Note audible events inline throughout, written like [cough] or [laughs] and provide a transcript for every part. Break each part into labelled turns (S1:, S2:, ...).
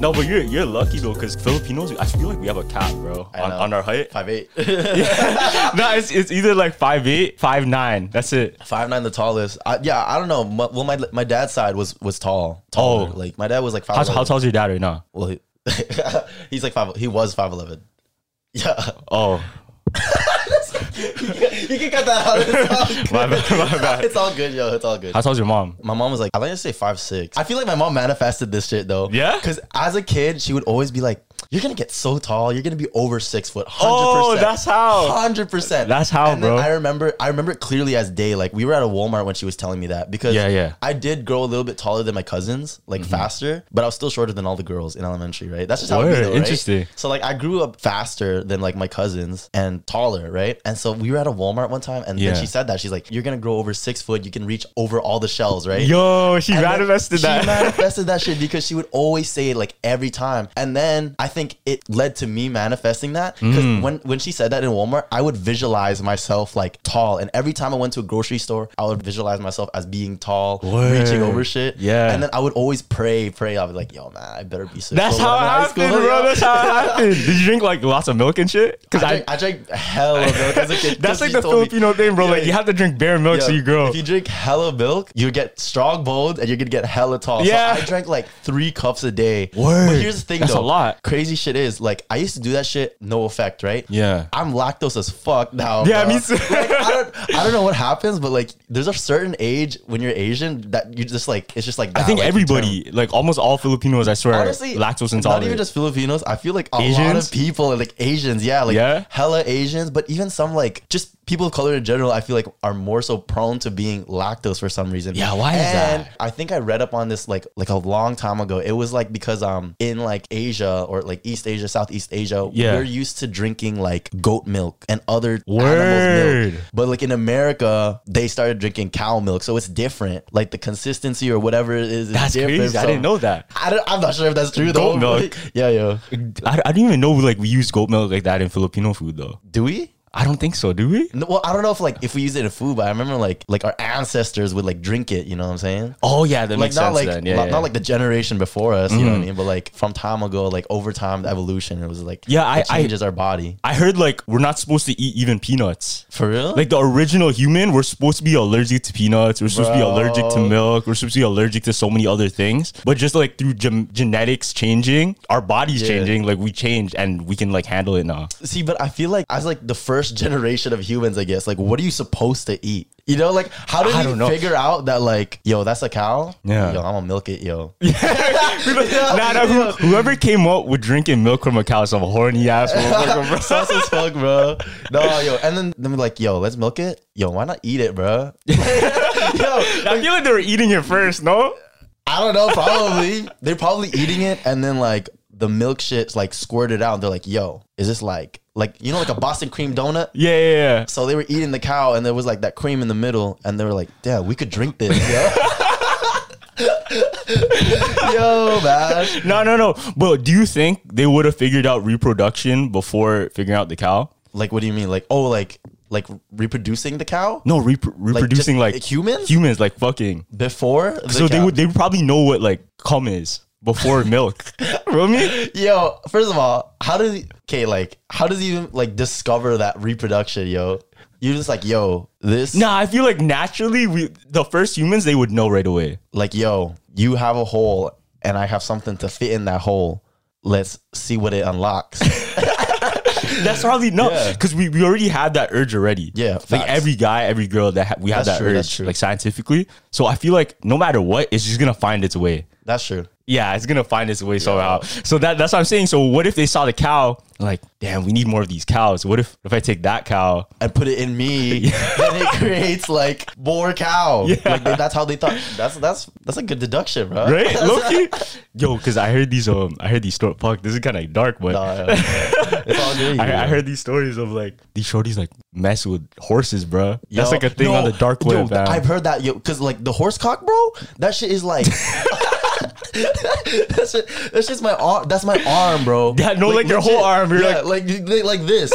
S1: No, but you're you're lucky though, because Filipinos, I feel like we have a cap, bro,
S2: I
S1: on,
S2: know.
S1: on our height.
S2: Five eight. [laughs]
S1: no, it's, it's either like five eight, five nine. That's it.
S2: Five nine, the tallest. I, yeah, I don't know. My, well, my my dad's side was was tall. Taller.
S1: Oh.
S2: like my dad was like five.
S1: How, how tall's your dad right now?
S2: Well, he, [laughs] he's like five. He was five eleven. [laughs] Yeah,
S1: Oh,
S2: [laughs] you can cut that out. It's
S1: [laughs]
S2: all
S1: my bad, [laughs] my
S2: good,
S1: bad.
S2: [laughs] it's all good yo. It's all good.
S1: How tall's your mom?
S2: My mom was like, I like to say five six. I feel like my mom manifested this shit though.
S1: Yeah?
S2: Because as a kid, she would always be like, "You're gonna get so tall. You're gonna be over six foot." 100%,
S1: Oh, that's how.
S2: Hundred percent.
S1: That's how,
S2: and then
S1: bro.
S2: I remember. I remember it clearly as day. Like we were at a Walmart when she was telling me that because
S1: Yeah, yeah. Mm-hmm.
S2: I did grow a little bit taller than my cousins, like faster, but I was still shorter than all the girls in elementary. Right. That's just how it is.
S1: Word,
S2: Though, right?
S1: interesting.
S2: So like I grew up faster than like my cousins and taller, right? And so we were at a Walmart one time, and
S1: Yeah.
S2: then she said that she's like, "You're gonna grow over six foot. You can reach over all the shelves, right?"
S1: Yo, she
S2: And then
S1: manifested
S2: She
S1: that. [laughs]
S2: manifested that shit because she would always say it like every time. And then I think it led to me manifesting that because
S1: Mm.
S2: when when she said that in Walmart, I would visualize myself like tall. And every time I went to a grocery store, I would visualize myself as being tall,
S1: Word.
S2: reaching over shit.
S1: Yeah.
S2: And then I would always pray, pray. I was like, yo, man, I better be six.
S1: That's
S2: foot when
S1: how it
S2: I'm in high school,
S1: happened, bro.
S2: [laughs] yo.
S1: That's how it happened. Did you drink like lots of milk and shit? Because
S2: I
S1: I,
S2: drank, I drank hella milk as a kid.
S1: [laughs] that's
S2: 'cause
S1: like
S2: she
S1: the
S2: told me-
S1: Filipino thing, bro.
S2: Yeah,
S1: like you have to drink bare milk so
S2: Yeah,
S1: you grow.
S2: If you drink hella milk, you get strong bold and you're gonna get hella tall.
S1: Yeah.
S2: So I drank like three cups a day.
S1: Word.
S2: But here's the thing
S1: That's
S2: though.
S1: a lot.
S2: Crazy shit is like I used to do that shit, no effect, right?
S1: Yeah.
S2: I'm lactose as fuck now.
S1: Yeah,
S2: bro.
S1: me too.
S2: Like, I
S1: [laughs]
S2: don't I don't know what happens, but like there's a certain age when you're Asian that you just like it's just like
S1: I
S2: that,
S1: think
S2: like, you turn-
S1: everybody, like almost all Filipinos, I swear,
S2: Honestly,
S1: lactose intolerant.
S2: Not even just Filipinos. I feel like a lot
S1: Asians?
S2: of people, like Asians, yeah, like
S1: Yeah?
S2: hella Asians, but even some like just people of color in general. I feel like are more so prone to being lactose for some reason.
S1: Yeah, why is that?
S2: And I think I read up on this like like a long time ago. It was like because um in like Asia or like East Asia, Southeast Asia,
S1: Yeah.
S2: we're used to drinking like goat milk and other
S1: Word.
S2: animals' milk. But like in America, they started drinking cow milk, so it's different. Like the consistency or whatever it is. is
S1: That's
S2: different.
S1: crazy. I
S2: So-
S1: didn't know that.
S2: I don't, I'm not sure if that's true
S1: Goat
S2: though.
S1: milk.
S2: yeah, yo.
S1: I, I didn't even know like we use goat milk like that in Filipino food though.
S2: Do we?
S1: I don't think so. Do we?
S2: No, well, I don't know if like if we use it in food, but I remember like like our ancestors would like drink it. You know what I'm saying?
S1: Oh yeah, that makes
S2: Like not
S1: sense
S2: like
S1: then. Yeah,
S2: not,
S1: yeah.
S2: not like the generation before us. You know what I mean? But like from time ago, like over time, the evolution, it was like
S1: Yeah, I-
S2: it
S1: I-
S2: changes our body
S1: I heard like we're not supposed to eat even peanuts.
S2: for real.
S1: Like the original human, we're supposed to be allergic to peanuts. We're supposed to be allergic to milk. We're supposed to be allergic to so many other things. But just like through gem- genetics changing, our bodies
S2: Yeah.
S1: changing, like we change and we can like handle it
S2: [laughs]
S1: now.
S2: See, but I feel like as like the first [laughs] generation of humans, I guess. Like, what are you supposed to eat? You know, like how did
S1: I
S2: we
S1: don't know.
S2: figure out that like, yo, that's a cow?
S1: Yeah.
S2: Yo, I'm gonna milk it, yo.
S1: nah, nah, who, whoever came up with drinking milk from a cow, some horny
S2: [laughs]
S1: ass. motherfucker, [laughs] bro.
S2: Sauce as fuck, bro. No, yo, and then then we're like, yo, let's milk it. Yo, why not eat it,
S1: [laughs]
S2: bro? [laughs] yo,
S1: I feel like they were eating it first, no?
S2: I don't know. Probably they're probably eating it, and then like the milk shit's like squirted out. They're like, yo, is this like like you know like a Boston cream donut?
S1: Yeah, yeah, yeah.
S2: So they were eating the cow, and there was like that cream in the middle, and they were like, "Yeah, we could drink this." Yo,
S1: [laughs]
S2: [laughs] yo man.
S1: No, no, no. But do you think they would have figured out reproduction before figuring out the cow?
S2: Like, what do you mean? Like, oh, like like reproducing the cow
S1: No, repro reproducing like,
S2: humans?
S1: humans, like fucking.
S2: before? the
S1: so they
S2: cow?
S1: would, they would probably know what like cum is.
S2: [laughs]
S1: before milk. Feel me?
S2: Yo, first of all, how does he, okay, like, how does he even like discover that reproduction, yo? You're just like, yo, this,
S1: Nah, I feel like naturally we the first humans they would know right away.
S2: like, yo, you have a hole and I have something to fit in that hole. Let's see what it unlocks.
S1: [laughs] That's probably no, because we, we already had that urge already.
S2: Yeah,
S1: like
S2: facts.
S1: every guy, every girl that ha- we have
S2: That's
S1: that
S2: true, that's
S1: urge,
S2: true.
S1: like scientifically. So I feel like no matter what, it's just gonna find its way.
S2: That's true.
S1: Yeah, it's gonna find its way somehow. So that that's what I'm saying. So what if they saw the cow? Like, damn, we need more of these cows. What if if I take that cow?
S2: And put it in me, then it creates like
S1: [laughs]
S2: more cow. Like, that's how they thought. That's that's that's a good deduction, bro. [laughs]
S1: Right, Loki. Yo, because I heard these um, I heard these stories. Fuck, this is kind of dark, but
S2: Nah, yeah. it's all
S1: [laughs]
S2: good.
S1: I,
S2: yeah.
S1: I heard these stories of like these shorties like mess with horses, bro. That's
S2: Yo,
S1: like a thing
S2: no,
S1: on the dark
S2: yo,
S1: web.
S2: th-
S1: man.
S2: I've heard that, yo, because like the horse cock, bro, that shit is like. [laughs] that's, just, that's just my arm. That's my arm, bro.
S1: [laughs] Yeah, no, like your whole arm, you're
S2: yeah, like like,
S1: [laughs]
S2: like this.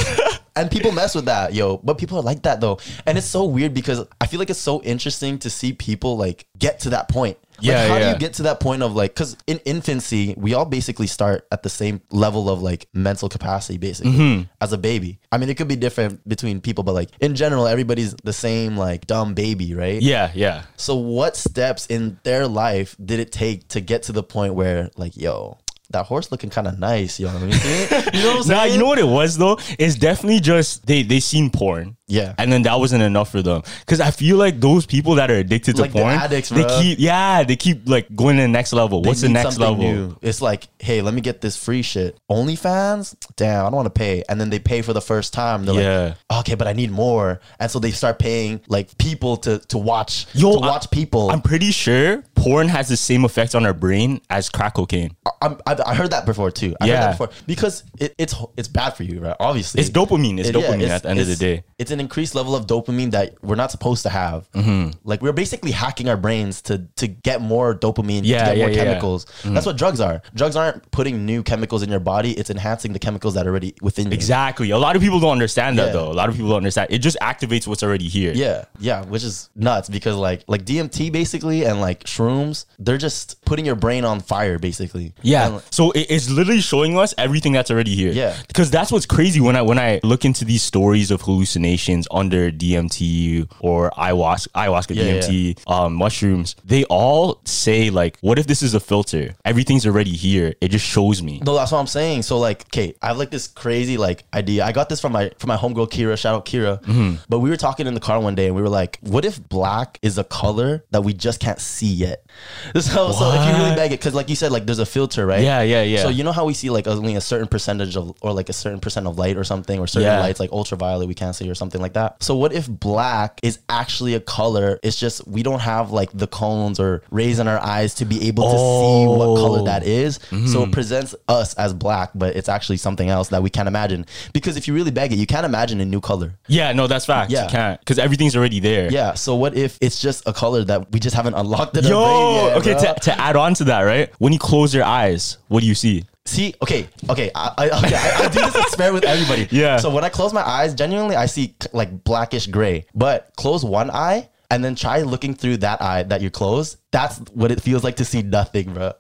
S2: and people mess with that, yo. But people are like that though, and it's so weird because I feel like it's so interesting to see people like get to that point. Like,
S1: Yeah,
S2: how do
S1: yeah.
S2: you get to that point of like? Because in infancy, we all basically start at the same level of like mental capacity, basically,
S1: Mm-hmm.
S2: as a baby. I mean, it could be different between people, but like in general, everybody's the same like dumb baby, right?
S1: yeah, yeah.
S2: So, what steps in their life did it take to get to the point where like, yo, that horse looking kind of nice, yo? You, see it? [laughs] you know what I'm saying?
S1: Nah, you know what it was though? It's definitely just they they seen porn.
S2: Yeah.
S1: And then that wasn't enough for them. Cause I feel like those people that are addicted to
S2: Like the
S1: porn,
S2: addicts,
S1: they
S2: bruh.
S1: keep yeah, they keep like going to the next level.
S2: They
S1: What's the
S2: need
S1: next
S2: something
S1: level?
S2: new. It's like, hey, let me get this free shit. OnlyFans? Damn, I don't want to pay. And then they pay for the first time. They're
S1: Yeah.
S2: like, okay, but I need more. And so they start paying like people to to watch
S1: Yo,
S2: to
S1: I-
S2: watch people.
S1: I'm pretty sure porn has the same effect on our brain as crack cocaine.
S2: I'm, I've, I heard that before too. I
S1: Yeah.
S2: heard that before because it, it's it's bad for you, right? Obviously,
S1: It's dopamine. It's
S2: It- yeah,
S1: dopamine at the end of the
S2: it's-
S1: day.
S2: It's an increased level of dopamine that we're not supposed to have.
S1: Mm-hmm.
S2: Like we're basically hacking our brains to to get more dopamine,
S1: Yeah,
S2: to get more
S1: yeah, Mm-hmm. yeah.
S2: chemicals. That's what drugs are. Drugs aren't putting new chemicals in your body. It's enhancing the chemicals that are already within you.
S1: Exactly. A lot of people don't understand that
S2: Yeah.
S1: though. A lot of people don't understand. It just activates what's already here.
S2: Yeah, yeah, which is nuts because like like DMT basically and like shrooms, they're just putting your brain on fire basically.
S1: Yeah.
S2: And-
S1: so it- it's literally showing us everything that's already here.
S2: Yeah.
S1: Because that's what's crazy when I when I look into these stories of hallucinations under DMT or ayahuasca, ayahuasca
S2: Yeah,
S1: DMT Um, mushrooms, they all say like, "What if this is a filter? Everything's already here. It just shows me."
S2: No, that's what I'm saying. So like, okay, I have like this crazy like idea. I got this from my from my homegirl Kira. Shout out Kira.
S1: Mm-hmm.
S2: But we were talking in the car one day, and we were like, "What if black is a color that we just can't see yet?" [laughs] So, so if you really bag it, because like you said, like there's a filter, right?
S1: Yeah, yeah, yeah.
S2: So you know how we see like only a certain percentage of or like a certain percent of light or something or certain
S1: Yeah.
S2: lights like ultraviolet we can't see or something like that. So what if black is actually a color? It's just we don't have like the cones or rays in our eyes to be able to see what color
S1: Oh. Mm-hmm.
S2: that is. So it presents us as black, but it's actually something else that we can't imagine. Because if you really beg it, you can't imagine a new
S1: [laughs]
S2: color.
S1: Yeah. No, that's fact.
S2: Yeah.
S1: You can't because everything's already there.
S2: Yeah. So what if it's just a color that we just haven't unlocked in our brain
S1: Yo,
S2: yet,
S1: okay.
S2: bro?
S1: To, to add on to that, right? When you close your eyes, what do you see?
S2: See, okay, okay, I, I, okay, I, I do this experiment with everybody.
S1: [laughs] Yeah.
S2: So when I close my eyes, genuinely, I see c- like blackish gray. But close one eye and then try looking through that eye that you closed. That's what it feels like to see nothing, bro.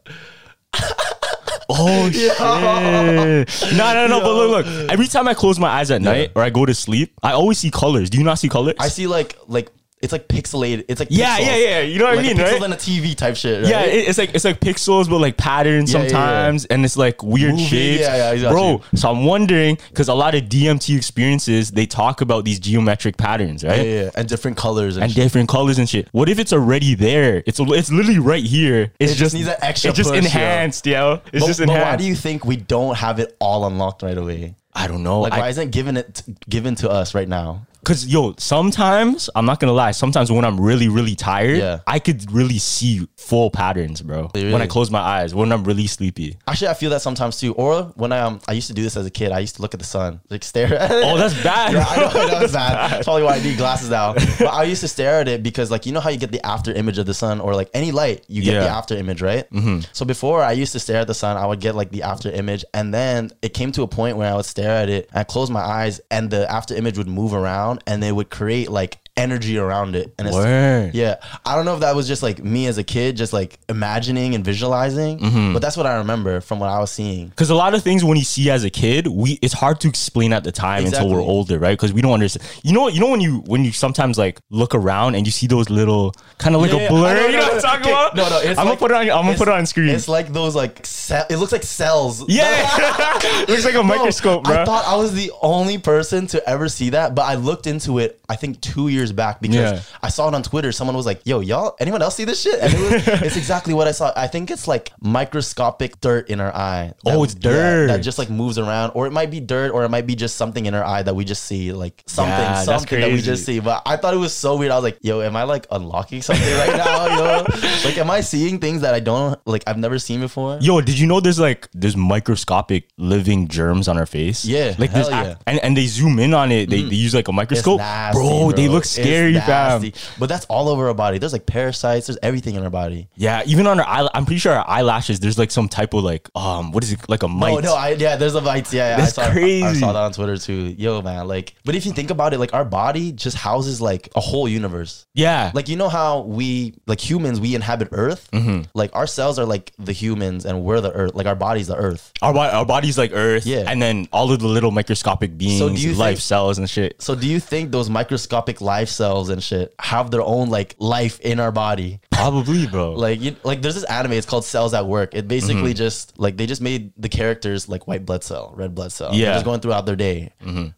S1: Oh shit! No, no, no. But look, look. Every time I close my eyes at night or I go to sleep, I always see colors. Do you not see colors?
S2: I see like like it's like pixelated. It's like
S1: Yeah,
S2: pixels.
S1: yeah, yeah. You know what I
S2: Like a
S1: mean,
S2: pixel
S1: right?
S2: than a TV type shit. Right?
S1: yeah, it, it's like it's like pixels, but like patterns
S2: Yeah, yeah, yeah.
S1: sometimes, and it's like weird
S2: Moving,
S1: shapes.
S2: yeah, yeah, I got
S1: Bro,
S2: you.
S1: so I'm wondering because a lot of DMT experiences they talk about these geometric patterns, right?
S2: yeah, yeah, yeah. and different colors and,
S1: And
S2: shit.
S1: different colors and shit. What if it's already there? It's it's literally right here. It's
S2: just
S1: just
S2: needs an extra
S1: It's just
S2: push, yo.
S1: enhanced, yo. It's
S2: But,
S1: just
S2: but
S1: enhanced.
S2: why do you think we don't have it all unlocked right away?
S1: I don't know.
S2: Like,
S1: I-
S2: why isn't given it given to us right now?
S1: Cause yo, sometimes I'm not gonna lie. Sometimes when I'm really, really tired,
S2: Yeah.
S1: I could really see full patterns, bro. When I close my eyes, when I'm really
S2: [laughs]
S1: sleepy.
S2: Actually, I feel that sometimes too. Or when I um, I used to do this as a kid. I used to look at the sun, like stare. at it.
S1: Oh, that's bad.
S2: Yeah,
S1: [laughs]
S2: I know, I know it's bad. That's probably why I need glasses now. But I used to stare at it because, like, you know how you get the after image of the sun, or like any light, you get the
S1: Yeah. Mm-hmm.
S2: after image, right? So before, I used to stare at the sun. I would get like the after image, and then it came to a point where I would stare at it. I close my eyes, and the after image would move around, and they would create like energy around it. And it's
S1: Word.
S2: yeah. I don't know if that was just like me as a kid, just like imagining and visualizing,
S1: Mm-hmm.
S2: but that's what I remember from what I was seeing.
S1: Because a lot of things when you see as a kid, we it's hard to explain at the time until we're
S2: Exactly.
S1: older, right? Because we don't understand. You know, you know when you when you sometimes like look around and you see those little kind of like
S2: Yeah,
S1: a
S2: yeah.
S1: blur.
S2: I know,
S1: you know
S2: no,
S1: what I'm
S2: no,
S1: talking
S2: okay.
S1: about?
S2: No, no, it's
S1: I'm gonna
S2: like-
S1: put it on. I'm gonna
S2: it's-
S1: put it on screen.
S2: It's like those like cell, it looks like cells. [laughs]
S1: yeah, [laughs] it looks like a
S2: Bro,
S1: microscope, bro.
S2: I thought I was the only person to ever see that, but I looked into it. I think two years back because
S1: Yeah.
S2: I saw it on Twitter. Someone was like, "Yo, y'all, anyone else see this shit?" And it
S1: [laughs]
S2: was, it's exactly what I saw. I think it's like microscopic dirt in our eye.
S1: Oh, it's
S2: yeah,
S1: dirt.
S2: that just like moves around, or it might be dirt, or it might be just something in our eye that we just see, like something,
S1: Yeah, that's
S2: something that we
S1: crazy.
S2: just see. But I thought it was so weird. I was like, "Yo, am I like unlocking something right now?
S1: [laughs]
S2: Yo, like, am I seeing things that I don't like? I've never seen before."
S1: Yo, did you know there's like there's microscopic living germs on our face?
S2: Yeah,
S1: like there's
S2: hell
S1: ac-
S2: yeah. Mm.
S1: and and they zoom in on it. They, they use like a
S2: It's
S1: microscope,
S2: nasty,
S1: bro, They look
S2: It's
S1: scary, fam.
S2: nasty. But that's all over our body. There's like parasites. There's everything in our body.
S1: Yeah, even on our eyel I'm pretty sure our eyelashes. There's like some type of like um, what is it like a mite?
S2: Oh no! I, yeah, there's a mites. Yeah, yeah,
S1: That's
S2: I saw, I,
S1: crazy.
S2: saw that on Twitter too. Yo, man, like, but if you think about it, like, our body just houses like a whole universe.
S1: yeah,
S2: Like, you know how we, like humans, we inhabit Earth.
S1: Mm-hmm.
S2: Like, our cells are like the humans, and we're the Earth. Like, our body's the Earth.
S1: our, bo- our body's like Earth,
S2: Yeah.
S1: and then all of the little microscopic beings,
S2: So do you
S1: life
S2: think-
S1: cells and shit.
S2: So, do you think those microscopic life cells and shit have their own like life in our body?
S1: Probably, bro.
S2: [laughs] Like you, like there's this anime. It's called Cells at Work. It basically
S1: Mm-hmm.
S2: just like they just made the characters like white blood cell, red blood cell. They're
S1: Yeah.
S2: just going throughout their day.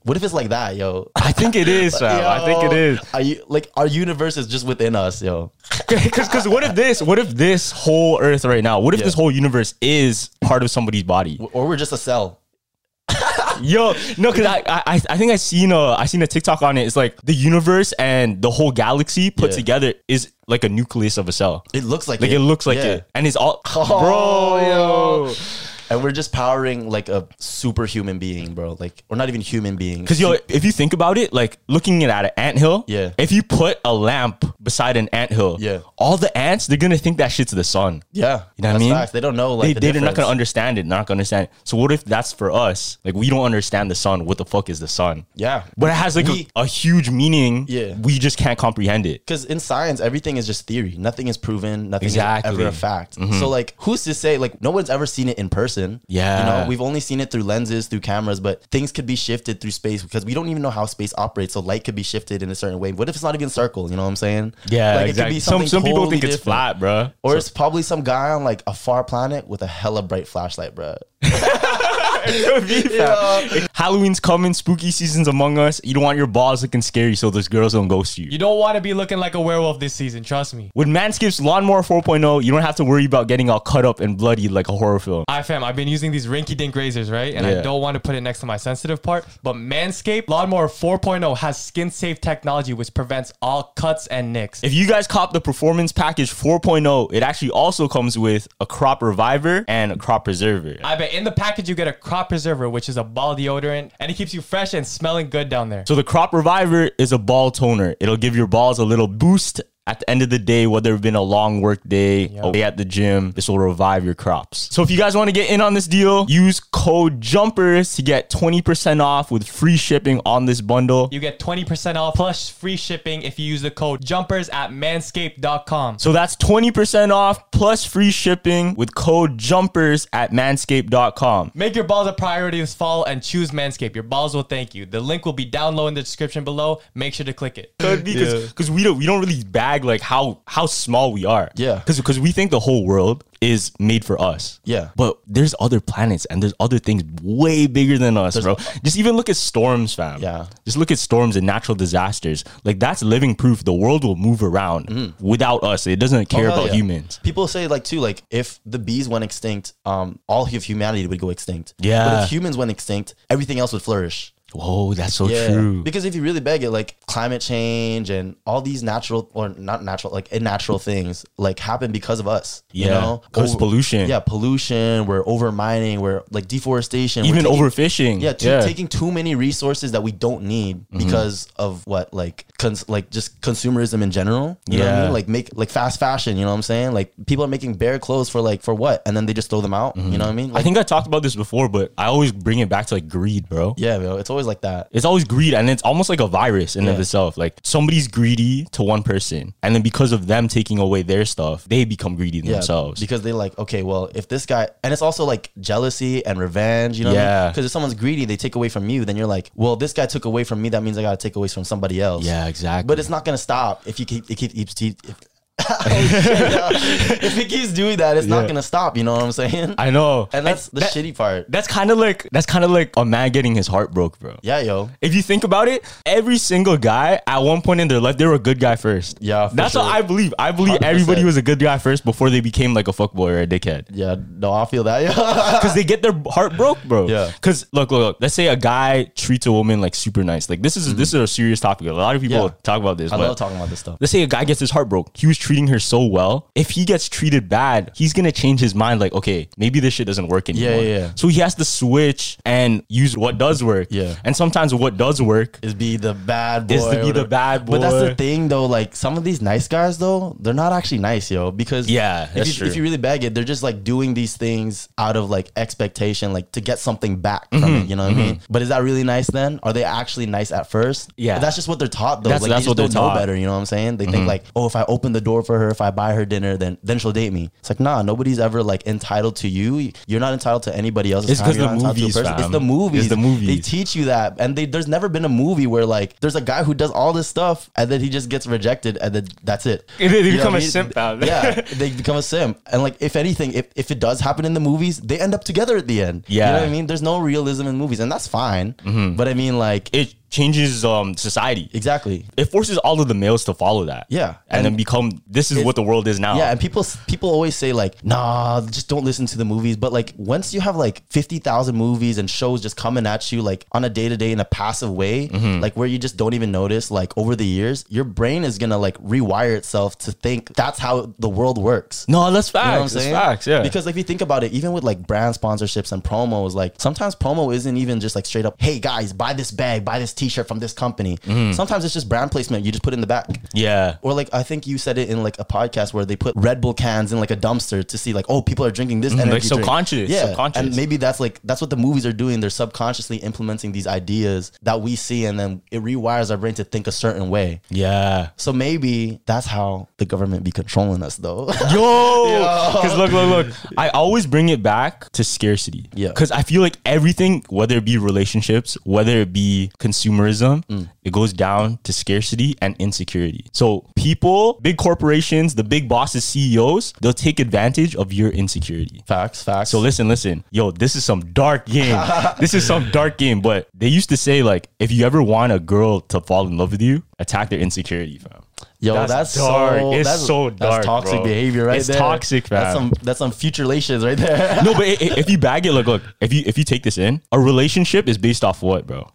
S2: What if it's like that,
S1: [laughs]
S2: yo?
S1: I think it is, fam. I think it is. [laughs]
S2: Are you like our universe is just within us, yo?
S1: Because because what if this? What if this whole Earth right now? What if
S2: Yeah.
S1: this whole universe is part of somebody's body?
S2: Or we're just a cell.
S1: Yo, no, because I, I I- I think I seen a I seen a TikTok on it. It's like the universe and the whole galaxy put
S2: Yeah.
S1: together is like a nucleus of a cell.
S2: It looks like
S1: Like it looks like
S2: Yeah.
S1: it, and it's all
S2: [laughs] Oh,
S1: bro.
S2: And we're just powering like a superhuman being, bro. Like or not even human being.
S1: Because yo, if you think about it, like looking at an anthill,
S2: Yeah.
S1: If you put a lamp beside an anthill,
S2: Yeah.
S1: all the ants they're gonna think that shit's the sun.
S2: yeah,
S1: You know what I
S2: that's
S1: mean?
S2: facts. They don't know. Like
S1: they,
S2: the
S1: they, are not gonna
S2: difference.
S1: understand it. Not gonna understand. It. So what if that's for us? Like we don't understand the sun. What the fuck is the sun?
S2: Yeah.
S1: but it has like
S2: We-
S1: a, a huge meaning.
S2: Yeah.
S1: we just can't comprehend it.
S2: because in science everything is just theory nothing is proven nothing
S1: Exactly.
S2: is ever a fact so like who's to say like no one's ever seen it in person
S1: Yeah.
S2: you know we've only seen it through lenses through cameras but things could be shifted through space because we don't even know how space operates so light could be shifted in a certain way what if it's not even circle you know what i'm saying
S1: Yeah,
S2: like it could
S1: exactly.
S2: be
S1: Some
S2: something
S1: some people
S2: totally
S1: think it's flat, [laughs]
S2: different.
S1: bro.
S2: or it's probably some guy on like a far planet with a hella bright flashlight bruh
S1: Halloween's coming, spooky season's among us. You don't want your balls looking scary, so those girls don't ghost you.
S3: You don't want to be looking like a werewolf this season. Trust me.
S1: With Manscaped's Lawnmower 4.0, you don't have to worry about getting all cut up and bloody like a horror film.
S3: I fam, I've been using these rinky dink razors, right? And
S1: Yeah.
S3: I don't want to put it next to my sensitive part. But Manscaped Lawnmower 4.0 has skin safe technology which prevents all cuts and nicks.
S1: If you guys cop the Performance Package 4.0, it actually also comes with a crop reviver and a crop preserver.
S3: I bet in the package you get a crop preserver, which is a ball deodorant, and it keeps you fresh and smelling good down there.
S1: So the crop reviver is a ball toner. It'll give your balls a little boost at the end of the day, whether it's been a long work day, a day at the gym, this will revive your crops. So if you guys want to get in on this deal, use code JUMPERS to get 20% off with free shipping on this bundle.
S3: You get 20% off plus free shipping if you use the code jumpers at manscaped.com.
S1: So that's 20% off plus free shipping with code JUMPERS at manscaped.com.
S3: Make your balls a priority this fall and choose Manscaped. Your balls will thank you. The link will be down low in the description below. Make sure to click it.
S1: could be because we don't we don't really bag like how how small we are.
S2: Yeah.
S1: because we think the whole world is made for us.
S2: Yeah.
S1: but there's other planets and there's other things way bigger than us, bro. Just even look at storms, fam.
S2: Yeah.
S1: just look at storms and natural disasters. Like that's living proof the world will move around without us. It doesn't care
S2: Mm. Oh, hell
S1: about
S2: yeah.
S1: humans.
S2: People say like too, like if the bees went extinct, um, all of humanity would go extinct.
S1: Yeah.
S2: But if humans went extinct, everything else would flourish.
S1: Whoa, that's so Oh, true.
S2: Because if you really beg it, like climate change and all these natural or not natural, like unnatural things like happen because of us. You
S1: Yeah.
S2: know?
S1: 'Cause
S2: Over-
S1: pollution.
S2: Yeah, pollution, we're over mining, we're like deforestation. we're
S1: Even
S2: taking-
S1: overfishing. Mm-hmm.
S2: Yeah, too, taking too many resources that we don't need because of what like cons- like just consumerism in general. You know what I
S1: Yeah.
S2: mean? Like make like fast fashion, you know what I'm saying? Like people are making bare clothes for like for what? And then they just throw them out. You know what I mean?
S1: Mm-hmm. I
S2: Like,
S1: think I talked about this before, but I always bring it back to like greed, bro.
S2: yeah, bro, it's always like that.
S1: It's always greed, and it's almost like a virus in of itself. Like somebody's greedy to one person, and then because of them taking away their stuff, they become greedy themselves.
S2: Because they like, okay, well, if this guy, and it's also like jealousy and revenge, you know? Because
S1: Yeah.
S2: if someone's greedy, they take away from you, then you're like, well, this guy took away from me. That means I got to take away from somebody else.
S1: Yeah, exactly.
S2: But it's not going to stop if you keep, it keep, keeps, keep- if, [laughs] if it keeps doing that, it's not
S1: Yeah.
S2: going to stop. You know what I'm saying?
S1: I know,
S2: and that's the
S1: that-
S2: shitty part.
S1: That's kind of like that's kind of like a man getting his heart broke, bro.
S2: yeah, yo.
S1: If you think about it, every single guy at one point in their life, they were a good guy first.
S2: Yeah, for
S1: that's
S2: sure.
S1: what I believe. I believe
S2: 100%.
S1: everybody was a good guy first before they became like a fuckboy or a dickhead.
S2: Yeah, no, [laughs] I feel that. Yeah.
S1: Because they get their heart broke, bro.
S2: Yeah.
S1: Because look, look, look. Let's say a guy treats a woman like super nice. Like this is this is a serious topic. A lot of people
S2: Mm-hmm. Yeah.
S1: talk about this.
S2: I
S1: but
S2: love talking about this stuff.
S1: Let's say a guy gets his heart broke. He was treating her so well. If he gets treated bad, he's gonna change his mind. Like, okay, maybe this shit doesn't work anymore.
S2: yeah, yeah.
S1: So he has to switch and use what does work.
S2: Yeah.
S1: And sometimes what does work [laughs]
S2: is be the bad boy.
S1: Is to be
S2: or
S1: the
S2: whatever.
S1: bad
S2: But that's
S1: boy.
S2: the thing though, like some of these nice guys though, they're not actually nice, yo. Because
S1: Yeah,
S2: if,
S1: that's
S2: you,
S1: true.
S2: if you really bag it, they're just like doing these things out of like expectation, like to get something back from
S1: Mm-hmm,
S2: it. You know what I mean? But is that really nice then? Are they actually nice at first?
S1: Yeah.
S2: that's just what they're taught though.
S1: That's-
S2: like
S1: that's
S2: they
S1: what
S2: just
S1: they're
S2: don't know
S1: taught. Mm-hmm.
S2: better. You know what I'm saying? They think like, oh, if I open the door for her, if I buy her dinner, then then she'll date me. It's like nah, nobody's ever like entitled to you. You're not entitled to anybody else's.
S1: It's
S2: time.
S1: 'cause
S2: You're
S1: the
S2: not entitled to a
S1: movies,
S2: person.
S1: fam.
S2: It's the movies.
S1: It's the movies.
S2: They teach you that. And they, there's never been a movie where like there's a guy who does all this stuff and then he just gets rejected and then that's it.
S1: And then they become
S2: what
S1: a simp, fam. [laughs]
S2: Yeah, they become a simp. And like if anything, if, if it does happen in the movies, they end up together at the end. You
S1: Yeah. Mm-hmm.
S2: know what I mean? There's no realism in movies and that's fine. But I mean like
S1: it changes um society.
S2: exactly.
S1: It forces all of the males to follow that.
S2: Yeah.
S1: And,
S2: And
S1: then become this is what the world is now.
S2: Yeah, and people people always say like, nah, just don't listen to the movies. But like, once you have like fifty thousand movies and shows just coming at you like on a day to day in a passive way,
S1: Mm-hmm.
S2: like where you just don't even notice, like over the years, your brain is gonna like rewire itself to think that's how the world works.
S1: No, that's facts.
S2: You know what I'm
S1: that's
S2: saying?
S1: facts. Yeah.
S2: Because like, if you think about it, even with like brand sponsorships and promos, like sometimes promo isn't even just like straight up, hey guys, buy this bag, buy this T-shirt from this company.
S1: Mm-hmm.
S2: Sometimes it's just brand placement. You just put it in the back.
S1: yeah.
S2: Or like I think you said it in like a podcast where they put Red Bull cans in like a dumpster to see like oh people are drinking this energy
S1: Mm-hmm. like
S2: drink.
S1: subconscious,
S2: yeah
S1: subconscious.
S2: and maybe that's like that's what the movies are doing they're subconsciously implementing these ideas that we see and then it rewires our brain to think a certain way
S1: Yeah.
S2: so maybe that's how the government be controlling
S1: [laughs]
S2: us though
S1: [laughs] Yo, because look, look, look. I always bring it back to scarcity.
S2: Yeah.
S1: because I feel like everything, whether it be relationships, whether it be consumerism, it goes down to scarcity and insecurity. So people, big corporations, the big bosses, CEOs, they'll take advantage of your insecurity.
S2: facts facts
S1: So listen, listen, yo, this is some dark
S2: [laughs]
S1: game. this is some dark game. But they used to say like, if you ever want a girl to fall in love with you, attack their insecurity, fam.
S2: Yo,
S1: That's
S2: that's,
S1: dark.
S2: So,
S1: It's
S2: that's,
S1: so dark,
S2: That's toxic
S1: bro.
S2: behavior, right
S1: It's
S2: there.
S1: toxic,
S2: That's
S1: fam.
S2: some that's some futurations right there. [laughs]
S1: no, but i- i- if you bag it, look, look. If you if you take this in, a relationship is based off what, bro?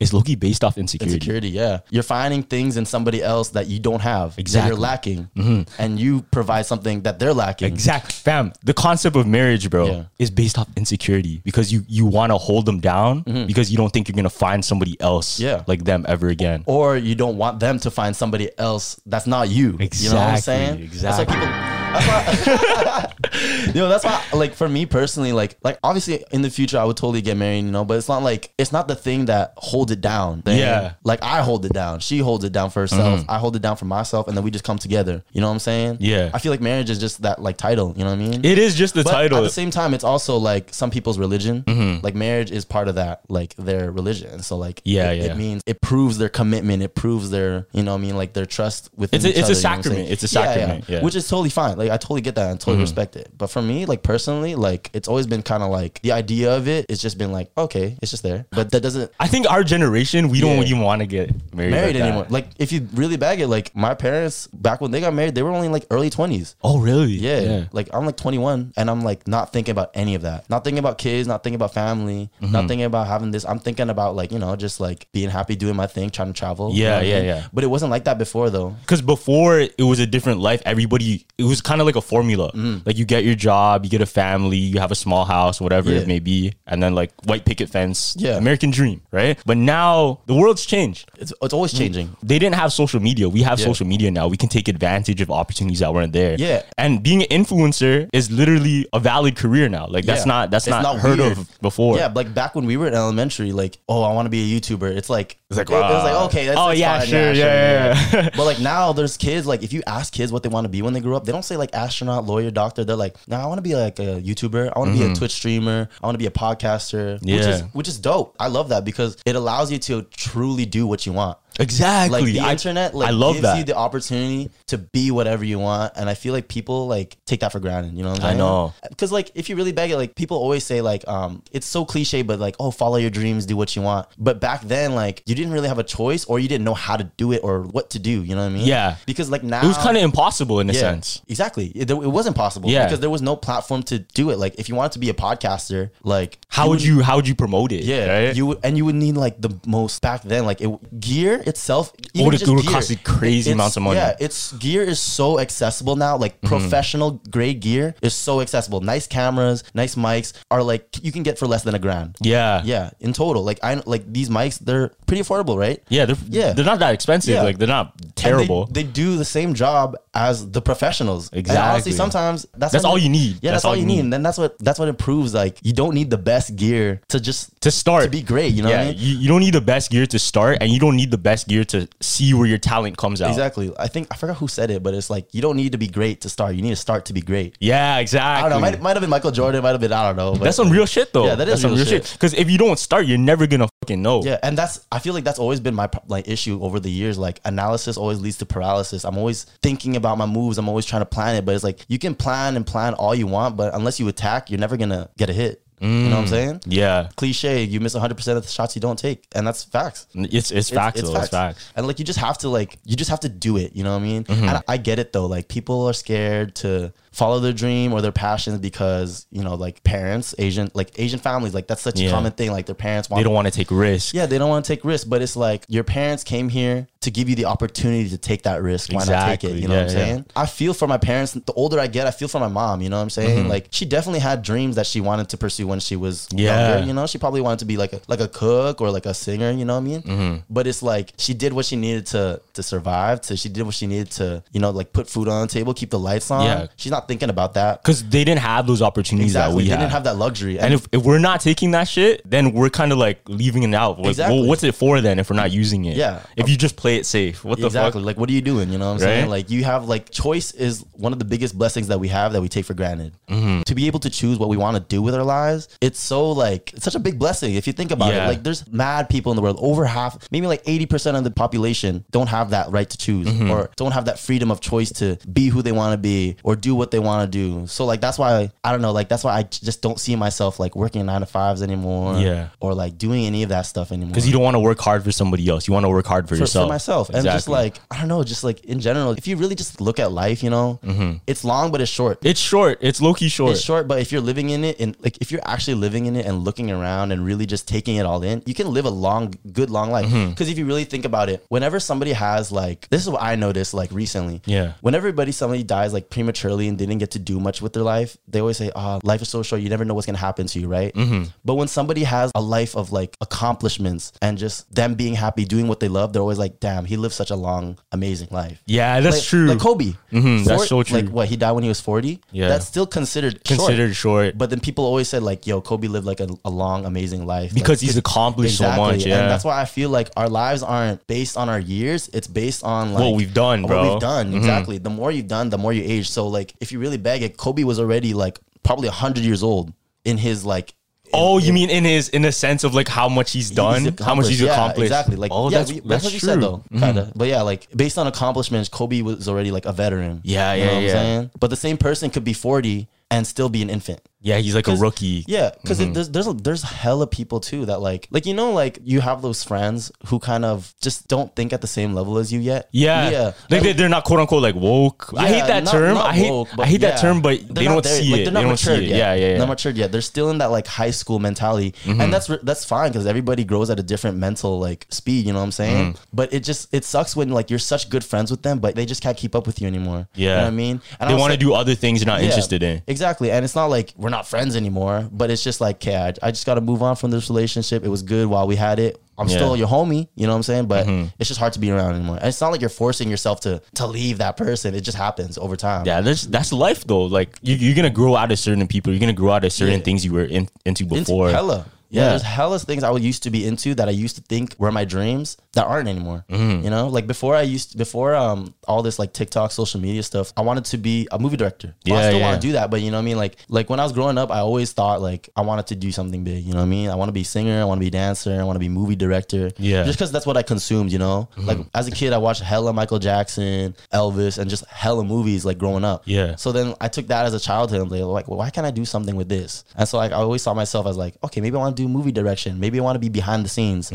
S1: It's Loki based off insecurity.
S2: insecurity. Yeah, you're finding things in somebody else that you don't have. that
S1: Exactly. Mm-hmm.
S2: you're lacking, and you provide something that they're lacking.
S1: Exact, fam. The concept of marriage, bro,
S2: Yeah.
S1: is based off insecurity because you you want to hold them down because you don't think you're gonna find somebody else
S2: Mm-hmm. Yeah.
S1: like them ever again.
S2: Or you don't want them to find somebody else that's not you. You know what I'm
S1: Exactly,
S2: saying?
S1: exactly.
S2: That's why people. [laughs] That's why, you know, that's why, like, for me personally, like, like obviously in the future I would totally get married, you know, but it's not like it's not the thing that holds it down. thing.
S1: Yeah. Mm-hmm.
S2: like I hold it down, she holds it down for herself, I hold it down for myself, and then we just come together. You know what I'm saying?
S1: Yeah.
S2: I feel like marriage is just that like title. You know what I mean?
S1: It is Mm-hmm. just the
S2: But at
S1: title.
S2: the same time, it's also like some people's religion. Like marriage is part of that, like their religion. And so like,
S1: Yeah,
S2: it,
S1: yeah.
S2: it means it proves their commitment. It proves their, you know, what I mean, like their trust within.
S1: It's a-
S2: each
S1: it's a
S2: other, you know what I'm
S1: sacrament.
S2: saying?
S1: It's a
S2: Yeah, yeah.
S1: sacrament, yeah. Mm-hmm.
S2: which is totally fine. Like I totally get that and totally respect it. But for me, like personally, like it's always been kind of like the idea of it. It's just been like okay, it's just there, but that doesn't
S1: I think our generation, we don't
S2: Yeah.
S1: even want to get married,
S2: married
S1: like that.
S2: anymore. Like if you really bag it, like my parents back when they got married, they were only like early twenties.
S1: oh, really?
S2: Yeah. Like I'm like 21 and I'm like not thinking about any of that. Not thinking about kids, not thinking about family,
S1: Mm-hmm.
S2: not thinking about having this. I'm thinking about like, you know, just like being happy, doing my thing, trying to travel. you
S1: Yeah,
S2: know what I
S1: yeah,
S2: mean?
S1: yeah.
S2: But it wasn't like that before though.
S1: because before it was a different life. Everybody, it was kind of like a formula.
S2: Mm.
S1: Like you get your job, you get a family, you have a small house, whatever
S2: Yeah.
S1: it may be, and then like white picket fence,
S2: Yeah.
S1: American dream, right? But now the world's changed.
S2: It's it's
S1: Mm.
S2: always changing.
S1: They didn't have social media. We have
S2: Yeah.
S1: social media now. We can take advantage of opportunities that weren't there.
S2: Yeah.
S1: And being an influencer is literally a valid career now. Like that's
S2: Yeah.
S1: not that's
S2: It's
S1: not,
S2: not
S1: heard
S2: weird.
S1: of before.
S2: Yeah, like back when we were in elementary, like, oh, I want to be a YouTuber. It's like, it's
S1: like,
S2: it, it was
S1: wow.
S2: like, okay, that's,
S1: Oh,
S2: that's
S1: yeah,
S2: fine.
S1: sure, yeah, [laughs] yeah, yeah.
S2: [laughs] but like now, there's kids. Like, if you ask kids what they want to be when they grow up, they don't say like astronaut, lawyer, doctor. They're like, nah, I want to be like a YouTuber. I want to be a Twitch streamer. I want to be a podcaster. Which
S1: Yeah.
S2: is which is dope. I love that because it allows you to truly do what you want.
S1: Exactly.
S2: Like the
S1: I-
S2: internet, like
S1: I love
S2: gives
S1: that.
S2: you the opportunity to be whatever you want, and I feel like people like take that for granted. You know, what I'm
S1: I
S2: saying?
S1: know.
S2: because like if you really beg it, like people always say like um it's so cliche, but like oh follow your dreams, do what you want. But back then, like you didn't really have a choice, or you didn't know how to do it or what to do. You know what I mean?
S1: Yeah.
S2: because like now
S1: it was kind of impossible in a sense.
S2: Exactly. It, it wasn't possible
S1: Yeah.
S2: because there was no platform to do it. Like if you wanted to be a podcaster, like
S1: How would you how would you promote it?
S2: yeah,
S1: right?
S2: you would, and you would need like the most back then, like it, gear itself. even
S1: this
S2: just
S1: dude would
S2: gear,
S1: cost you crazy
S2: it's-
S1: amounts of money. Mm-hmm.
S2: Yeah, it's gear is so accessible now. Like professional grade gear is so accessible. Nice cameras, nice mics are like you can get for less than a grand.
S1: yeah,
S2: yeah. In total, like I like these mics, they're pretty affordable, right?
S1: yeah. They're
S2: Yeah.
S1: they're not that expensive.
S2: Yeah.
S1: Like they're not
S2: And they-
S1: terrible.
S2: They, do the same job as the professionals. And
S1: Exactly.
S2: honestly, sometimes that's
S1: That's
S2: what
S1: all you need.
S2: Yeah, that's, all you need. And then that's what that's what it proves. Like you don't need the best gear to just
S1: to start
S2: to be great. You know what I mean?
S1: you, you don't need the best gear to start, and you don't need the best gear to see where your talent comes out.
S2: Exactly. I think I forgot who said it, but it's like you don't need to be great to start. You need to start to be great.
S1: Yeah, exactly.
S2: I don't know. Might, might have been Michael Jordan. Might have been I don't know. But
S1: That's some real shit, though.
S2: Yeah, that is
S1: That's some
S2: real
S1: real
S2: shit.
S1: shit. Because if you don't start, you're never gonna fucking know.
S2: Yeah, and that's I feel like that's always been my pro- like issue over the years. Like analysis always leads to paralysis. I'm always thinking about my moves. I'm always trying to plan it, but it's like you can plan and plan all you want, but unless you attack, you're never gonna get a hit. You
S1: Mm.
S2: know what I'm saying?
S1: Yeah.
S2: Cliche. You miss 100 percent of the shots you don't take, and that's facts.
S1: It's it's facts though. It's facts. Mm-hmm.
S2: And like you just have to like you just have to do it. You know what I mean? And I, I get it though. Like people are scared to follow their dream or their passions because you know like parents, Asian like Asian families like that's such
S1: Yeah.
S2: a common thing. Like their parents want
S1: They don't want to take risks.
S2: yeah, they don't want to take risks, but it's like your parents came here to give you the opportunity to take that risk. Why not take
S1: Exactly.
S2: it? You know what I'm
S1: Yeah, yeah.
S2: saying? I feel for my parents. The older I get, I feel for my mom. You know what I'm saying?
S1: Mm-hmm.
S2: Like she definitely had dreams that she wanted to pursue when she was
S1: Yeah.
S2: younger. You know, she probably wanted to be like a, like a cook or like a singer. You know what I mean?
S1: Mm-hmm.
S2: But it's like she did what she needed to to survive. To she did what she needed to you know like put food on the table, keep the lights on.
S1: Yeah.
S2: She's not thinking about that.
S1: Because they didn't have those opportunities
S2: Exactly.
S1: that we
S2: they
S1: had.
S2: didn't have that luxury.
S1: and if, if we're not taking that shit, then we're kind of like leaving it out. Like,
S2: Exactly.
S1: well, what's it for then if we're not using it?
S2: Yeah.
S1: If you just play it safe, what the
S2: exactly.
S1: fuck?
S2: Like, what are you doing? You know what I'm
S1: Right?
S2: saying? Like, you have like choice is one of the biggest blessings that we have that we take for granted.
S1: Mm-hmm.
S2: To be able to choose what we want to do with our lives, it's so like it's such a big blessing if you think about
S1: Yeah.
S2: it. Like, there's mad people in the world. Over half, maybe like 80 percent of the population don't have that right to choose
S1: Mm-hmm.
S2: or don't have that freedom of choice to be who they want to be or do what they want to do. So like that's why I don't know. Like that's why I j- just don't see myself like working nine to fives anymore.
S1: Yeah.
S2: Or like doing any of that stuff anymore
S1: Because you don't want to work hard for somebody else. You want to work hard for,
S2: for,
S1: yourself.
S2: for myself. And just
S1: Exactly.
S2: like, I don't know, just like in general, if you really just look at life, you know,
S1: Mm-hmm.
S2: it's long, but it's short.
S1: it's short. It's low key short.
S2: It's short, but if you're living in it and like if you're actually living in it and looking around and really just taking it all in, you can live a long, good, long life. Because
S1: Mm-hmm.
S2: if you really think about it, whenever somebody has like, this is what I noticed like recently.
S1: Yeah.
S2: When everybody, somebody dies like prematurely and didn't get to do much with their life, they always say, oh, life is so short. You never know what's going to happen to you, right?
S1: Mm-hmm.
S2: But when somebody has a life of like accomplishments and just them being happy, doing what they love, they're always like, damn, he lived such a long, amazing life.
S1: Yeah, that's
S2: Like-
S1: true.
S2: Like Kobe.
S1: Mhm, that's so true.
S2: Like what he died when he was 40.
S1: Yeah.
S2: That's still considered
S1: Considered short.
S2: But then people always said like, "Yo, Kobe lived like a, a long, amazing life
S1: Because
S2: Like,
S1: he's accomplished so much, yeah.
S2: and that's why I feel like our lives aren't based on our years. It's based on like
S1: What we've done, bro. Mm-hmm.
S2: What we've done exactly. The more you've done, the more you age. So like, if you really bag it, Kobe was already like probably hundred years old in his like.
S1: Oh, you mean in his in the sense of like how much he's done, how much he's
S2: yeah,
S1: accomplished?
S2: Exactly. Like,
S1: oh,
S2: yeah,
S1: that's,
S2: we- that's,
S1: that's,
S2: what you
S1: true. Mm-hmm.
S2: said though. Kinda. But yeah, like based on accomplishments, Kobe was already like a veteran.
S1: Yeah, yeah, yeah.
S2: But the same person could be 40 and still be an infant.
S1: Yeah, he's like a
S2: 'Cause-
S1: rookie. Mm-hmm.
S2: Yeah, because there's there's a, there's hella people too that like like you know like you have those friends who kind of just don't think at the same level as you yet.
S1: Yeah.
S2: yeah.
S1: Like they, they're not quote unquote like woke. I
S2: Yeah,
S1: hate that
S2: not-
S1: term.
S2: not
S1: I hate
S2: woke, but
S1: I hate
S2: yeah.
S1: that term, but
S2: They're
S1: they
S2: not
S1: don't
S2: there-
S1: see
S2: like,
S1: it.
S2: They're not
S1: they don't
S2: matured
S1: see it.
S2: yet.
S1: Yeah, Mm-hmm. yeah, yeah.
S2: Not matured yet. They're still in that like high school mentality, and that's re- that's fine because everybody grows at a different mental like speed. You know what I'm saying?
S1: Mm-hmm.
S2: But it just it sucks when like you're such good friends with them, but they just can't keep up with you anymore.
S1: yeah.
S2: you know what I mean,
S1: they
S2: I was
S1: want to
S2: like-
S1: do other things you're not
S2: yeah,
S1: interested in.
S2: Exactly. And it's not like we're not friends anymore. But it's just like, okay, I, I just got to move on from this relationship. It was good while we had it. I'm
S1: Yeah. Mm-hmm.
S2: still your homie, you know what I'm saying? But it's just hard to be around anymore. And it's not like you're forcing yourself to to leave that person. It just happens over time.
S1: Yeah, that's that's life though. Like you, you're gonna grow out of certain people. You're gonna grow out of certain
S2: Yeah.
S1: things you were in, into
S2: Into
S1: before.
S2: hella. Yeah,
S1: Yeah.
S2: there's hella things I was used to be into that I used to think were my dreams that aren't anymore.
S1: Mm-hmm.
S2: You know, like before I used before um all this like TikTok, social media stuff. I wanted to be a movie director. Well, I
S1: Yeah,
S2: still
S1: yeah.
S2: want to do that, but you know what I mean. Like like when I was growing up, I always thought like I wanted to do something big. You know what I mean? I want to be singer. I want to be dancer. I want to be movie director.
S1: Yeah.
S2: just because that's what I consumed. You know, like as a kid, I watched hella Michael Jackson, Elvis, and just hella movies like growing up.
S1: Yeah.
S2: So then I took that as a childhood and like, like, well, why can't I do something with this? And so like I always saw myself as like, okay, maybe I want to do movie direction. Maybe I want to be behind the scenes.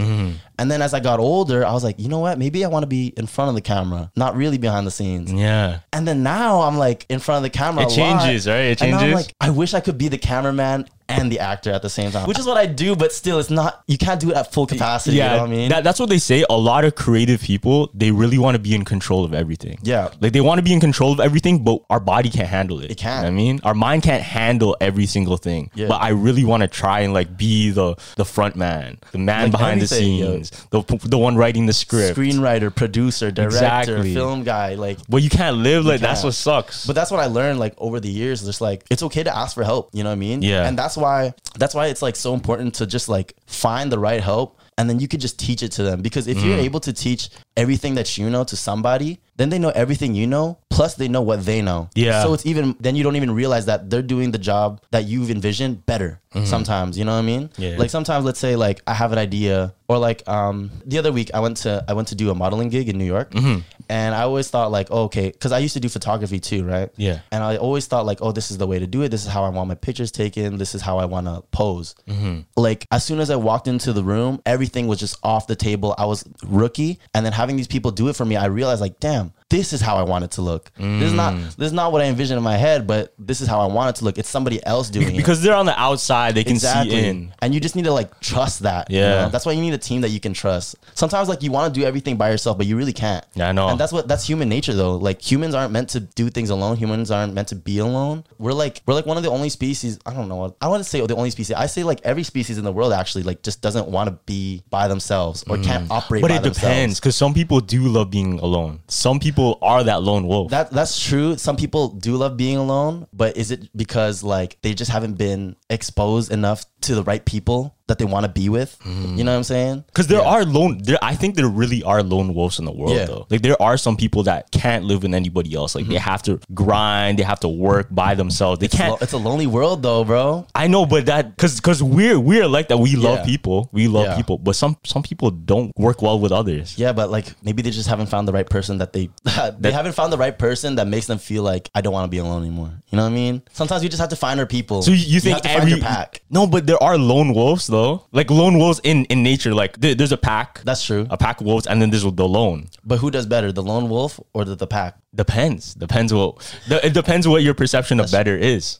S2: And then as I got older, I was like, you know what? Maybe I want to be in front of the camera, not really behind the scenes.
S1: Yeah.
S2: And then now I'm like in front of the camera.
S1: It
S2: a lot.
S1: changes, right? It
S2: And now I'm
S1: changes.
S2: like, I wish I could be the cameraman and the actor at the same time, which is what I do. But still, it's not. You can't do it at full capacity. you know what I mean?
S1: that- that's what they say. A lot of creative people, they really want to be in control of everything.
S2: Yeah.
S1: Like they want to be in control of everything, but our body can't handle it. It
S2: can't.
S1: I mean, our mind can't handle every single thing.
S2: Yeah.
S1: But I really want to try and like be the the front man, the man
S2: Like
S1: behind the
S2: anything, yo.
S1: scenes, the the one writing the script.
S2: Screenwriter, producer, director,
S1: Exactly.
S2: film guy, like
S1: But you can't live like that's
S2: can't.
S1: what sucks.
S2: But that's what I learned like over the years. Just like it's okay to ask for help. You know what I mean?
S1: Yeah.
S2: And that's why that's why it's like so important to just like find the right help. And then you could just teach it to them because if
S1: Mm.
S2: you're able to teach everything that you know to somebody, then they know everything you know. Plus, they know what they know.
S1: Yeah.
S2: So it's even then you don't even realize that they're doing the job that you've envisioned better. Sometimes you know what I mean.
S1: Mm-hmm. Yeah.
S2: Like sometimes let's say like I have an idea or like um the other week I went to I went to do a modeling gig in New York
S1: Mm-hmm.
S2: and I always thought like oh, okay because I used to do photography too right
S1: Yeah.
S2: and I always thought like, oh, this is the way to do it. This is how I want my pictures taken. This is how I want to pose. Like as soon as I walked into the room, everything was just off the table. I was rookie, and then having these people do it for me, I realized like, damn, this is how I want it to look. This is not this is not what I envisioned in my head, but this is how I want it to look. It's somebody else doing
S1: [laughs]
S2: it
S1: because they're on the outside, they can see in.
S2: and you just need to like trust that. you
S1: Yeah.
S2: know? that's why you need a team that you can trust. Sometimes like you want to do everything by yourself, but you really can't.
S1: Yeah, I know.
S2: And that's what that's human nature though. Like humans aren't meant to do things alone. Humans aren't meant to be alone. We're like we're like one of the only species. I don't know. I want to say the only species. I say like every species in the world actually like just doesn't want to be by themselves or can't operate.
S1: Mm. But
S2: by
S1: it depends
S2: themselves.
S1: because some people do love being alone. Some people are that lone wolf.
S2: That that's true. Some people do love being alone, but is it because like they just haven't been exposed enough to the right people that they want to be with? You know what I'm saying?
S1: Because there are lone, there I think there really are lone wolves in the world
S2: Yeah.
S1: though. Like there are some people that can't live with anybody else. Like they have to grind, they have to work by themselves. They can't.
S2: Lo- it's a lonely world though, bro.
S1: I know, but that because because we're we're like that. We love
S2: Yeah.
S1: people, we love
S2: Yeah.
S1: people, but some some people don't work well with others.
S2: Yeah, but like maybe they just haven't found the right person that they [laughs] they haven't found the right person that makes them feel like I don't want to be alone anymore. You know what I mean? Sometimes we just have to find our people.
S1: So you, you think
S2: have to
S1: every
S2: find your pack?
S1: No, but there are lone wolves though. Like lone wolves in in nature. Like there- there's a pack.
S2: That's true.
S1: A pack of wolves, and then there's the lone.
S2: But who does better, the lone wolf or the, the pack?
S1: Depends. Depends what. the- It depends what your perception of better is.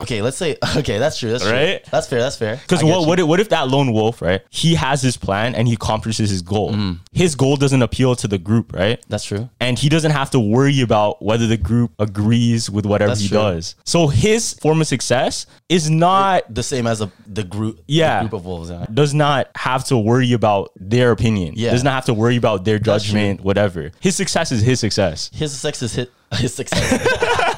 S2: Okay, let's say [laughs] okay, that's true. That's
S1: Right?
S2: True. That's fair. That's fair.
S1: Because
S2: I get
S1: what,
S2: you.
S1: what, if- what if that lone wolf, right? He has his plan and he accomplishes his goal.
S2: Mm.
S1: His goal doesn't appeal to the group, right?
S2: That's true.
S1: And he doesn't have to worry about whether the group agrees with whatever
S2: That's
S1: he
S2: true.
S1: does. So his form of success is not
S2: the same as the, the group.
S1: Yeah.
S2: group of wolves. Yeah.
S1: does not have to worry about their opinion.
S2: Yeah.
S1: Does not have to worry about their
S2: That's true.
S1: judgment, whatever. His success is his success.
S2: His success is hit. [laughs] His success. [laughs]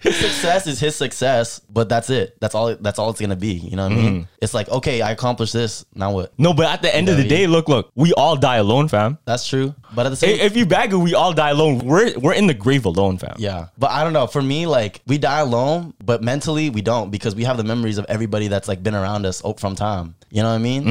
S2: his success is his success, but that's it. That's all. That's all it's gonna be. You know what I
S1: Mm-hmm.
S2: mean? It's like okay, I accomplished this. Now what?
S1: No, but at the end of
S2: Yeah,
S1: the day, look, look, we all die alone, fam.
S2: That's true. But at the
S1: I-
S2: same,
S1: If you bag it, we all die alone. We're we're in the grave alone, fam.
S2: yeah. But I don't know. For me, like we die alone, but mentally we don't because we have the memories of everybody that's like been around us o- from time. You know what I mean?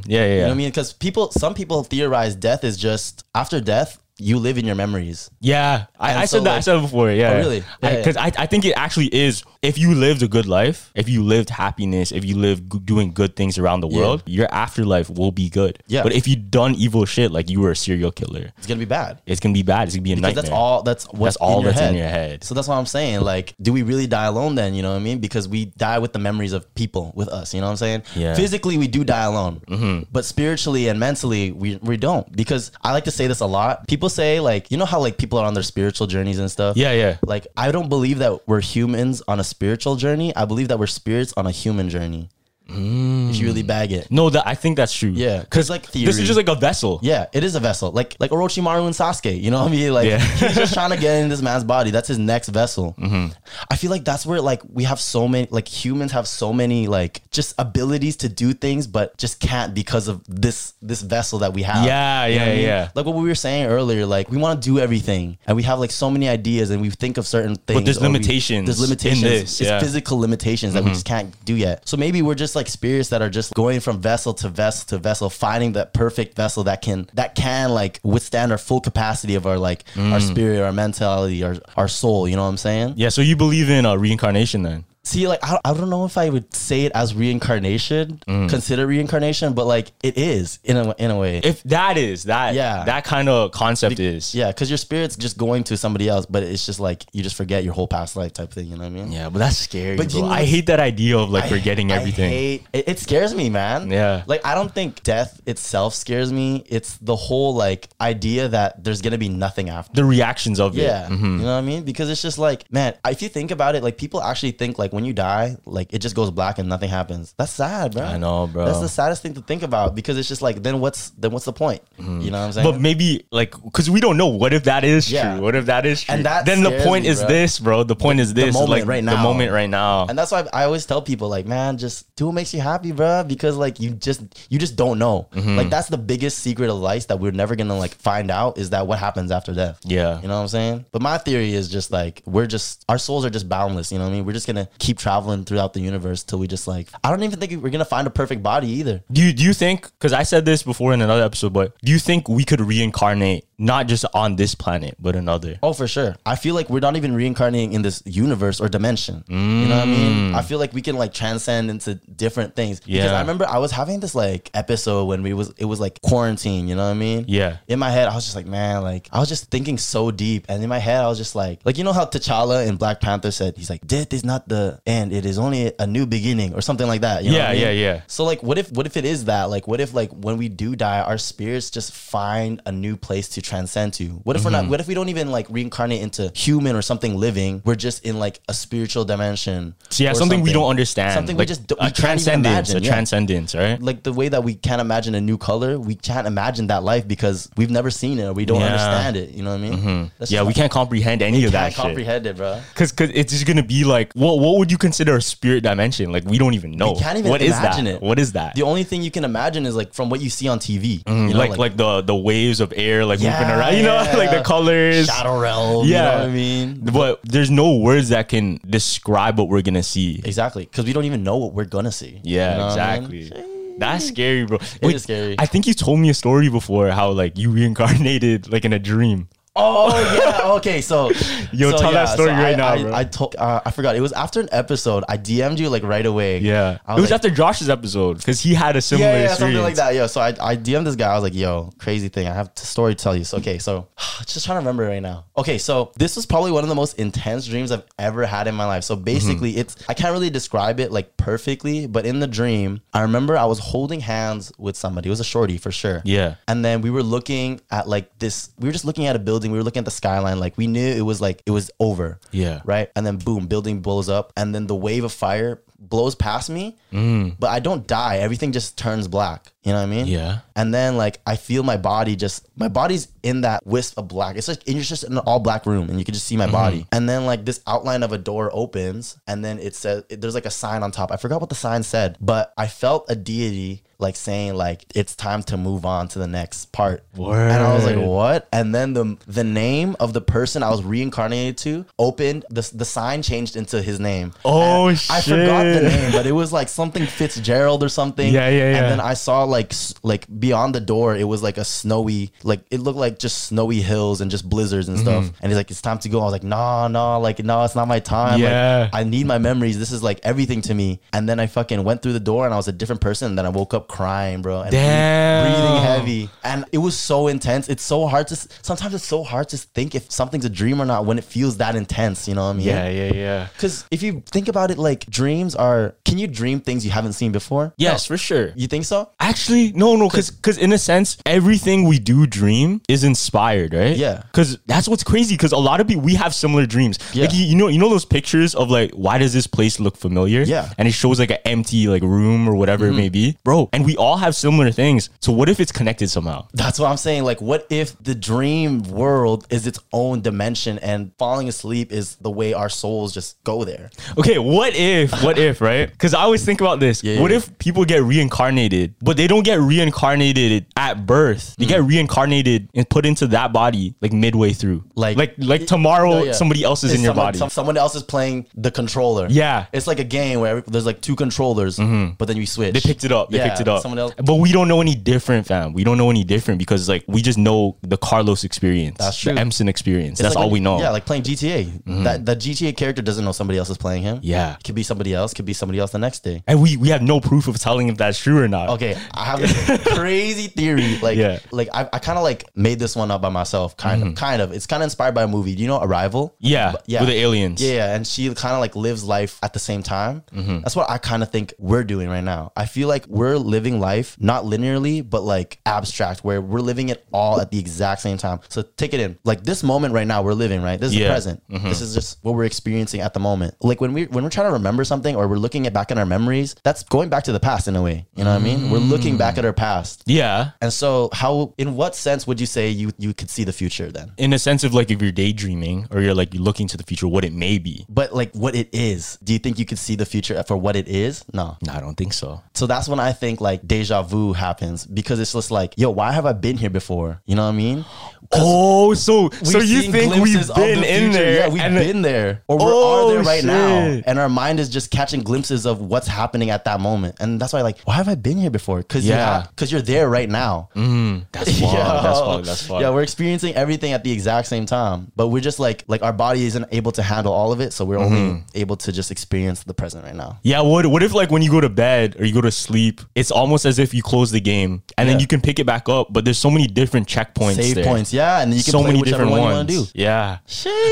S1: Mm, yeah, yeah,
S2: You
S1: yeah.
S2: know what I mean? Because people, some people theorize death is just after death, you live in your memories.
S1: Yeah,
S2: And
S1: I, I
S2: so,
S1: said that. I
S2: like- oh,
S1: said it before. Yeah,
S2: really? Yeah,
S1: Because I, I, think it actually is. If you lived a good life, if you lived happiness, if you lived g- doing good things around the
S2: Yeah.
S1: world, your afterlife will be good.
S2: Yeah.
S1: But if you done evil shit, like you were a serial killer,
S2: It's gonna be bad.
S1: it's gonna be bad. It's gonna be a
S2: Because
S1: nightmare.
S2: that's all that's what's
S1: That's all
S2: in your
S1: that's
S2: head.
S1: in your head.
S2: So that's what I'm saying. Like, do we really die alone then? You know what I mean? Because we die with the memories of people with us. You know what I'm saying?
S1: Yeah. Mm-hmm.
S2: Physically, we do die alone, but spiritually and mentally, we we don't. Because I like to say this a lot. People say like, you know how like people are on their spiritual journeys and stuff.
S1: Yeah, yeah.
S2: Like, I don't believe that we're humans on a spiritual journey. I believe that we're spirits on a human journey. If you really bag it.
S1: No, that I think that's true.
S2: Yeah,
S1: Because like
S2: like
S1: Mm. this
S2: theory.
S1: is just like a vessel.
S2: Yeah, it is a vessel, like like Orochimaru and Sasuke. You know what I mean? Like
S1: Yeah.
S2: he's
S1: [laughs]
S2: just trying to get in this man's body. That's his next vessel.
S1: Mm-hmm.
S2: I feel like that's where like we have so many like humans have so many like just abilities to do things, but just can't because of this this vessel that we have.
S1: Yeah,
S2: You know what
S1: yeah,
S2: I mean?
S1: yeah.
S2: Like what we were saying earlier, like we want to do everything, and we have like so many ideas, and we think of certain things.
S1: there's
S2: or we-
S1: limitations
S2: there's
S1: in
S2: limitations.
S1: this,
S2: It's
S1: yeah. Mm-hmm.
S2: physical limitations that we just can't do yet. So maybe we're just like spirits that are just going from vessel to vessel to vessel, finding that perfect vessel that can that can like withstand our full capacity of our like our spirit, our mentality, our our soul. You know what I'm saying?
S1: Mm. Yeah. So you believe in uh, reincarnation then?
S2: See, like I, I don't know if I would say it as reincarnation,
S1: Mm.
S2: consider reincarnation, but like it is in a in a way.
S1: If that is that,
S2: Yeah.
S1: that kind of concept is.
S2: yeah, because your spirit's just going to somebody else, but it's just like you just forget your whole past life type thing. You know what I mean?
S1: Yeah, but that's scary.
S2: But
S1: But
S2: do you know
S1: I
S2: what's-
S1: hate that idea of like
S2: I-
S1: forgetting
S2: I
S1: everything.
S2: hate- it, it scares me, man.
S1: Yeah.
S2: Like I don't think death itself scares me. It's the whole like idea that there's gonna be nothing after.
S1: the reactions of it.
S2: Yeah. You know what I mean? Because it's just like, man, if you think about it, like people actually think like when you die, like it just goes black and nothing happens. That's sad, bro.
S1: I know, bro.
S2: That's the saddest thing to think about because it's just like then what's then what's the point?
S1: Mm-hmm.
S2: You know what I'm saying?
S1: But maybe like because we don't know what if that is
S2: Yeah.
S1: true. What if that is true?
S2: And that
S1: then the
S2: scares
S1: point
S2: me,
S1: is
S2: bro.
S1: this, bro. The point is
S2: the
S1: this. is,
S2: moment
S1: like,
S2: right
S1: The
S2: now.
S1: moment right now.
S2: and that's why I always tell people like, man, just do what makes you happy, bro. Because like you just you just don't know. Like that's the biggest secret of life that we're never gonna like find out is that what happens after death.
S1: Yeah.
S2: You know what I'm saying? But my theory is just like we're just our souls are just boundless. You know what I mean? We're just gonna keep traveling throughout the universe till we just like I don't even think we're gonna find a perfect body either.
S1: do you do you think? Because I said this before in another episode, but do you think we could reincarnate not just on this planet but another?
S2: Oh, for sure. I feel like we're not even reincarnating in this universe or dimension. You know what I mean? I feel like we can like transcend into different things. Because
S1: Yeah.
S2: I remember I was having this like episode when we was it was like quarantine, you know what I mean?
S1: Yeah.
S2: In my head, I was just like, man, like I was just thinking so deep. And in my head, I was just like, like you know how T'Challa in Black Panther said, he's like, death is not the end, it is only a new beginning or something like that. You know
S1: Yeah,
S2: what I mean?
S1: yeah, yeah.
S2: So like what if what if it is that? Like what if like when we do die, our spirits just find a new place to transcend to? What if
S1: Mm-hmm.
S2: we're not what if we don't even like reincarnate into human or something living? We're just in like a spiritual dimension.
S1: So yeah,
S2: or
S1: something, we don't understand.
S2: Something we
S1: Like,
S2: just do-
S1: a
S2: we can't even
S1: transcendence,
S2: imagine,
S1: a
S2: yeah.
S1: transcendence, right?
S2: Like the way that we can't imagine a new color, we can't imagine that life because we've never seen it or we don't
S1: Yeah. Mm-hmm.
S2: understand it. You know what I mean? That's
S1: yeah,
S2: just-
S1: we can't comprehend any of that
S2: can't
S1: shit.
S2: comprehend it, bro.
S1: Because it's just gonna be like, what what would you consider a spirit dimension? Like we don't even know.
S2: We can't even
S1: What is
S2: imagine
S1: that?
S2: it.
S1: What is that? Mm-hmm.
S2: The only thing you can imagine is like from what you see on TV. you know,
S1: like, like the the waves of air like
S2: Yeah,
S1: moving around, you know,
S2: yeah,
S1: [laughs] like
S2: yeah.
S1: the colors.
S2: shadow realm. Yeah, you know what I mean.
S1: But there's no words that can describe what we're gonna see.
S2: Exactly, because we don't even know what we're gonna see.
S1: Yeah,
S2: You know what I mean?
S1: exactly. That's scary, bro. Wait,
S2: is scary.
S1: I think you told me a story before how like you [laughs] reincarnated like in a dream.
S2: Oh yeah. Okay, so
S1: [laughs] Yo,
S2: so,
S1: tell that story
S2: I-
S1: right now,
S2: I,
S1: bro.
S2: I told. Uh, I forgot. It was after an episode. I DM'd you like right away.
S1: Yeah,
S2: I
S1: it was
S2: like-
S1: after Josh's episode because he had a similar
S2: yeah, yeah,
S1: experience.
S2: something like that. Yo, so [sighs] I, I DM'd this guy. I was like, yo, crazy thing. I have a story to tell you. So, okay, so just trying to remember right now. Okay, so this was probably one of the most intense dreams I've ever had in my life. So basically,
S1: Mm-hmm.
S2: it's I can't really describe it like perfectly, but in the dream, I remember I was holding hands with somebody. It was a shorty for sure.
S1: Yeah.
S2: And then we were looking at like this. We were just looking at a building. We were looking at the skyline. Like we knew it was like it was over.
S1: Yeah.
S2: Right. And then boom, building blows up, and then the wave of fire blows past me
S1: Mm.
S2: but I don't die. Everything just turns black. You know what I mean?
S1: Yeah.
S2: And then like I feel my body just my body's in that wisp of black. It's like it's just in an all black room, and you can just see
S1: Mm-hmm.
S2: my body. And then like this outline of a door opens, and then it says it- there's like a sign on top. I forgot what the sign said, but I felt a deity like saying like it's time to move on to the next part. And I was like,
S1: Word.
S2: what? And then the the name of the person I was reincarnated to opened the the sign changed into his name.
S1: Oh,
S2: And I forgot the
S1: shit.
S2: name, but it was like something Fitzgerald or something.
S1: Yeah, yeah, yeah.
S2: And then I saw like s- like beyond the door, it was like a snowy, like it looked like just snowy hills and just blizzards and stuff.
S1: Mhm.
S2: And he's like, "It's time to go." I was like, "Nah, nah, like nah, it's not my time.
S1: Yeah.
S2: Like, I need my memories. This is like everything to me." And then I fucking went through the door, and I was a different person. And then I woke up crying, bro. And bre- breathing
S1: Damn.
S2: heavy, and it was so intense. It's so hard to. s- Sometimes it's so hard to think if something's a dream or not when it feels that intense. You know what I mean?
S1: Yeah, yeah, yeah.
S2: Because if you think about it, like dreams are, can you dream things you haven't seen before?
S1: Yes, for sure.
S2: You think so?
S1: Actually, no, no, because because in a sense, everything we do dream is inspired, right?
S2: Yeah.
S1: Because that's what's crazy. Because a lot of people we have similar dreams. Like you, you know, you know those pictures of like, why does this place look familiar?
S2: Yeah. Mm-hmm.
S1: And it shows like an empty like room or whatever it may be, bro. And we all have similar things. So what if it's connected somehow?
S2: That's what I'm saying. Like, what if the dream world is its own dimension and falling asleep is the way our souls just go there?
S1: Okay, what if? What if?
S2: [laughs]
S1: Right? Because I always think about this. what
S2: yeah.
S1: if people get reincarnated, but they don't get reincarnated at birth? They
S2: Mm-hmm.
S1: get reincarnated and put into that body like midway through.
S2: Like-
S1: like, like tomorrow,
S2: Oh, yeah.
S1: somebody else is
S2: It's
S1: in your
S2: someone,
S1: body.
S2: some- someone else is playing the controller.
S1: Yeah. Mm-hmm.
S2: It's like a game where every, there's like two controllers, but then you switch.
S1: They picked it up. They
S2: Yeah,
S1: picked it up.
S2: Someone else.
S1: But we don't know any different, fam. We don't know any different because like we just know the Carlos experience,
S2: That's
S1: the
S2: true.
S1: Emson experience.
S2: It's
S1: That's
S2: like
S1: all
S2: when-
S1: we know. Mm-hmm.
S2: Yeah, like playing GTA. That the GTA character doesn't know somebody else is playing him.
S1: Yeah.
S2: It could be somebody else, could be somebody else the next day.
S1: and we we have no proof of telling if that's true or not.
S2: Okay, I have this crazy theory. Like,
S1: Yeah.
S2: like I, I kind of like made this one up by myself. Kind of, kind of. It's kind of inspired by a movie. Do you know Arrival?
S1: Yeah,
S2: But- yeah.
S1: with the aliens.
S2: Yeah, yeah, and she kind of like lives life at the same time.
S1: Mhm.
S2: That's what I kind of think we're doing right now. I feel like we're living life not linearly, but like abstract, where we're living it all at the exact same time. So take it in. Like this moment right now, we're living right. This is
S1: Yeah.
S2: the present.
S1: Mhm.
S2: This is just what we're experiencing at the moment. Like when we when we're trying to remember something or we're looking at back in our memories, that's going back to the past in a way. You know what I mean? We're looking back at our past.
S1: Yeah.
S2: And so, how in what sense would you say you you could see the future then?
S1: In a sense of like if you're daydreaming or you're like you're looking to the future, what it may be.
S2: But like what it is, do you think you could see the future for what it is? No.
S1: No, I don't think so.
S2: So that's when I think like deja vu happens because it's just like, yo, why have I been here before? You know what I mean?
S1: Oh, so
S2: We've
S1: so you
S2: seen
S1: think we've
S2: glimpses of
S1: been
S2: the
S1: in
S2: future.
S1: there?
S2: Yeah, we've
S1: and-
S2: been there, or we
S1: Oh,
S2: are there right now,
S1: shit.
S2: and our mind is just catching glimpses of what's happening at that moment, and that's why like, why have I been here before? Because
S1: Yeah.
S2: yeah, because you're there right now.
S1: Mm,
S2: [laughs]
S1: that's wild.
S2: Yeah.
S1: That's wild. That's wild.
S2: Yeah, we're experiencing everything at the exact same time, but we're just like like our body isn't able to handle all of it, so we're only
S1: Mm-hmm.
S2: able to just experience the present right now.
S1: Yeah, what what if like when you go to bed or you go to sleep, it's almost as if you close the game and then
S2: Yeah.
S1: you can pick it back up, but there's so many different checkpoints.
S2: Save
S1: there.
S2: points, yeah, and then you can
S1: so
S2: play
S1: many
S2: whichever
S1: different
S2: one you wanna
S1: ones.
S2: do.
S1: Yeah.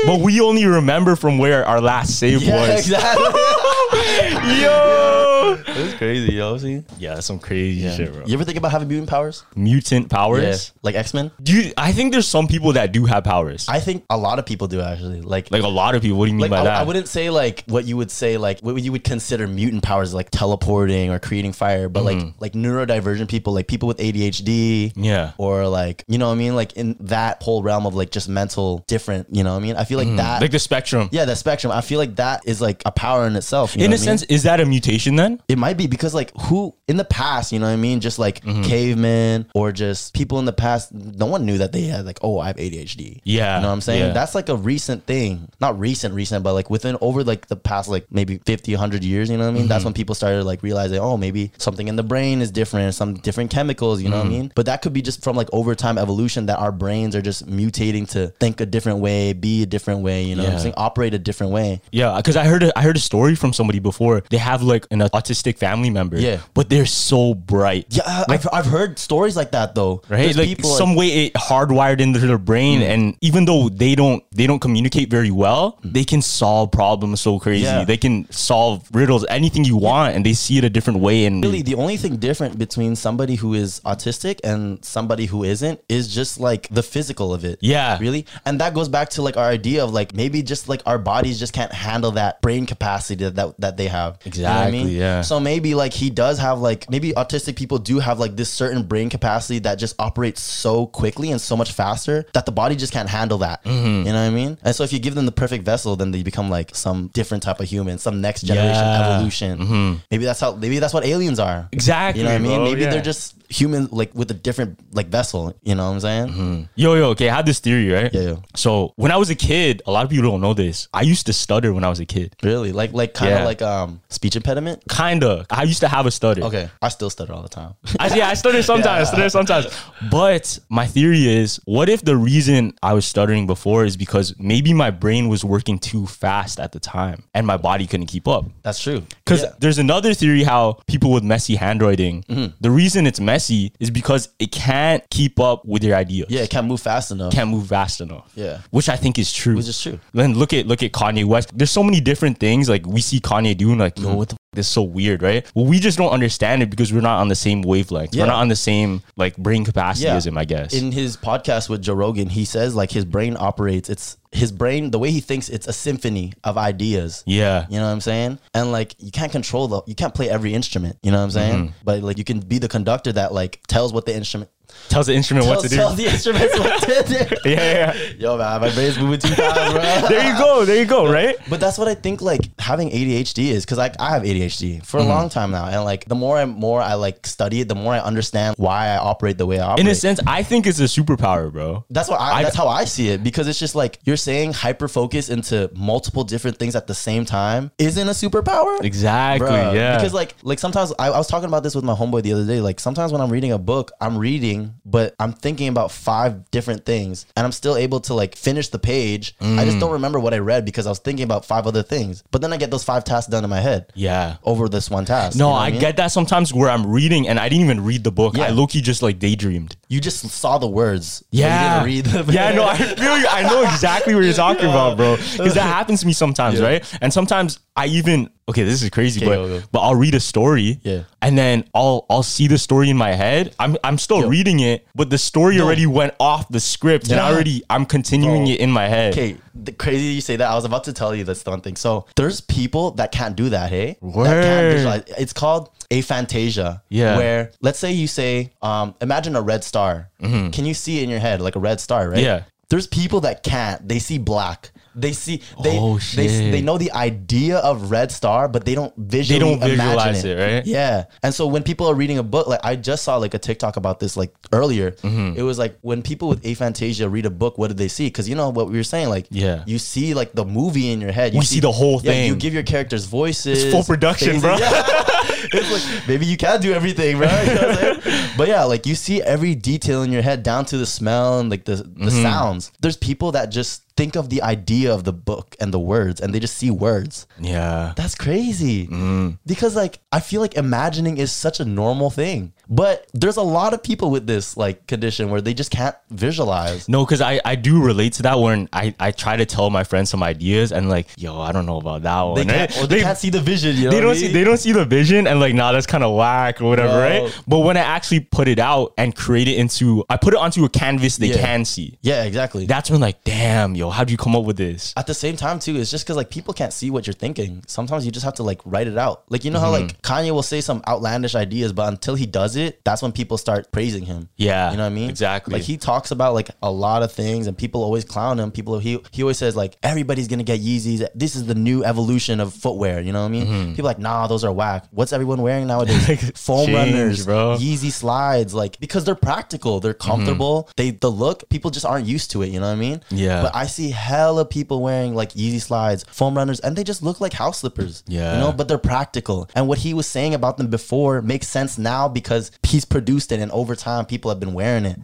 S1: But we only remember from where our last save
S2: Yeah,
S1: was. [laughs]
S2: [laughs] exactly.
S1: Yo.
S2: That's crazy, yo. See,
S1: Yeah, that's some crazy shit, bro.
S2: you ever think about having mutant powers?
S1: Mutant powers.
S2: like X Men.
S1: Do you, I think there's some people that do have powers.
S2: I think a lot of people do actually. Like,
S1: like a lot of people. What do you mean
S2: like
S1: by
S2: I,
S1: that?
S2: I wouldn't say like what you would say like what you would consider mutant powers like teleporting or creating fire, but
S1: Mhm.
S2: like like neurodivergent people, like people with ADHD,
S1: Yeah.
S2: or like you know what I mean, like in that whole realm of like just mental different. You know what I mean? I feel like
S1: Mm,
S2: that.
S1: like the spectrum.
S2: yeah, that spectrum. I feel like that is like a power in itself. you
S1: in
S2: know
S1: a
S2: what I mean?
S1: sense, is that a mutation then?
S2: It might be because like who in the past, you know what I mean? Just like
S1: Mm-hmm.
S2: cavemen or just people in the past, no one knew that they had like, oh, I have ADHD.
S1: Yeah,
S2: You know what I'm saying?
S1: yeah.
S2: That's like a recent thing. Not recent, recent, but like within over like the past like maybe 50, 100 years, you know what I mean?
S1: Mm-hmm.
S2: That's when people started like realizing, oh, maybe
S1: Mm-hmm.
S2: something in the brain is different, some different chemicals, you know what I mean? But that could be just from like over time evolution that our brain brains are just mutating to think a different way, be a different way, you know what I'm
S1: Yeah.
S2: saying? Operate a different way.
S1: Yeah, because I heard a, I heard a story from somebody before. They have like an autistic family member.
S2: Yeah.
S1: but they're so bright.
S2: Yeah, I've, I've heard stories like that though.
S1: right?
S2: There's
S1: Like some way it hardwired into their brain,
S2: Mm.
S1: and even though they don't they don't communicate very well, they can solve problems so crazy.
S2: Mm. Yeah.
S1: They can solve riddles, anything you want, and they see it a different way. And
S2: really the only thing different between somebody who is autistic and somebody who isn't is just like the physical of it
S1: Yeah.
S2: really and that goes back to like our idea of like maybe just like our bodies just can't handle that brain capacity that that, that they have
S1: Exactly, yeah.
S2: so maybe like he does have like maybe autistic people do have like this certain brain capacity that just operates so quickly and so much faster that the body just can't handle that you
S1: Mm-hmm.
S2: know what i mean and so if you give them the perfect vessel then they become like some different type of human some next generation
S1: Yeah. Mm-hmm.
S2: evolution Maybe that's how. Maybe that's what aliens are.
S1: Exactly,
S2: You know what I mean?
S1: bro,
S2: Maybe
S1: yeah.
S2: they're just human, like with a different like vessel. You know what I'm saying?
S1: Yo, yo, okay, I had this theory, right?
S2: Yeah, yeah.
S1: So when I was a kid, a lot of people don't know this. I used to stutter when I was a kid.
S2: Really? Like, like kind of
S1: Yeah.
S2: like um speech impediment.
S1: Kinda. I used to have a stutter.
S2: Okay, I still stutter all the time. [laughs]
S1: I, yeah, I stutter sometimes. Stutter sometimes. But my theory is, what if the reason I was stuttering before is because maybe my brain was working too fast at the time, and my body couldn't keep up.
S2: That's true.
S1: Because
S2: Yeah.
S1: there's another theory how people with messy handwriting,
S2: Mm-hmm.
S1: the reason it's messy is because it can't keep up with your ideas.
S2: yeah, it can't move fast enough.
S1: Can't move fast enough.
S2: Yeah.
S1: Which I think is true.
S2: Which is true.
S1: Then look at look at Kanye West. There's so many different things like we see Kanye doing like,
S2: Mm-hmm.
S1: yo, what the f- this is so weird, right? Well, we just don't understand it because we're not on the same wavelength.
S2: Yeah.
S1: We're not on the same like brain capacity
S2: Yeah.
S1: as him, I guess.
S2: In his podcast with Joe Rogan, he says like his brain operates. It's his brain. The way he thinks, it's a symphony of ideas.
S1: yeah.
S2: You know what I'm saying? And like you can't control the you can't play every instrument. You know what I'm saying?
S1: Mm-hmm.
S2: But like you can be the conductor that like tells what the instrument
S1: Tells the instrument
S2: tells,
S1: [laughs] what to do.
S2: tells the instruments what to
S1: [laughs]
S2: do.
S1: yeah, yeah, yeah.
S2: Yo, man, my brain's moving too fast,
S1: [laughs] [laughs]
S2: bro.
S1: There you go. There you go, right?
S2: But that's what I think like having ADHD is because like I have ADHD for
S1: Mm-hmm.
S2: a long time now, and like the more and more I like study it, the more I understand why I operate the way I operate.
S1: In a sense, I think it's a superpower, bro.
S2: that's what I, that's how I see it because it's just like you're saying hyper focus into multiple different things at the same time isn't a superpower.
S1: Exactly.
S2: Bruh.
S1: yeah.
S2: Because like like sometimes I, I was talking about this with my homeboy the other day. Like sometimes when I'm reading a book, I'm reading, but I'm thinking about five different things and I'm still able to like finish the page. I
S1: Mm.
S2: just don't remember what I read because I was thinking about five other things. But then I get those five tasks done in my head.
S1: Yeah.
S2: Over this one task.
S1: no,
S2: You know what
S1: I
S2: mean?
S1: get that sometimes where I'm reading and I didn't even read the book.
S2: Yeah.
S1: I low key just like daydreamed.
S2: you just saw the words. but
S1: Yeah.
S2: You didn't read them.
S1: yeah, no,
S2: [laughs]
S1: I feel you. I know exactly what you're talking about, bro. Because that happens to me sometimes, right? And sometimes I even okay, this is crazy,
S2: Okay,
S1: but
S2: okay.
S1: but I'll read a story,
S2: Yeah.
S1: and then I'll I'll see the story in my head. I'm I'm still reading it, but the story already went off the script, and I
S2: Yeah.
S1: already I'm continuing
S2: Bro.
S1: it in my head.
S2: Okay, the crazy you say that. I was about to tell you that's the one thing. So there's people that can't do that, hey? That
S1: Word.
S2: can't visualize. It's called aphantasia.
S1: Yeah.
S2: Where let's say you say, um, imagine a red star. Can you see it in your head like a red star, right?
S1: Mm-hmm. Yeah.
S2: There's people that can't. They see black. They see they
S1: Oh,
S2: they
S1: shit.
S2: they know the idea of red star, but they don't visually
S1: don't
S2: imagine
S1: visualize it, right?
S2: yeah. And so when people are reading a book, like I just saw like a TikTok about this like earlier.
S1: Mm-hmm.
S2: It was like when people with aphantasia read a book, what do they see? Because you know what we were saying, like
S1: Yeah.
S2: you see like the movie in your head. You
S1: We see the whole
S2: yeah, you
S1: thing.
S2: give your characters voices.
S1: It's full production,
S2: faces.
S1: bro.
S2: Yeah.
S1: [laughs]
S2: it's like maybe you can do everything, bro. You know what I'm saying? but yeah, like you see every detail in your head down to the smell and like the the
S1: Mm-hmm.
S2: sounds. There's people that just think of the idea of the book and the words, and they just see words.
S1: Yeah.
S2: That's crazy.
S1: Mm-hmm.
S2: Because like I feel like imagining is such a normal thing. But there's a lot of people with this like condition where they just can't visualize.
S1: No, because I, I do relate to that when I, I try to tell my friends some ideas and like, yo, I don't know about that one.
S2: They
S1: right?
S2: can't, or they, can't see the vision, you know
S1: they
S2: what I
S1: don't see
S2: mean?
S1: they don't see the vision and like nah that's kind of whack or whatever
S2: No.
S1: right but when i actually put it out and create it into i put it onto a canvas they
S2: Yeah.
S1: can see
S2: Yeah, exactly.
S1: that's when like damn yo how'd you come up with this
S2: at the same time too it's just because like people can't see what you're thinking sometimes you just have to like write it out like you know how
S1: Mm-hmm.
S2: like kanye will say some outlandish ideas but until he does it that's when people start praising him
S1: Yeah,
S2: you know what i mean
S1: exactly.
S2: like he talks about like a lot of things and people always clown him people he, he always says like everybody's gonna get yeezys this is the new evolution of footwear you know what i mean
S1: Mm-hmm.
S2: people are like nah those are whack what's everyone
S1: [laughs]
S2: wearing nowadays foam
S1: Change,
S2: runners
S1: bro. Mm-hmm.
S2: yeezy slides like because they're practical they're comfortable they the look people just aren't used to it you know what i mean
S1: Yeah.
S2: but I see hella people wearing like Yeezy slides, foam runners, and they just look like house slippers.
S1: Yeah.
S2: You know, but they're practical. And what he was saying about them before makes sense now because because he's produced it and over time people have been wearing it.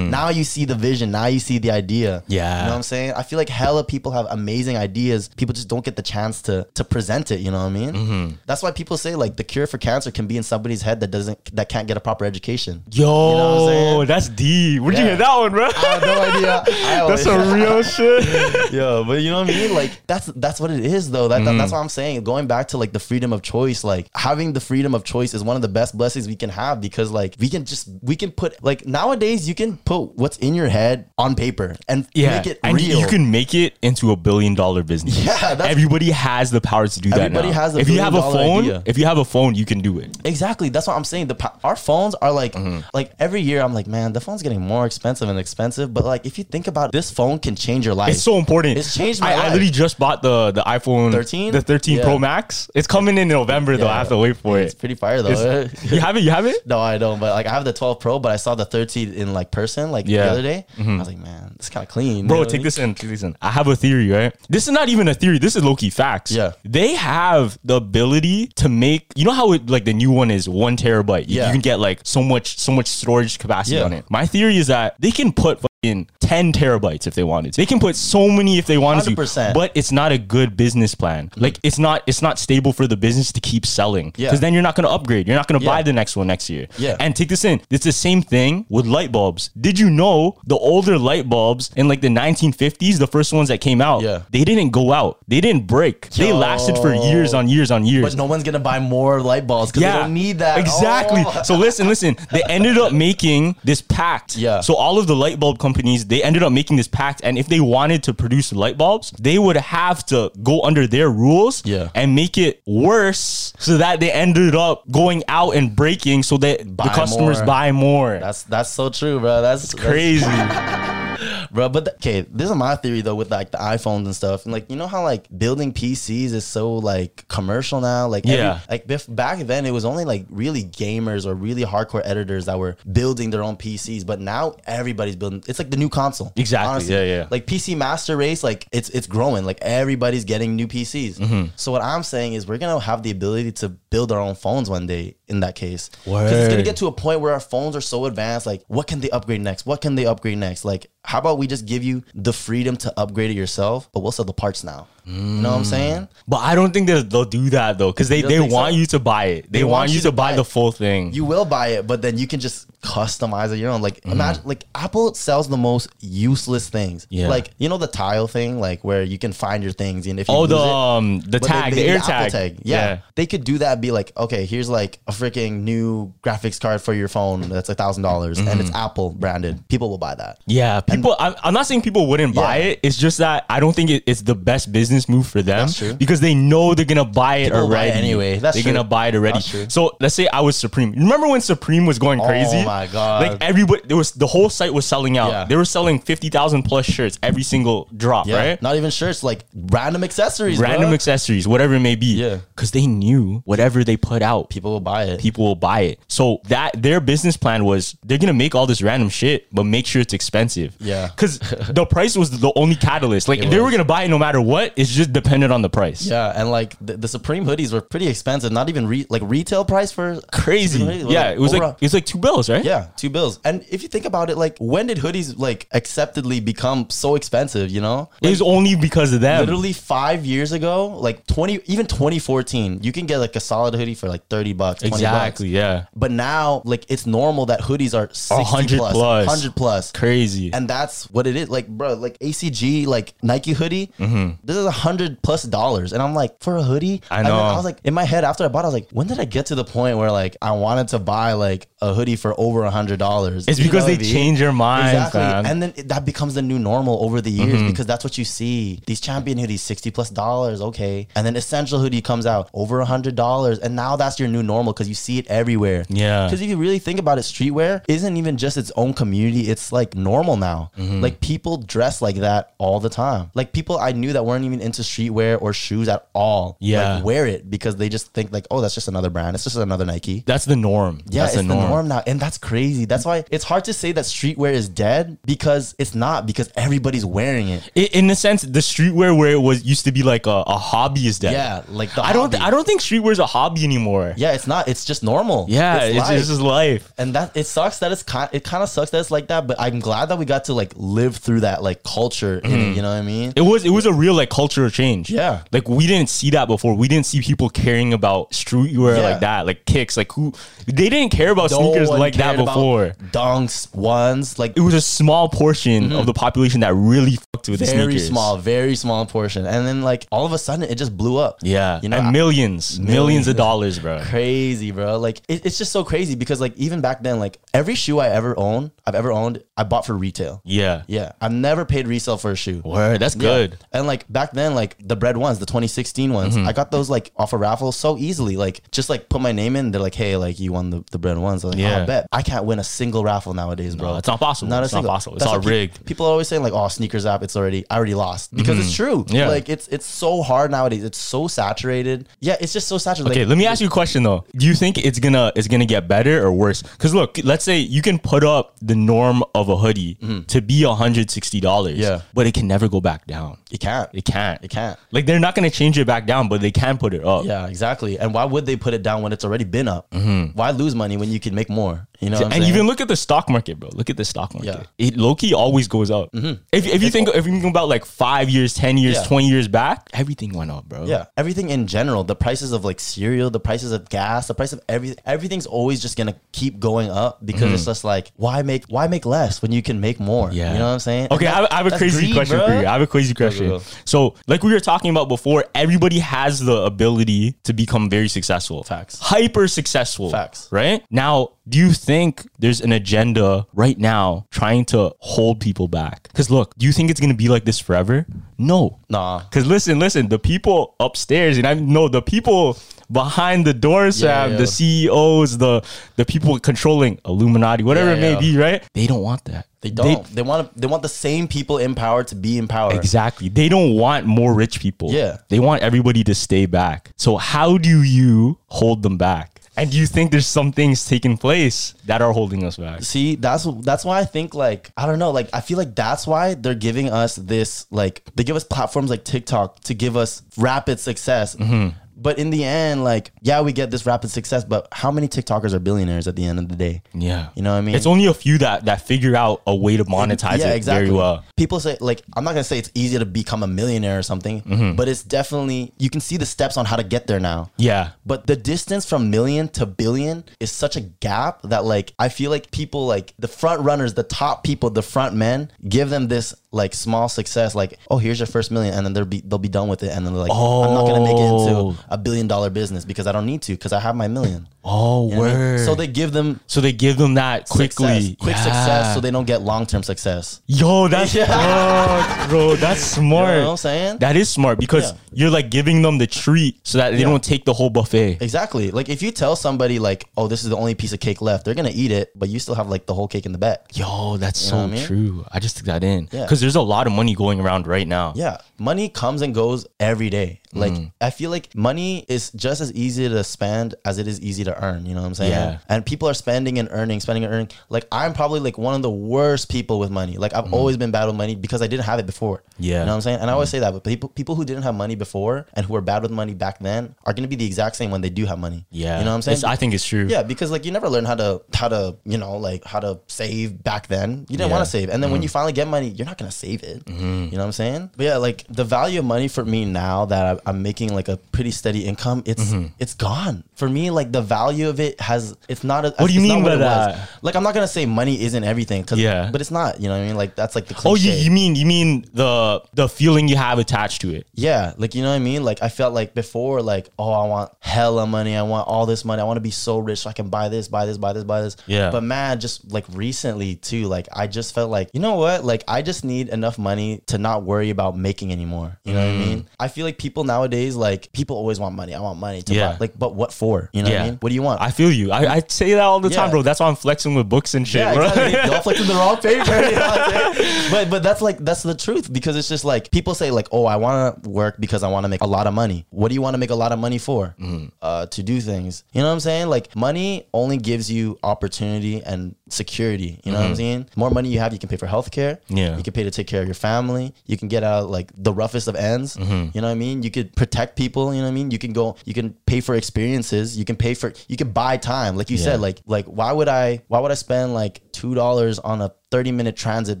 S2: Now you see the vision. Now you see the idea.
S1: Mm-hmm. Yeah.
S2: You know what I'm saying? I feel like hella people have amazing ideas. People just don't get the chance to to present it. You know what I mean?
S1: Mm-hmm.
S2: That's why people say like the cure for cancer can be in somebody's head that doesn't that can't get a proper education.
S1: Yo,
S2: You know what I'm saying?
S1: that's deep. Where'd you
S2: Yeah.
S1: hear that one,
S2: [laughs]
S1: bro? I
S2: have no idea.
S1: [laughs] that's some real shit.
S2: yeah, but you know what I mean? Like that's that's what it is though. That, that- that's
S1: Mm.
S2: what I'm saying. Going back to like the freedom of choice, like having the freedom of choice is one of the best blessings we can have because like we can just we can put like nowadays you can put what's in your head on paper and
S1: Yeah,
S2: make it
S1: and
S2: real.
S1: you can make it into a billion dollar business.
S2: Yeah, that's-
S1: everybody has the power to do that.
S2: Everybody
S1: now.
S2: has a
S1: if you have a
S2: billion-dollar
S1: phone,
S2: idea.
S1: if you have a phone, you can do it.
S2: Exactly. That's what I'm saying. The po- our phones are like
S1: Mm-hmm.
S2: like every year I'm like, man, the phone's getting more expensive and expensive. But like if you think about it, this phone can change your life.
S1: It's so important.
S2: It's changed my
S1: I, I
S2: life.
S1: literally just bought the the iPhone
S2: 13?
S1: the 13
S2: Yeah.
S1: Pro Max. It's coming in November though. I have to wait for
S2: it's
S1: it.
S2: pretty fire though.
S1: It's-
S2: [laughs]
S1: you have it. You have it.
S2: No, I don't. But like, I have the 12 Pro, but I saw the 13 in like person, like
S1: Yeah. Mm-hmm.
S2: the other day. I was like, man, it's kind of clean,
S1: Bro, take this in. Take this in. I have a theory, right? This is not even a theory. This is low key facts.
S2: Yeah.
S1: They have the ability to make, you know how it, like the new one is one terabyte. You-
S2: Yeah.
S1: You can get like so much, so much storage capacity
S2: Yeah.
S1: on it. My theory is that they can put fucking 10 terabytes if they wanted to. They can put so many if they wanted to.
S2: 100%.
S1: But it's not a good business plan. Like it's not, it's not stable for the business to keep selling.
S2: Yeah.
S1: Cause then you're not going to upgrade. You're not going to buy
S2: Yeah.
S1: the next one next year.
S2: Yeah.
S1: And take this in. It's the same thing with light bulbs. Did you know the older light bulbs in like the 1950s, the first ones that came out,
S2: Yeah.
S1: they didn't go out. They didn't break. They lasted for years on years on years.
S2: But no one's gonna buy more light bulbs because they don't need that.
S1: Exactly.
S2: Oh.
S1: So listen, listen. They ended up making this pact.
S2: Yeah.
S1: So all of the light bulb companies, they ended up making this pact. And if they wanted to produce light bulbs, they would have to go under their rules
S2: Yeah.
S1: and make it worse so that they ended up going out and breaking so that
S2: Buy
S1: the customers
S2: more.
S1: buy more.
S2: That's that's so true, bro. That's
S1: crazy.
S2: that's- bro. But th- okay, this is my theory though with like the iPhones and stuff, and like you know how like building PCs is so like commercial now. Like every-
S1: Yeah.
S2: like bef- back then it was only like really gamers or really hardcore editors that were building their own PCs, but now everybody's building. It's like the new console.
S1: Exactly. Yeah, yeah.
S2: Like PC master race, like it's it's growing. Like everybody's getting new PCs.
S1: Mm-hmm.
S2: So what I'm saying is we're gonna have the ability to build our own phones one day. In that case, 'Cause it's gonna
S1: Word.
S2: get to a point where our phones are so advanced like what can they upgrade next what can they upgrade next like how about we just give you the freedom to upgrade it yourself but we'll sell the parts now you know what i'm
S1: Mm.
S2: saying
S1: But I don't think they'll, they'll do that though, because they,
S2: You don't
S1: they
S2: think so?
S1: want you to buy it. They, want, you to buy
S2: it.
S1: the full thing.
S2: you will buy it but then you can just customize it your own
S1: Mm-hmm.
S2: like imagine like apple sells the most useless things
S1: Yeah.
S2: like you know the tile thing like where you can find your things and if you
S1: Oh,
S2: lose
S1: the,
S2: it-
S1: um, the
S2: But they-
S1: tag,
S2: they-
S1: the air
S2: Apple
S1: tag.
S2: Yeah.
S1: Yeah.
S2: They could do that and be like, okay, here's like a freaking new graphics card for your phone that's a thousand dollars and it's Apple branded. People will buy that.
S1: Mm-hmm. Yeah, people. I'm, I'm not saying people wouldn't buy
S2: Yeah.
S1: it. It's just that I don't think it, it's the best business move for them
S2: That's true.
S1: because they know they're gonna buy it
S2: People will buy
S1: already.
S2: it anyway. That's
S1: they're
S2: true.
S1: gonna buy it already.
S2: That's true. Oh
S1: So let's say I was Supreme. Remember when Supreme was going crazy?
S2: my God.
S1: Like everybody, there was the whole site was selling out.
S2: Yeah.
S1: They were selling fifty thousand plus shirts every single drop.
S2: Yeah.
S1: Right.
S2: Not even shirts, like random accessories.
S1: Random
S2: bro.
S1: accessories, whatever it may be.
S2: Yeah.
S1: Because they knew whatever they put out,
S2: People will buy it.
S1: people will buy it. So that their business plan was they're gonna make all this random shit, but make sure it's expensive. [laughs]
S2: Yeah.
S1: because the price was the only catalyst. Like
S2: It
S1: if they were
S2: was.
S1: gonna buy it no matter what. It's just dependent on the price.
S2: Yeah, and like the, the Supreme hoodies were pretty expensive. Not even re- like retail price for
S1: crazy.
S2: Supreme hoodies was,
S1: Yeah, it was
S2: over
S1: like
S2: a-
S1: it was like two bills, right?
S2: yeah, two bills. And if you think about it, like when did hoodies like acceptedly become so expensive? You know,
S1: it was only because of them.
S2: literally five years ago, like twenty, even twenty fourteen, you can get like a solid hoodie for like thirty bucks. 20
S1: exactly.
S2: Bucks.
S1: Yeah,
S2: But now, like it's normal that hoodies are 60
S1: 100 plus.
S2: hundred plus,
S1: crazy.
S2: and that's what it is. Like, bro, like ACG, like Nike hoodie, this is a hundred plus dollars, and I'm like, for a hoodie,
S1: Mm-hmm. I
S2: And then
S1: know.
S2: I was like, in my head after I bought, it, I was like, when did I get to the point where like I wanted to buy like a hoodie for over a hundred dollars?
S1: It's
S2: You
S1: because
S2: know
S1: they
S2: what I mean?
S1: change their minds,
S2: exactly,
S1: man. Mm-hmm.
S2: and then it, that becomes the new normal over the years because that's what you see. These champion hoodies, sixty plus dollars, okay, and then essential hoodie comes out over a hundred dollars, and now that's your new normal because you see it everywhere.
S1: Yeah.
S2: because if you really think about it, streetwear isn't even just its own community;
S1: Mm-hmm.
S2: it's like normal now. Like people dress like that all the time. Like people I knew that weren't even into streetwear or shoes at all.
S1: Yeah.
S2: Like wear it because they just think like, oh, that's just another brand. It's just another Nike.
S1: That's the norm.
S2: Yeah,
S1: That's
S2: it's the norm. now, and that's crazy. That's why it's hard to say that streetwear is dead because it's not because everybody's wearing it.
S1: I- in a sense, the streetwear where it was used to be like a, a hobby is dead.
S2: Yeah, like the
S1: I don't. I don't think streetwear is a hobby anymore.
S2: Yeah, it's not. It's just normal.
S1: Yeah, it's, it's, just life.
S2: And that it sucks that it's kind. It kind of sucks that it's like that. But I'm glad that we got to like live through that like culture. in it,
S1: Mhm.
S2: you know what I mean?
S1: It was it was a real like cultural change.
S2: Yeah.
S1: like we didn't see that before. We didn't see people caring about streetwear
S2: Yeah.
S1: like that, like kicks, like who they didn't care about
S2: No
S1: sneakers
S2: one
S1: like that
S2: cared about
S1: before.
S2: Donks, ones, like
S1: it was a small portion of the population that really fucked with the
S2: Mm-hmm. very
S1: sneakers.
S2: small, very small portion. And then like all of a sudden, it just blew up.
S1: Yeah,
S2: You know,
S1: and
S2: I-
S1: millions, millions, of dollars,
S2: Millions.
S1: bro.
S2: crazy, bro. Like it, it's just so crazy because like even back then, like every shoe I ever owned, I've ever owned, I bought for retail.
S1: Yeah,
S2: Yeah, I've never paid resale for a shoe.
S1: Word, that's
S2: Yeah.
S1: good.
S2: And like back then, like the bread ones, the 2016 ones,
S1: Mhm.
S2: I got those like off a raffle so easily. Like just like put my name in, they're like, hey, like you won the, the bread ones. I'm like,
S1: Yeah.
S2: yeah. I bet I can't win a single raffle nowadays, bro.
S1: it's not possible. It's not possible. It's all
S2: why pe-
S1: rigged.
S2: people are always saying like, oh, sneakers app, it's already I already lost because it's
S1: Mhm.
S2: true.
S1: Yeah.
S2: like it's it's so hard nowadays. It's so saturated. Yeah, it's just so saturated.
S1: Okay,
S2: Like,
S1: let me ask you a question though. Do you think it's gonna it's gonna get better or worse? Because look, let's say you can put up the norm of a hoodie to be hundred sixty dollars,
S2: Mm-hmm. Yeah.
S1: but it can never go back down.
S2: It can't.
S1: It can't. It
S2: can't.
S1: Like they're not gonna change it back down, but they can put it up.
S2: Yeah, exactly. And why would they put it down when it's already been up? Why lose money when you can make more? You know, what I'm
S1: Mm-hmm. and
S2: saying?
S1: even look at the stock market, bro. Look at the stock market. It low key always goes up. If, if you think if you think about like five years, ten years,
S2: Mm-hmm. Yeah.
S1: twenty years back, everything went up, bro.
S2: Yeah, everything in general, the prices of like cereal, the prices of gas, the price of everything, everything's always just gonna keep going up because
S1: Mhm.
S2: it's just like why make why make less when you can make more?
S1: Yeah.
S2: you know what I'm saying?
S1: Okay,
S2: And
S1: I have,
S2: that-
S1: I have a
S2: that's
S1: crazy
S2: greed,
S1: question
S2: bruh.
S1: for you. I have a crazy
S2: Go, go,
S1: question.
S2: go.
S1: So, like we were talking about before, everybody has the ability to become very successful. Facts. Hyper successful. Facts. Right? Now, do you think there's an agenda right now trying to hold people back? Because look, do you think it's going to be like this forever? No.
S2: Nah.
S1: Because listen, listen, the people upstairs, and I know the people behind the doors,
S2: Yeah,
S1: Sam,
S2: yeah.
S1: the CEOs, the the people controlling Illuminati, whatever
S2: Yeah,
S1: it may
S2: yeah.
S1: be, right? They don't want that.
S2: They don't. They, want to, they want the same people in power to be in power.
S1: Exactly. They don't want more rich people.
S2: Yeah.
S1: They want everybody to stay back. So how do you hold them back? And do you think there's some things taking place that are holding us back?
S2: See, that's that's why I think like I don't know, like I feel like that's why they're giving us this like they give us platforms like TikTok to give us rapid success.
S1: Mhm.
S2: But in the end, like yeah, we get this rapid success, but how many TikTokers are billionaires at the end of the day?
S1: Yeah.
S2: You know what I mean?
S1: It's only a few that that figure out a way to monetize it very well.
S2: People say like I'm not gonna say it's easy to become a millionaire or something,
S1: Mhm.
S2: but it's definitely you can see the steps on how to get there now.
S1: Yeah.
S2: But the distance from million to billion is such a gap that like I feel like people like the front runners, the top people, the front men, give them this like small success, like oh here's your first million, and then they'll be they'll be done with it, and then they're like I'm not gonna make it
S1: Oh.
S2: into a billion dollar business because I don't need to because I have my million.
S1: Oh,
S2: You know what I mean?
S1: word.
S2: So they give them
S1: So they give them that quickly.
S2: success, quick success, so they don't get long term success.
S1: Yo, that's bro, bro, that's smart.
S2: You know what I'm saying?
S1: That is smart because
S2: Yeah.
S1: you're like giving them the treat so that they
S2: Yeah.
S1: don't take the whole buffet.
S2: Exactly. Like if you tell somebody like, "Oh, this is the only piece of cake left," they're gonna eat it, but you still have like the whole cake in the back.
S1: Yo, that's
S2: You
S1: so
S2: know what I mean?
S1: true. I just took that in
S2: Yeah.
S1: because there's a lot of money going around right now.
S2: Yeah, money comes and goes every day. Like
S1: Mm.
S2: I feel like money is just as easy to spend as it is easy to earn. You know what I'm saying?
S1: Yeah.
S2: And people are spending and earning, spending and earning. Like I'm probably like one of the worst people with money. Like I've always been bad with money because I didn't have it before.
S1: Mm. Yeah. Mm.
S2: You know what I'm saying? And I always say that, but people people who didn't have money before and who are bad with money back then are gonna be the exact same when they do have money.
S1: Yeah.
S2: You know what I'm saying?
S1: It's- I think it's true.
S2: Yeah, because like you never learned how to how to you know like how to save back then. You didn't
S1: Yeah.
S2: want to save, and then when
S1: Mhm.
S2: you finally get money, you're not gonna save it.
S1: Mhm.
S2: You know what I'm saying? But yeah, like the value of money for me now that I- I'm making like a pretty steady income, it's
S1: Mhm.
S2: it's gone for me. Like the value of it has it's not. A,
S1: What do you
S2: it's not
S1: mean by
S2: it was.
S1: that?
S2: Like I'm not gonna say money isn't everything, cause,
S1: Yeah.
S2: but it's not. You know what I mean? Like that's like the cliche.
S1: Oh, you, you mean you mean the the feeling you have attached to it?
S2: Yeah, like you know what I mean? Like I felt like before, like, oh, I want hella money, I want all this money, I want to be so rich so I can buy this, buy this, buy this, buy this.
S1: Yeah.
S2: But man, just like recently too, like I just felt like, you know what? Like I just need enough money to not worry about making anymore. You know what I
S1: Mm.
S2: mean? I feel like people nowadays, like people always want money. I want money to
S1: Yeah.
S2: buy. Like, but what for? You know what I
S1: Yeah.
S2: mean? What do you want?
S1: I feel you. I, I say that all the
S2: Yeah.
S1: time, bro. That's why I'm flexing with books and shit,
S2: Yeah,
S1: bro. [laughs]
S2: exactly. Y'all flicked the wrong paper. you know what I'm saying? [laughs] but but that's like that's the truth because it's just like people say like oh I want to work because I want to make a lot of money. What do you want to make a lot of money for?
S1: Mm-hmm.
S2: Uh, to do things. You know what I'm saying? Like money only gives you opportunity and security. You know what I'm
S1: Mhm.
S2: saying? More money you have, you can pay for healthcare.
S1: Yeah.
S2: you can pay to take care of your family. You can get out like the roughest of ends.
S1: Mhm.
S2: You know what I mean? You could protect people. You know what I mean? You can go. You can pay for experiences. You can pay for. You can buy time. Like you
S1: Yeah.
S2: said. Like like why would I? Why would I spend like two dollars on a thirty minute transit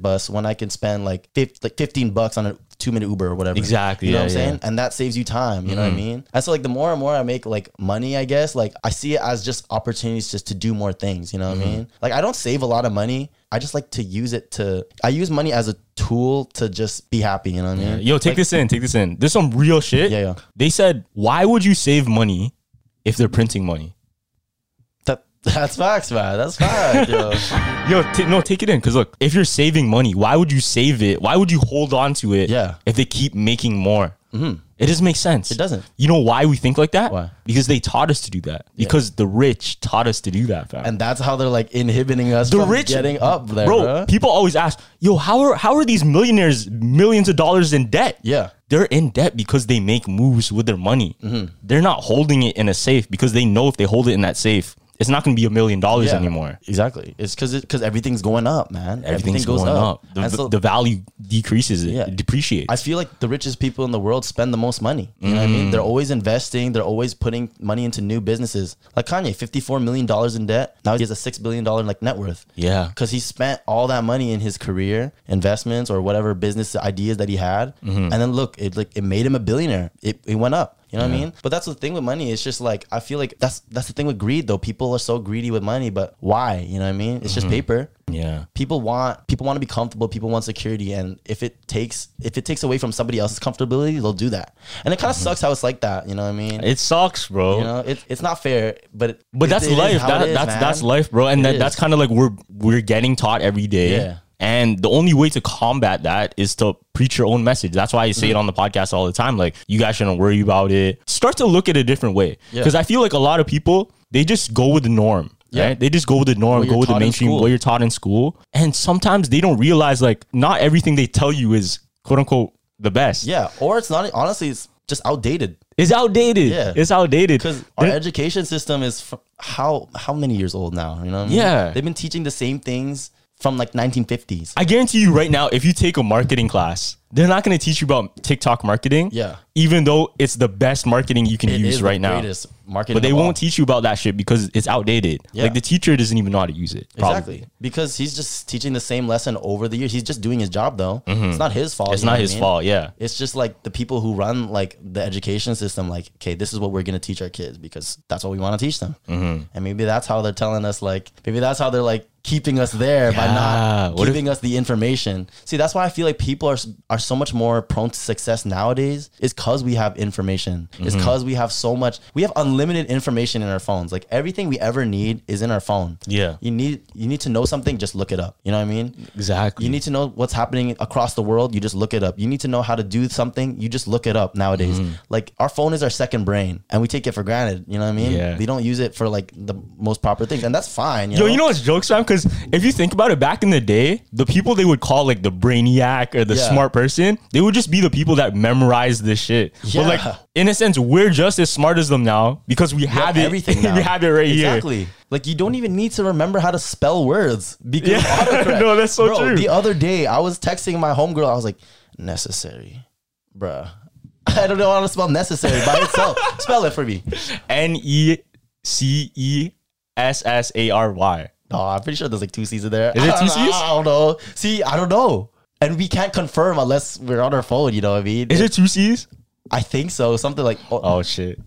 S2: bus when I can spend like fif- like fifteen bucks on a two minute Uber or whatever?
S1: Exactly,
S2: You know
S1: yeah,
S2: what I'm
S1: yeah.
S2: saying? And that saves you time. You know what I
S1: Mhm.
S2: mean? And so like the more and more I make like money, I guess like I see it as just opportunities just to do more things. You know what
S1: Mhm.
S2: I mean? Like I don't save a lot of money. I just like to use it to. I use money as a tool to just be happy. You know what I mean?
S1: Yo, take
S2: Like-
S1: this in. Take this in. There's some real shit.
S2: Yeah, yeah.
S1: They said, why would you save money if they're printing money?
S2: That that's facts, man. That's fact,
S1: [laughs]
S2: yo. [laughs]
S1: Yo, t- no, take it in. Cause look, if you're saving money, why would you save it? Why would you hold on to it?
S2: Yeah.
S1: If they keep making more,
S2: Mhm.
S1: it doesn't make sense.
S2: It doesn't.
S1: You know why we think like that? Why? Because they taught us to do that. Because the rich taught us to do that, fam.
S2: And that's how they're like inhibiting us
S1: the
S2: from
S1: rich
S2: getting up there,
S1: bro,
S2: bro.
S1: People always ask, "Yo, how are how are these millionaires millions of dollars in debt?"
S2: Yeah.
S1: They're in debt because they make moves with their money.
S2: Mm-hmm.
S1: They're not holding it in a safe because they know if they hold it in that safe, it's not going to be a million dollars
S2: Yeah.
S1: anymore.
S2: Exactly. It's because because everything's going up, man.
S1: Everything's
S2: Everything goes
S1: going up.
S2: up.
S1: The,
S2: And so-
S1: the value decreases. It,
S2: Yeah.
S1: it depreciates.
S2: I feel like the richest people in the world spend the most money. You know what I mean?
S1: Mm.
S2: They're always investing. They're always putting money into new businesses. Like Kanye, fifty-four million dollars in debt. Now he has a six billion dollar like net worth.
S1: yeah.
S2: because he spent all that money in his career investments or whatever business ideas that he had
S1: Mhm.
S2: and then look it like it made him a billionaire it, it went up you know what i
S1: Yeah.
S2: mean but that's the thing with money it's just like i feel like that's that's the thing with greed though people are so greedy with money but why you know what i mean it's just
S1: Mhm.
S2: paper
S1: Yeah.
S2: people want people want to be comfortable people want security and if it takes if it takes away from somebody else's comfortability they'll do that and it kind
S1: Mm-hmm.
S2: of sucks how it's like that you know what i mean
S1: It sucks, bro.
S2: you know it, it's not fair but it-
S1: But
S2: it-
S1: that's
S2: it is
S1: life.
S2: how it
S1: That,
S2: is,
S1: that's
S2: man.
S1: that's life, bro. And
S2: It
S1: that,
S2: is.
S1: that's kind of like we're we're getting taught every day.
S2: Yeah.
S1: And the only way to combat that is to preach your own message. That's why I say
S2: Mm-hmm.
S1: it on the podcast all the time. Like, you guys shouldn't worry about it. Start to look at it a different way.
S2: Yeah.
S1: Because I feel like a lot of people, they just go with the norm.
S2: Yeah.
S1: Right? They just go with the norm,
S2: What
S1: go
S2: you're
S1: with the
S2: taught in
S1: mainstream,
S2: school.
S1: what you're taught in school. And sometimes they don't realize like not everything they tell you is quote unquote the best.
S2: Yeah, or it's not. Honestly, it's just outdated.
S1: It's outdated.
S2: Yeah.
S1: It's outdated.
S2: Because our
S1: They're-
S2: education system is fr- how how many years old now? You know? What I mean?
S1: Yeah.
S2: they've been teaching the same things from like 1950s.
S1: I guarantee you right now, if you take a marketing class, they're not going to teach you about TikTok marketing.
S2: Yeah.
S1: Even though it's the best marketing you can
S2: It
S1: use
S2: is the
S1: right now.
S2: greatest marketing
S1: But they
S2: of all.
S1: won't teach you about that shit because it's outdated.
S2: Yeah.
S1: Like the teacher doesn't even know how to use it. probably.
S2: Exactly, because he's just teaching the same lesson over the years. He's just doing his job though.
S1: Mhm.
S2: It's not his fault.
S1: It's
S2: you know
S1: not
S2: what I
S1: his
S2: mean?
S1: fault, yeah.
S2: it's just like the people who run like the education system. Like, okay, this is what we're gonna teach our kids because that's what we want to teach them.
S1: Mhm.
S2: And maybe that's how they're telling us, like, maybe that's how they're like keeping us there by
S1: Yeah,
S2: not
S1: what if-
S2: giving us the information. See, that's why I feel like people are are so much more prone to success nowadays. Is because we have information. It's
S1: Mhm.
S2: because we have so much. We have unlimited information in our phones. Like everything we ever need is in our phone.
S1: Yeah.
S2: You need you need to know something, just look it up. You know what I mean?
S1: Exactly.
S2: You need to know what's happening across the world, you just look it up. You need to know how to do something, you just look it up nowadays.
S1: Mm-hmm.
S2: Like our phone is our second brain and we take it for granted. You know what I mean?
S1: Yeah.
S2: We don't use it for like the most proper things. And that's fine. You
S1: Yo,
S2: know?
S1: you know what's jokes, fam? Because if you think about it, back in the day, the people they would call like the brainiac or the
S2: Yeah.
S1: smart person, they would just be the people that memorize this shit. But
S2: Yeah.
S1: like, in a sense, we're just as smart as them now because we,
S2: We
S1: have, it. [laughs]
S2: everything now.
S1: we have it right here.
S2: exactly. Like you don't even need to remember how to spell words because
S1: Yeah. [laughs]
S2: autocorrect.
S1: No, that's so
S2: Bro,
S1: true.
S2: The other day I was texting my homegirl, I was like, necessary. Bruh. [laughs] I don't know how to spell necessary by
S1: [laughs]
S2: itself. spell it for me.
S1: N E C E S S A R Y.
S2: No, I'm pretty sure there's like two C's in there.
S1: Is it
S2: I
S1: two
S2: don't know,
S1: Cs?
S2: I don't know. See, I don't know. And we can't confirm unless we're on our phone, you know what I mean?
S1: Is it two C's?
S2: I think so. Something like oh,
S1: Oh shit!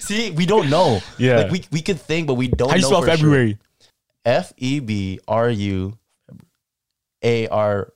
S2: see, we don't know.
S1: Yeah.
S2: Like we, we could think, but we don't
S1: How do you
S2: know.
S1: spell
S2: for sure.
S1: February?
S2: F E B R U A R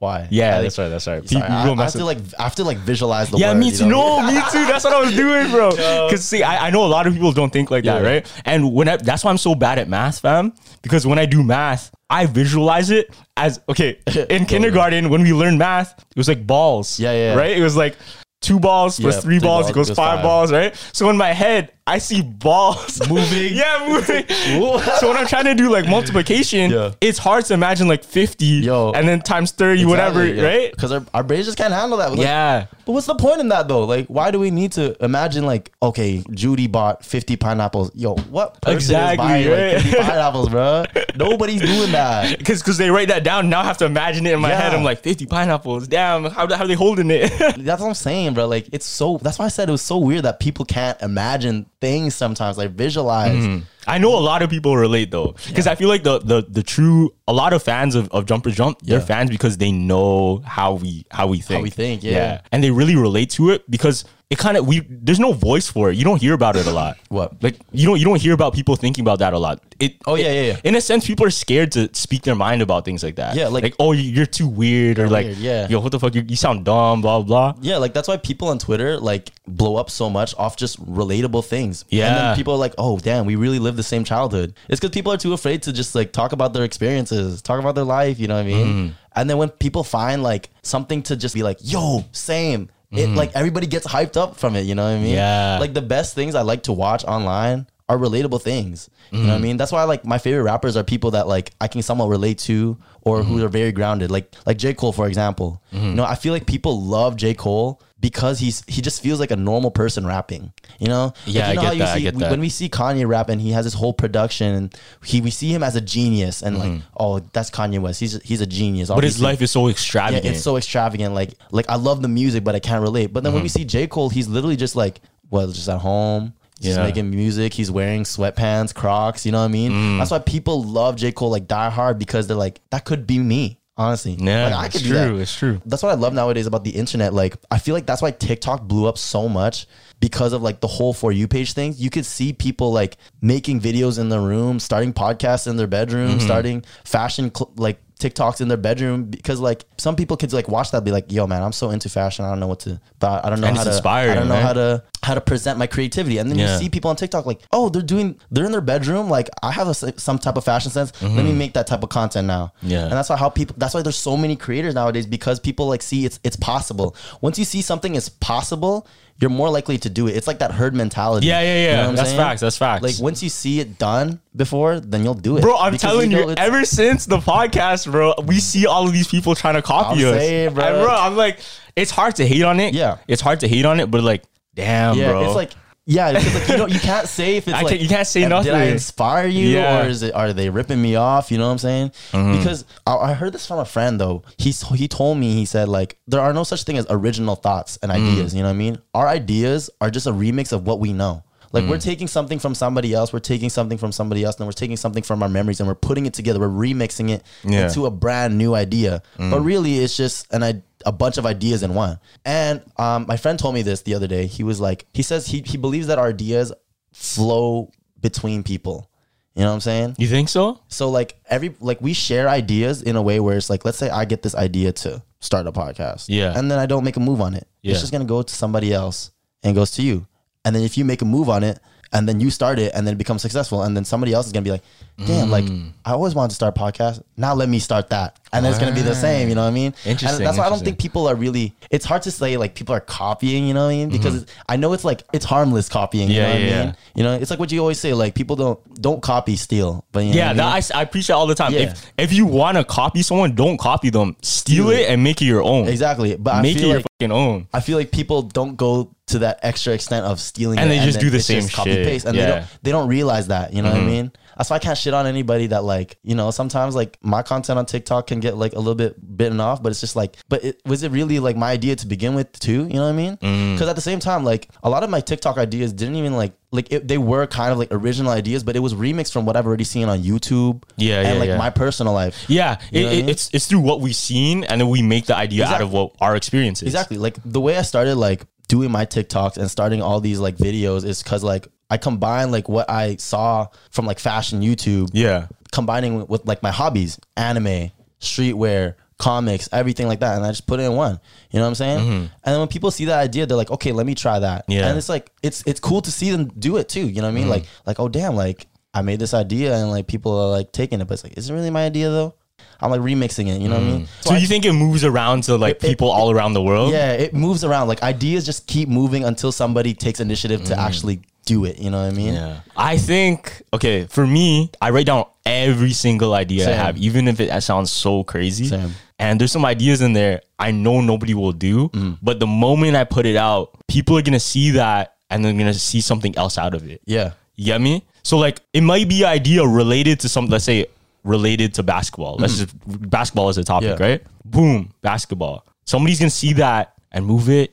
S2: Y.
S1: Yeah,
S2: I think-
S1: that's right. That's right.
S2: Sorry, I,
S1: People
S2: I have
S1: mess
S2: to
S1: it-
S2: like I have to like visualize the
S1: yeah,
S2: word,
S1: me
S2: you
S1: too.
S2: know what I mean?
S1: No, me too. That's what I was doing,
S2: [laughs]
S1: bro. Because see, I, I know a lot of people don't think like that,
S2: Yeah.
S1: right? And when I, that's why I'm so bad at math, fam. Because when I do math, I visualize it
S2: [coughs]
S1: as okay. In kindergarten, when we learned math, it was like balls.
S2: Yeah, yeah.
S1: Right? It was like two balls plus
S2: Yeah,
S1: three,
S2: three
S1: balls,
S2: balls
S1: equals
S2: equals
S1: five,
S2: five.
S1: balls, right? So in my head, I see balls [laughs] moving. yeah,
S2: [laughs]
S1: moving. so when I'm trying to do like multiplication, it's hard to imagine like 50 and then times 30, whatever, right?
S2: Because our, our brains just can't handle that. Like,
S1: Yeah.
S2: But what's the point in that though? Like, why do we need to imagine like, okay, Judy bought 50 pineapples. Yo, what person
S1: Exactly,
S2: is buying
S1: right? [laughs]
S2: like 50 pineapples, bro? Nobody's doing that.
S1: Because they write that down, now I have to imagine it in my
S2: Yeah.
S1: head. I'm like, 50 pineapples, damn, how, how are they holding it? [laughs]
S2: That's what I'm saying, bro. Like, it's so. That's why I said it was so weird that people can't imagine things sometimes, like visualize.
S1: Mhm. I know a lot of people relate though, because I feel like the, the the true a lot of fans of, of Jumper Jump, they're
S2: Yeah.
S1: fans because they know how we how we think,
S2: we think, yeah.
S1: and they really relate to it because it kind of we there's no voice for it. You don't hear about it a
S2: [laughs]
S1: lot.
S2: What?
S1: like you don't you don't hear about people thinking about that a lot. It
S2: Oh, yeah,
S1: it-
S2: yeah, yeah.
S1: In a sense, people are scared to speak their mind about things like that.
S2: Yeah, like-
S1: oh you- you're too weird or like
S2: weird, yeah.
S1: yo what the fuck you, you sound dumb blah blah.
S2: Yeah, like that's why people on Twitter like blow up so much off just relatable things. And
S1: Yeah.
S2: then people are like, oh, damn, we really live the same childhood. It's because people are too afraid to just like talk about their experiences, talk about their life, you know what I
S1: Mm.
S2: mean? And then when people find like something to just be like, yo, same. It
S1: Mm.
S2: like everybody gets hyped up from it, you know what I mean?
S1: Yeah.
S2: Like the best things I like to watch online are relatable things. You know what I
S1: Mhm.
S2: mean? That's why like my favorite rappers are people that like I can somewhat relate to or
S1: Mm-hmm.
S2: who are very grounded. Like like J. Cole, for example. You know, I feel like people love J. Cole because he's he just feels like a normal person rapping. You know? Like,
S1: Yeah,
S2: you
S1: I
S2: know
S1: get
S2: how you
S1: that, I
S2: see-
S1: get
S2: we-
S1: that.
S2: When we see Kanye rap and he has his whole production and he we see him as a genius and like, oh, that's Kanye West. He's he's a genius.
S1: Mm-hmm. But his
S2: obviously.
S1: life is so extravagant.
S2: Yeah, it's so extravagant. Like, like I love the music, but I can't relate. But then when we
S1: Mm-hmm.
S2: see J. Cole, he's literally just like, well, just at home, just
S1: Yeah.
S2: making music. He's wearing sweatpants, Crocs. You know what I mean?
S1: Mm.
S2: That's why people love J. Cole like die hard because they're like, that could be me. Honestly,
S1: yeah,
S2: Like, I
S1: it's
S2: could do that.
S1: true. It's true.
S2: That's what I love nowadays about the internet. Like, I feel like that's why TikTok blew up so much because of like the whole For You page thing. You could see people like making videos in their room, starting podcasts in their bedroom,
S1: Mhm.
S2: starting fashion cl- like TikToks in their bedroom because like some people could like watch that and be like, yo man, I'm so into fashion. I don't know what to, but I don't know
S1: And
S2: how
S1: it's
S2: to, I
S1: inspiring,
S2: don't know
S1: right?
S2: how to, how to present my creativity. And then
S1: Yeah.
S2: you see people on TikTok like, oh, they're doing, they're in their bedroom. Like I have a s some type of fashion sense. Let me
S1: Mhm.
S2: make that type of content now.
S1: Yeah.
S2: And that's why how people that's why there's so many creators nowadays because people like see it's it's possible. Once you see something is possible, you're more likely to do it. It's like that herd mentality.
S1: Yeah, yeah, yeah.
S2: what I'm
S1: That's facts, that's facts.
S2: Like once you see it done before, then you'll do it.
S1: Bro, I'm
S2: Because
S1: telling you,
S2: know it's-
S1: ever since the podcast, bro, we see all of these people trying to copy
S2: I'm
S1: us.
S2: saying, bro.
S1: And, bro, I'm like, it's hard to hate on it. Yeah. It's hard to hate on it, but like, damn,
S2: yeah,
S1: bro.
S2: it's like yeah, because like you know you can't
S1: [laughs]
S2: say if it's
S1: I
S2: like
S1: can't- you can't say
S2: "Am- Did I
S1: nothing."
S2: inspire you,
S1: Yeah.
S2: or is it are they ripping me off? You know what I'm saying?
S1: Mhm.
S2: Because I, I heard this from a friend though. He's he told me he said like there are no such thing as original thoughts and
S1: Mm.
S2: ideas. You know what I mean? Our ideas are just a remix of what we know. Like we're
S1: Mm.
S2: taking something from somebody else, we're taking something from somebody else, and we're taking something from our memories, and we're putting it together. We're remixing it
S1: Yeah.
S2: into a brand new idea. But
S1: Mm.
S2: really, it's just an I- a bunch of ideas in one. And um, my friend told me this the other day. He was like, he says he he believes that our ideas flow between people. You know what I'm saying?
S1: You think so?
S2: So like every like we share ideas in a way where it's like, let's say I get this idea to start a podcast.
S1: Yeah.
S2: And then I don't make a move on it.
S1: Yeah.
S2: It's just gonna go to somebody else and it goes to you. And then if you make a move on it and then you start it and then it becomes successful and then somebody else is gonna be like, damn, like
S1: Mm.
S2: I always wanted to start a podcast. Now let me start that. And it's gonna be the same, you know what I mean?
S1: Ah. Interesting,
S2: And that's why I don't
S1: interesting.
S2: think people are really it's hard to say like people are copying, you know what I mean? Because
S1: Mhm.
S2: it's, I know it's like it's harmless copying, you
S1: Yeah,
S2: know what
S1: yeah,
S2: I
S1: yeah.
S2: mean? You know, it's like what you always say, like people don't don't copy steal. But you know
S1: yeah,
S2: what I mean?
S1: that, I s- I, preach that all the time.
S2: Yeah.
S1: If, if you want to copy someone, don't copy them. Steal
S2: Steal
S1: it and make it your own.
S2: Exactly. But I
S1: make it
S2: feel
S1: your
S2: like-
S1: fucking own.
S2: I feel like people don't go to that extra extent of stealing
S1: And
S2: it
S1: they just do the
S2: it's
S1: same
S2: just
S1: shit.
S2: paste and
S1: Yeah.
S2: they don't they don't realize that you know what
S1: Mhm.
S2: I mean that's why I can't shit on anybody that like you know sometimes like my content on TikTok can get like a little bit bitten off but it's just like but it, was it really like my idea to begin with too you know what I mean
S1: Mm.
S2: because at the same time like a lot of my TikTok ideas didn't even like like it, they were kind of like original ideas but it was remixed from what I've already seen on YouTube
S1: Yeah,
S2: and
S1: yeah,
S2: like
S1: yeah.
S2: my personal life
S1: Yeah,
S2: You
S1: it,
S2: know what I
S1: it-
S2: mean?
S1: it's it's through what we've seen, and then we make the idea out of what our experience is.
S2: Exactly. Like the way I started like doing my TikToks and starting all these like videos is cause like I combine like what I saw from like fashion YouTube.
S1: Yeah.
S2: Combining with, with like my hobbies, anime, streetwear, comics, everything like that. And I just put it in one. You know what I'm saying?
S1: Mhm.
S2: And then when people see that idea, they're like, okay, let me try that.
S1: Yeah.
S2: And it's like it's it's cool to see them do it too. You know what I mean?
S1: Mhm.
S2: Like like, oh damn, like I made this idea and like people are like taking it, but it's like, is it really my idea though? I'm like remixing it. You know what I mean?
S1: So, you think it moves around to like people all around the world?
S2: Yeah, it moves around. Like ideas just keep moving until somebody takes initiative to
S1: Mm-hmm.
S2: actually do it. You know what I mean?
S1: Yeah. I think okay, for me, I write down every single idea I
S2: Same.
S1: have, even if it sounds so crazy. And there's some ideas in there I know nobody will do,
S2: Mm.
S1: but the moment I put it out, people are gonna see that and they're gonna see something else out of it.
S2: Yeah.
S1: You get me? So like it might be idea related to some let's say related to basketball. Let's
S2: Mhm.
S1: just basketball is a topic,
S2: Yeah.
S1: right? Boom, basketball. Somebody's gonna see that and move it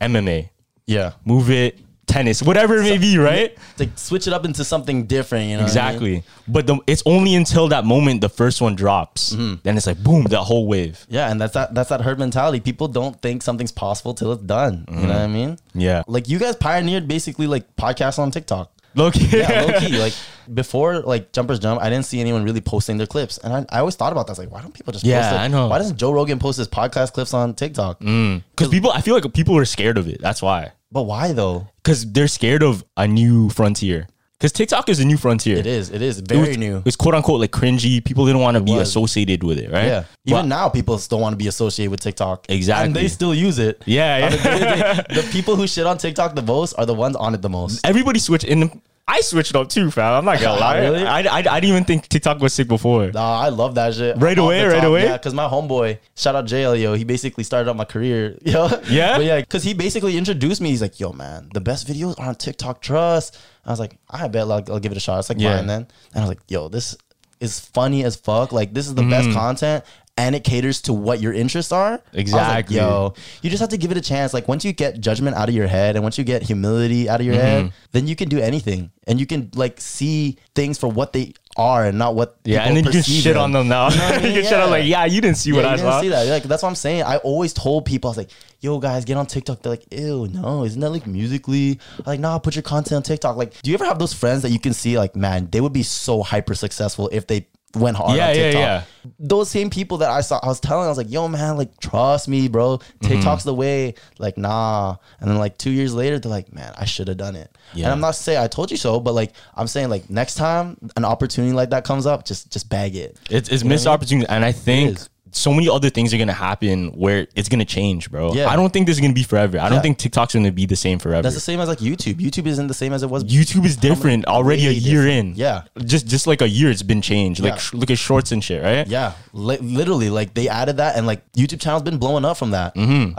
S1: MMA.
S2: Yeah.
S1: Move it tennis, whatever it may be, right?
S2: Like switch it up into something different. You know what I mean?
S1: exactly. But the, it's only until that moment the first one drops.
S2: Mm-hmm.
S1: Then it's like boom, that whole wave.
S2: Yeah, and that's that that's that herd mentality. People don't think something's possible till it's done. You know what I mean?
S1: Mm-hmm. Yeah.
S2: Like you guys pioneered basically like podcasts
S1: [laughs]
S2: on TikTok.
S1: Low key.
S2: Yeah, low key. Like before like Jumpers Jump, I didn't see anyone really posting their clips. And I, I always thought about that. I was like, why don't people just
S1: Yeah,
S2: post it?
S1: I know. Mm.
S2: Why doesn't Joe Rogan post his podcast clips on TikTok?
S1: Because people, I feel like people are scared of it. That's why.
S2: But why though?
S1: Because they're scared of a new frontier. Because TikTok is a new frontier.
S2: It is. It is very new.
S1: It's quote unquote like cringy. People didn't want to be
S2: was.
S1: associated with it, right?
S2: Yeah. Even now people still want to be associated with TikTok.
S1: Exactly.
S2: And they still use it.
S1: Yeah,
S2: On
S1: yeah. [laughs]
S2: the day-to-day, the people who shit on TikTok the most are the ones on it the most.
S1: Everybody switched in. I switched up too, fam. I'm not
S2: [laughs]
S1: gonna lie.
S2: Really?
S1: I, I, I didn't even think TikTok was sick before.
S2: No, I love that shit.
S1: Right
S2: Off
S1: away,
S2: the
S1: right away?
S2: Yeah, because my homeboy, shout out JL, yo, he basically started out my career. [laughs] Yo.
S1: Yeah?
S2: But yeah, because he basically introduced me. He's like, yo, man, the best videos are on TikTok Trust. I was like, I bet like, I'll give it a shot. It's like,
S1: Yeah.
S2: yeah. fine then. And I was like, yo, this is funny as fuck. Like, this is the
S1: Mm.
S2: best content. And it caters to what your interests are. I was like,
S1: Exactly.
S2: yo, you just have to give it a chance. Like once you get judgment out of your head and once you get humility out of your
S1: Mm-hmm.
S2: head, then you can do anything and you can like see things for what they are and not what
S1: Yeah, and
S2: people
S1: then you can
S2: perceive
S1: shit
S2: them.
S1: on them now. [laughs] You,
S2: You know what I mean?
S1: can shit on
S2: Yeah.
S1: like, yeah, you didn't see
S2: Yeah,
S1: what
S2: you
S1: I
S2: didn't
S1: saw.
S2: see that. Like that's what I'm saying. I always told people, I was like, "Yo, guys, get on TikTok." They're like, "Ew, no, isn't that like musically?" I'm like, nah, put your content on TikTok. Like, do you ever have those friends that you can see like, man, they would be so hyper successful if they went hard
S1: Yeah, yeah,
S2: on TikTok.
S1: yeah.
S2: Those same people that I saw, I was telling, I was like, "Yo, man, like, trust me, bro.
S1: Mm-hmm.
S2: TikTok's the way." Like, nah. And then like two years later, they're like, "Man, I should have done it."
S1: Yeah.
S2: And I'm not saying I told you so, but like I'm saying like next time an opportunity like that comes up, just just bag it.
S1: It's, it's missed opportunity, and I think
S2: is.
S1: so many other things are gonna happen where it's gonna change, bro.
S2: Yeah.
S1: I don't think this is gonna be forever. I don't
S2: Yeah.
S1: think TikTok's gonna be the same forever.
S2: That's the same as like YouTube. YouTube isn't the same as it was.
S1: YouTube is different already a
S2: way
S1: year in.
S2: different. Yeah.
S1: just just like a year, it's been changed. Like
S2: Yeah.
S1: sh- look at shorts and shit, right?
S2: Yeah, li- literally, like they added that, and like YouTube channel's been blowing up from that.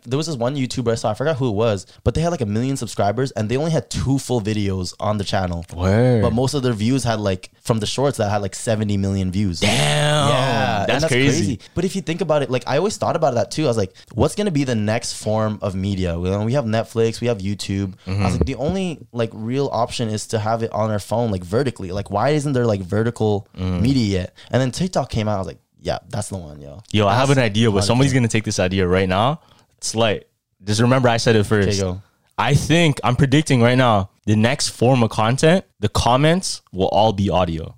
S2: There was this one YouTuber I saw, I forgot who it was, but they had like a million subscribers, and they only had two full videos on the channel.
S1: Word.
S2: But most of their views had like from the shorts that had like seventy million views. Oh,
S1: Damn,
S2: Yeah, and
S1: that's, crazy.
S2: But if you think about it, like I always thought about that too. I was like, what's gonna be the next form of media? Well, we have Netflix, we have YouTube. I was like, the only like real option is to have it on our phone, like vertically. Like, why isn't there like vertical media yet? And then TikTok came out. I was like, yeah, that's the one, yo.
S1: Yo, I have an
S2: That's-
S1: idea, but
S2: Honestly.
S1: somebody's gonna take this idea right now. It's like just remember I said it first.
S2: go.
S1: I think I'm predicting right now the next form of content, the comments will all be audio.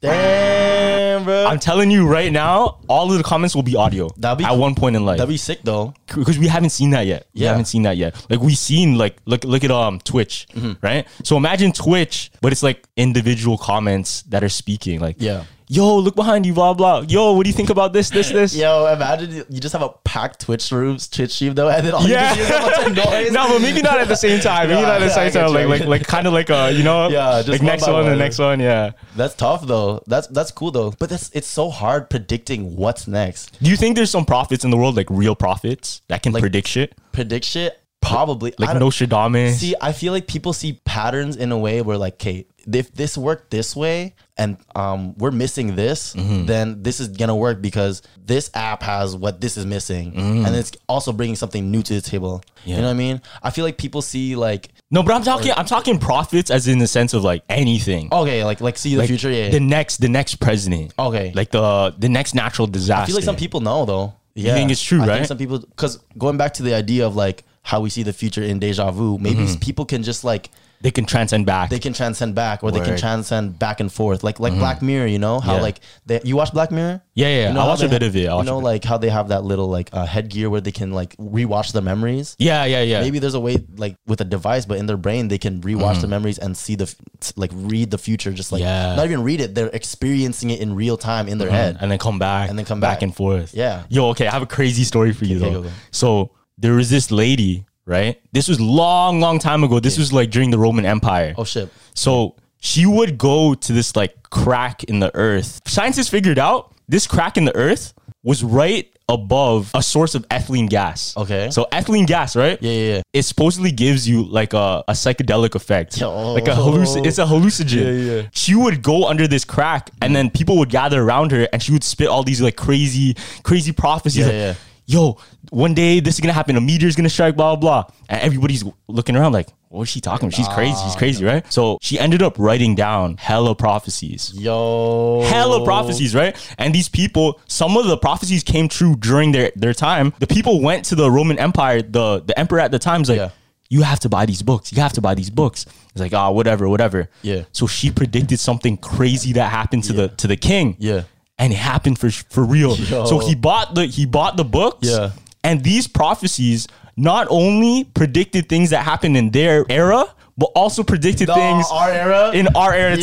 S2: Damn, bro.
S1: I'm telling you right now, all of the comments will be audio
S2: That'd be
S1: at
S2: cool.
S1: one point in life.
S2: That'd be sick though.
S1: because we haven't seen that yet. We
S2: Yeah.
S1: haven't seen that yet. Like we seen like look look at um Twitch, right? So imagine Twitch, but it's like individual comments that are speaking. Like
S2: Yeah.
S1: yo, look behind you, blah blah. Yo, what do you think about this, this, this?
S2: Yo, imagine you- you just have a packed Twitch rooms, Twitch stream though, and then all
S1: Yeah.
S2: you just hear is [laughs] a bunch of noise.
S1: no, but maybe not at the same time. Maybe
S2: Yeah,
S1: not at the
S2: yeah, I
S1: same
S2: get
S1: time.
S2: you,
S1: Like
S2: I
S1: like
S2: get
S1: like kind of like uh you know
S2: Yeah, just
S1: like
S2: one
S1: next
S2: by
S1: one, the
S2: one.
S1: next one. Yeah.
S2: That's tough though. That's that's cool though. But that's it's so hard predicting what's next.
S1: Do you think there's some prophets in the world like real prophets that can predict shit?
S2: Predict shit? Probably. I
S1: Like
S2: don't-
S1: Nostradamus.
S2: See, I feel like people see patterns in a way where like, okay, if this worked this way and um we're missing this,
S1: Mm-hmm.
S2: then this is gonna work because this app has what this is missing, and it's also bringing something new to the table.
S1: Mm-hmm. Yeah.
S2: You know what I mean? I feel like people see like,
S1: no, but I'm talking I'm talking prophets as in the sense of like anything.
S2: okay, like like see the
S1: Like,
S2: future. Yeah.
S1: The next the next president.
S2: okay.
S1: Like the the next natural disaster.
S2: I feel like some people know though.
S1: You think it's true,
S2: I
S1: right?
S2: Think some people,
S1: Mm-hmm.
S2: because going back to the idea of like how we see the future in deja vu, maybe people can just like
S1: They can transcend back.
S2: They can transcend back, or they
S1: Word.
S2: can transcend back and forth, like like
S1: Mhm.
S2: Black Mirror. You know how
S1: Yeah.
S2: like they, you watch Black Mirror.
S1: Yeah, yeah, yeah.
S2: You know
S1: I
S2: how
S1: watched
S2: they
S1: a bit
S2: ha-
S1: of it. I
S2: you
S1: watched a
S2: know, like how they have that little like uh, headgear where they can like rewatch their memories.
S1: Yeah, yeah, yeah.
S2: Maybe there's a way like with a device, but in their brain they can rewatch
S1: Mhm.
S2: the memories and see the f- like read the future, just like
S1: Yeah.
S2: not even read it. They're experiencing it in real time in their
S1: Mhm.
S2: head.
S1: and then come back and then come back, and forth.
S2: Yeah.
S1: Yo, okay, I have a crazy story for you
S2: Okay,
S1: though.
S2: go, go.
S1: So there was this lady, right? This was long, long time ago. This was like during the Roman Empire.
S2: Oh shit.
S1: So she would go to this like crack in the earth. Scientists figured out this crack in the earth was right above a source of ethylene gas. Okay. So ethylene gas, right? Yeah,
S2: yeah, yeah.
S1: It supposedly gives you like a, a psychedelic effect. Like a
S2: Yo.
S1: halluc- it's a hallucinogen.
S2: Yeah, yeah.
S1: She would go under this crack and then people would gather around her and she would spit all these like crazy, crazy prophecies.
S2: Yeah,
S1: like,
S2: yeah.
S1: Yo, one day this is gonna happen. A meteor's gonna strike, blah, blah, blah. And everybody's looking around like, what is she talking about? She's crazy.
S2: Ah,
S1: She's crazy, right? So she ended up writing down hella prophecies.
S2: Yo.
S1: Hella prophecies, right? And these people, some of the prophecies came true during their, their time. The people went to the Roman Empire, the, the emperor at the time's like, you have to buy these books. You have to buy these books. It's like, ah, whatever, whatever.
S2: Yeah.
S1: So she predicted something crazy that happened to the to the king. Yeah. And it happened for for real.
S2: Yo.
S1: So he bought the he bought the books.
S2: Yeah.
S1: And these prophecies not only predicted things that happened in their era, but also predicted
S2: No,
S1: things
S2: our era?
S1: [laughs] in our era
S2: Yo.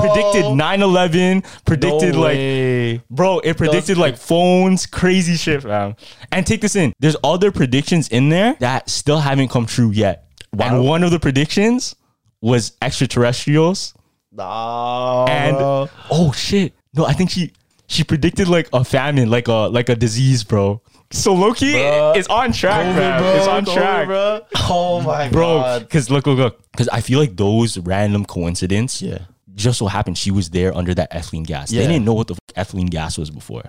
S1: too. Predicted 9-11, predicted
S2: No
S1: like bro, it predicted like phones, crazy shit, fam. And take this in. There's other predictions in there that still haven't come true yet. And one of the predictions was extraterrestrials.
S2: Nah,
S1: and
S2: bro.
S1: oh shit. No, I think she she predicted like a famine, like a like a disease, bro. So Loki is on track,
S2: Over,
S1: fam.
S2: bro.
S1: It's on
S2: Over,
S1: track.
S2: bro. Oh my
S1: Bro,
S2: god.
S1: because look, look, look. Because I feel like those random coincidence yeah. just so happened she was there under that ethylene gas.
S2: Yeah.
S1: They didn't know what the fuck ethylene gas was before.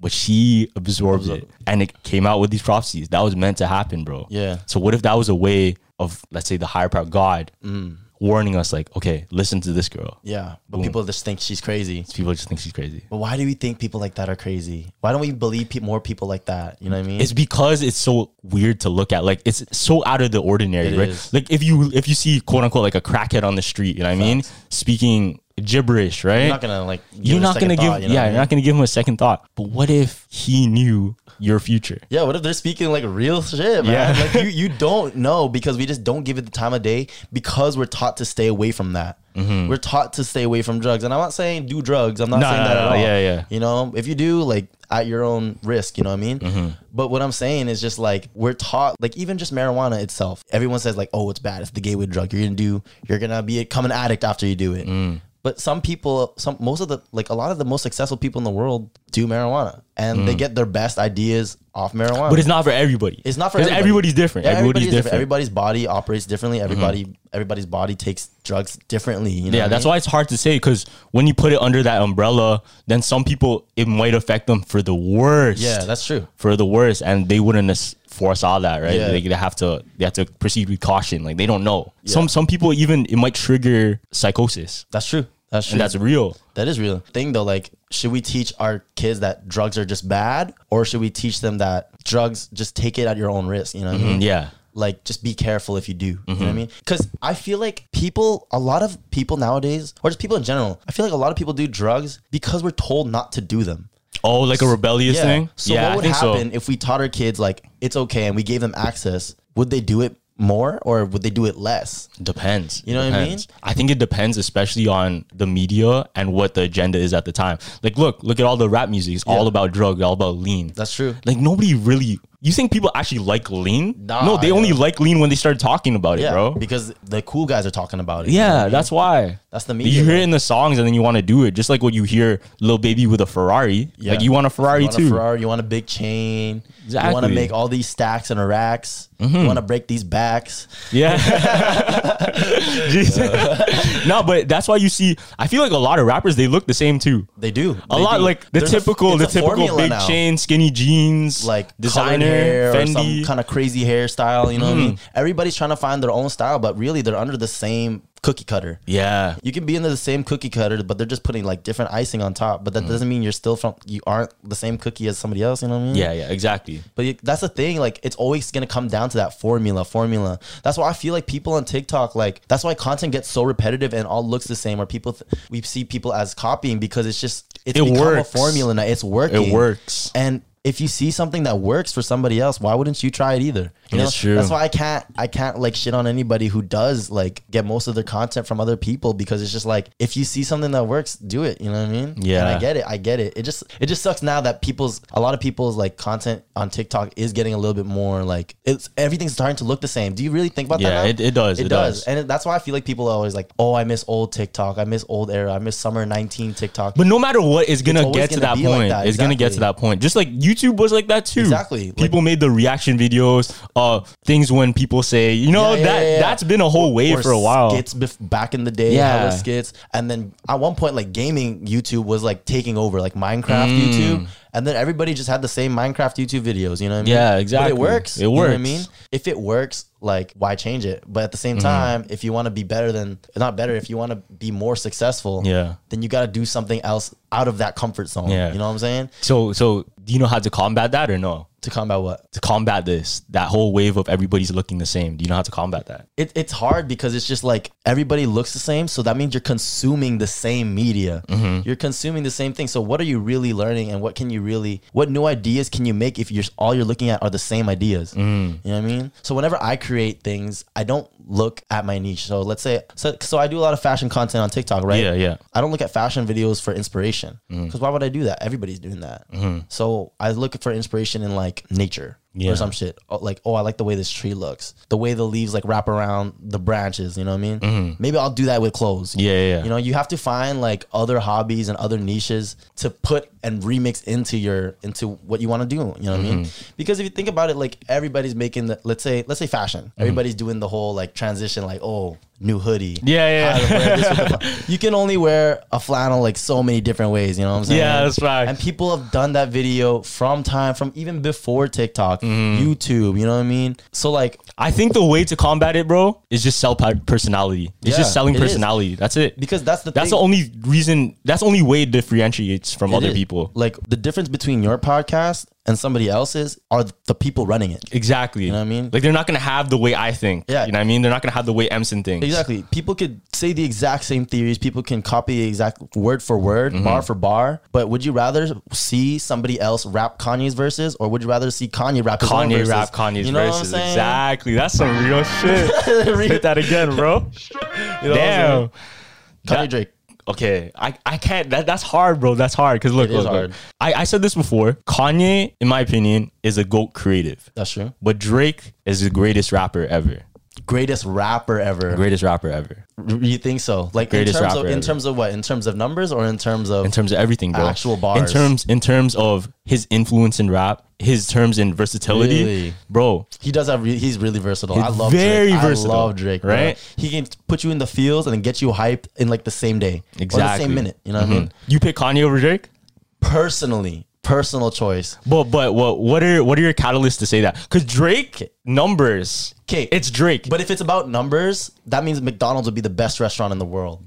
S1: But she Mm-hmm. absorbed it and it came out with these prophecies. That was meant to happen, bro.
S2: Yeah.
S1: So what if that was a way of, let's say, the higher power, God,
S2: Mm.
S1: warning us, like, okay, listen to this girl.
S2: Yeah, but
S1: Boom.
S2: people just think she's crazy.
S1: People just think she's crazy.
S2: But why do we think people like that are crazy? Why don't we believe pe- more people like that? You know what I mean?
S1: It's because it's so weird to look at. Like it's so out of the ordinary,
S2: It
S1: right?
S2: is.
S1: Like if you if you see quote unquote like a crackhead on the street, you know what I mean, speaking gibberish, right?
S2: You're not gonna, like, give
S1: you're
S2: it a
S1: not
S2: second
S1: gonna give
S2: thought, you know what
S1: yeah,
S2: I
S1: you're
S2: mean?
S1: not gonna give him a second thought. But what if he knew your future?
S2: yeah, what if they're speaking like real shit, man?
S1: Yeah. [laughs]
S2: Like you, you don't know because we just don't give it the time of day because we're taught to stay away from that.
S1: Mhm.
S2: We're taught to stay away from drugs. And I'm not saying do drugs. I'm not
S1: No,
S2: saying
S1: no,
S2: that
S1: no,
S2: at all.
S1: yeah, yeah.
S2: You know, if you do, like at your own risk, you know what I mean?
S1: Mm-hmm.
S2: But what I'm saying is just like we're taught, like even just marijuana itself, everyone says like, oh, it's bad. It's the gateway drug. You're gonna do, you're gonna be become an addict after you do it.
S1: Mm.
S2: But some people, some most of the like a lot of the most successful people in the world do marijuana, and they
S1: Mm.
S2: get their best ideas off marijuana.
S1: But it's not for everybody.
S2: It's not for
S1: 'Cause
S2: everybody.
S1: everybody's different.
S2: Yeah,
S1: everybody's
S2: everybody's
S1: different. Mm-hmm.
S2: Everybody's body operates differently. Everybody, everybody's body takes drugs differently. You know
S1: yeah,
S2: what I
S1: that's
S2: mean?
S1: why it's hard to say because when you put it under that umbrella, then some people it might affect them for the worst.
S2: Yeah, that's true.
S1: For the worst, and they wouldn't as- foresaw that, right?
S2: Yeah.
S1: They, they have to they have to proceed with caution. Like they don't know. Some some people even it might trigger psychosis.
S2: That's true. That's true.
S1: And that's real.
S2: That is real. Thing though, like, should we teach our kids that drugs are just bad, or should we teach them that drugs just take it at your own risk? You know what I mean?
S1: Mhm, yeah.
S2: Like, just be careful if you do. You know what I
S1: Mhm.
S2: mean? Because I feel like people, a lot of people nowadays, or just people in general, I feel like a lot of people do drugs because we're told not to do them.
S1: Oh, like a rebellious
S2: Yeah.
S1: thing.
S2: So
S1: yeah,
S2: what
S1: I
S2: would
S1: think so.
S2: happen if we taught our kids like it's okay and we gave them access? Would they do it more or would they do it less?
S1: Depends.
S2: You know what I mean?
S1: Depends. I think it depends, especially on the media and what the agenda is at the time. Like, look, look at all the rap music. It's all about drug, all about lean.
S2: That's true.
S1: Like, nobody really. You think people actually like lean?
S2: Nah,
S1: no, they
S2: yo.
S1: only like lean when they start talking about it,
S2: Yeah,
S1: bro.
S2: because the cool guys are talking about it. you know what I
S1: Yeah,
S2: mean?
S1: that's why.
S2: That's the
S1: You
S2: media,
S1: hear it in the songs, and then you want to do it. Just like when you hear Lil Baby with a Ferrari,
S2: Yeah.
S1: like you want a Ferrari
S2: you want
S1: too.
S2: A Ferrari, you want a big chain. You want to
S1: Exactly.
S2: make all these stacks and racks. You
S1: Mhm.
S2: want to break these backs.
S1: [laughs] Yeah. [laughs] Jeez. no, but that's why you see. I feel like a lot of rappers they look the same too.
S2: They do
S1: a
S2: They
S1: lot
S2: do.
S1: like the
S2: There's a-
S1: typical,
S2: it's
S1: the
S2: a
S1: typical
S2: formula
S1: big
S2: now.
S1: chain, skinny jeans,
S2: Like colored
S1: designer
S2: hair or some
S1: Fendi.
S2: kind of crazy hairstyle. You know what I mean?
S1: Mhm.
S2: Everybody's trying to find their own style, but really they're under the same cookie cutter.
S1: Yeah.
S2: You can be under the same cookie cutter, but they're just putting like different icing on top. But that
S1: Mm.
S2: doesn't mean you're still from you aren't the same cookie as somebody else. You know what I mean?
S1: Yeah, yeah, exactly.
S2: But you- that's the thing. Like, it's always gonna come down to that formula. Formula. That's why I feel like people on TikTok, like, that's why content gets so repetitive and all looks the same. Or people, th- we see people as copying because it's just it's
S1: It
S2: become
S1: works.
S2: a formula now. It's working.
S1: works.
S2: And if you see something that works for somebody else, why wouldn't you try it either? You
S1: That's true.
S2: That's why I can't. I can't like shit on anybody who does like get most of their content from other people because it's just like if you see something that works, do it. You know what I mean?
S1: Yeah.
S2: And I get it. I get it. It just it just sucks now that people's a lot of people's like content on TikTok is getting a little bit more like it's everything's starting to look the same. Do you really think about
S1: Yeah,
S2: that? now?
S1: it- it does,
S2: It,
S1: it
S2: does.
S1: does.
S2: And it- that's why I feel like people are always like, oh, I miss old TikTok. I miss old era. I miss summer nineteen TikTok.
S1: But no matter what, it's gonna
S2: It's always
S1: get to
S2: gonna
S1: that
S2: be
S1: point.
S2: like that,
S1: It's gonna get to
S2: exactly.
S1: that point. Just like YouTube was like that too.
S2: Exactly.
S1: People made the reaction videos, uh, things when people say, you know,
S2: Yeah, yeah,
S1: that
S2: yeah, yeah.
S1: that's been a whole wave
S2: Or
S1: for a while.
S2: Skits bef- back in the day, yeah,
S1: Yeah.
S2: hella skits, and then at one point, like gaming YouTube was like taking over, like Minecraft
S1: Mm.
S2: YouTube, and then everybody just had the same Minecraft YouTube videos. You know what I mean?
S1: Yeah,
S2: But
S1: exactly.
S2: it works.
S1: It
S2: you know what I
S1: works.
S2: mean, if it works, like why change it? But at the same
S1: Mhm.
S2: time, if you want to be better than not better, if you want to be more successful,
S1: Yeah.
S2: then you got to do something else out of that comfort zone.
S1: Yeah.
S2: you know what I'm saying?
S1: So so do you know how to combat that or no?
S2: To combat what?
S1: To combat this, that whole wave of everybody's looking the same. Do you know how to combat that?
S2: it, it's hard because it's just like everybody looks the same. So that means you're consuming the same media.
S1: Mhm.
S2: You're consuming the same thing. So what are you really learning and what can you really, what new ideas can you make if you're all you're looking at are the same ideas? You know what I mean? So whenever I create things, I don't look at my niche. So let's say, so, so I do a lot of fashion content on TikTok, right?
S1: Yeah, yeah.
S2: I don't look at fashion videos for inspiration
S1: Mm.
S2: because why would I do that? Everybody's doing that.
S1: Mhm.
S2: So I look for inspiration in like nature
S1: Yeah.
S2: or some shit. Oh, Like, oh, I like the way this tree looks, the way the leaves like wrap around the branches. You know what I mean?
S1: Mhm.
S2: Maybe I'll do that with clothes.
S1: Yeah, yeah, yeah.
S2: You know, you have to find like other hobbies and other niches to put and remix into your into what you want to do. You know what I mean?
S1: Mhm.
S2: Because if you think about it, like everybody's making the let's say let's say fashion.
S1: Mm-hmm.
S2: Everybody's doing the whole like transition, like oh new hoodie.
S1: Yeah, yeah.
S2: How to wear this with the fla- you can only wear a flannel like so many different ways. You know what I'm saying?
S1: Yeah, that's right.
S2: And people have done that video from time from even before TikTok,
S1: Mm-hmm.
S2: YouTube. You know what I mean? So like,
S1: I think the way to combat it, bro, is just sell per- personality. It's
S2: Yeah,
S1: just selling
S2: it is.
S1: personality. That's it.
S2: Because that's the
S1: that's
S2: thing-
S1: the only reason. That's the only way it differentiates from
S2: It
S1: other
S2: is.
S1: people.
S2: Like the difference between your podcast and somebody else's are the people running it.
S1: Exactly. You know what I mean? Like they're not gonna have the way I think. Yeah. You know what I mean? They're not gonna have the way Emson thinks.
S2: Exactly. People could say the exact same theories. People can copy the exact word for word,
S1: Mhm.
S2: bar for bar. But would you rather see somebody else rap Kanye's verses, or would you rather see Kanye rap his own
S1: Kanye
S2: verses?
S1: rap Kanye's
S2: You know what I'm
S1: verses.
S2: saying?
S1: Exactly. That's some
S2: [laughs]
S1: real shit. Hit that again, bro.
S2: You know what I'm
S1: Damn.
S2: saying? Kanye Drake.
S1: Okay, I, I can't. That, that's hard, bro. That's hard. Cause look,
S2: It is
S1: look, look.
S2: hard.
S1: I, I said this before. Kanye, in my opinion, is a goat creative.
S2: That's true.
S1: But Drake is the greatest rapper ever.
S2: Greatest rapper ever.
S1: Greatest rapper ever.
S2: You think so? Like
S1: Greatest
S2: in terms of
S1: rapper
S2: in
S1: ever.
S2: terms of what? In terms of numbers or in terms of
S1: in terms of everything, bro.
S2: Actual bars.
S1: In terms in terms of his influence in rap, his terms in versatility,
S2: Really?
S1: bro.
S2: He does have. Re- he's really versatile.
S1: He's
S2: I love
S1: very
S2: Drake.
S1: versatile,
S2: I love Drake. bro.
S1: right?
S2: He can put you in the fields and then get you hyped in like the same day,
S1: Exactly.
S2: or the same minute. You know what I
S1: Mhm.
S2: mean?
S1: You pick Kanye over Drake?
S2: Personally, personal choice.
S1: But but what what are what are your catalysts to say that? Because Drake numbers.
S2: Okay,
S1: it's Drake.
S2: But if it's about numbers, that means McDonald's would be the best restaurant in the world.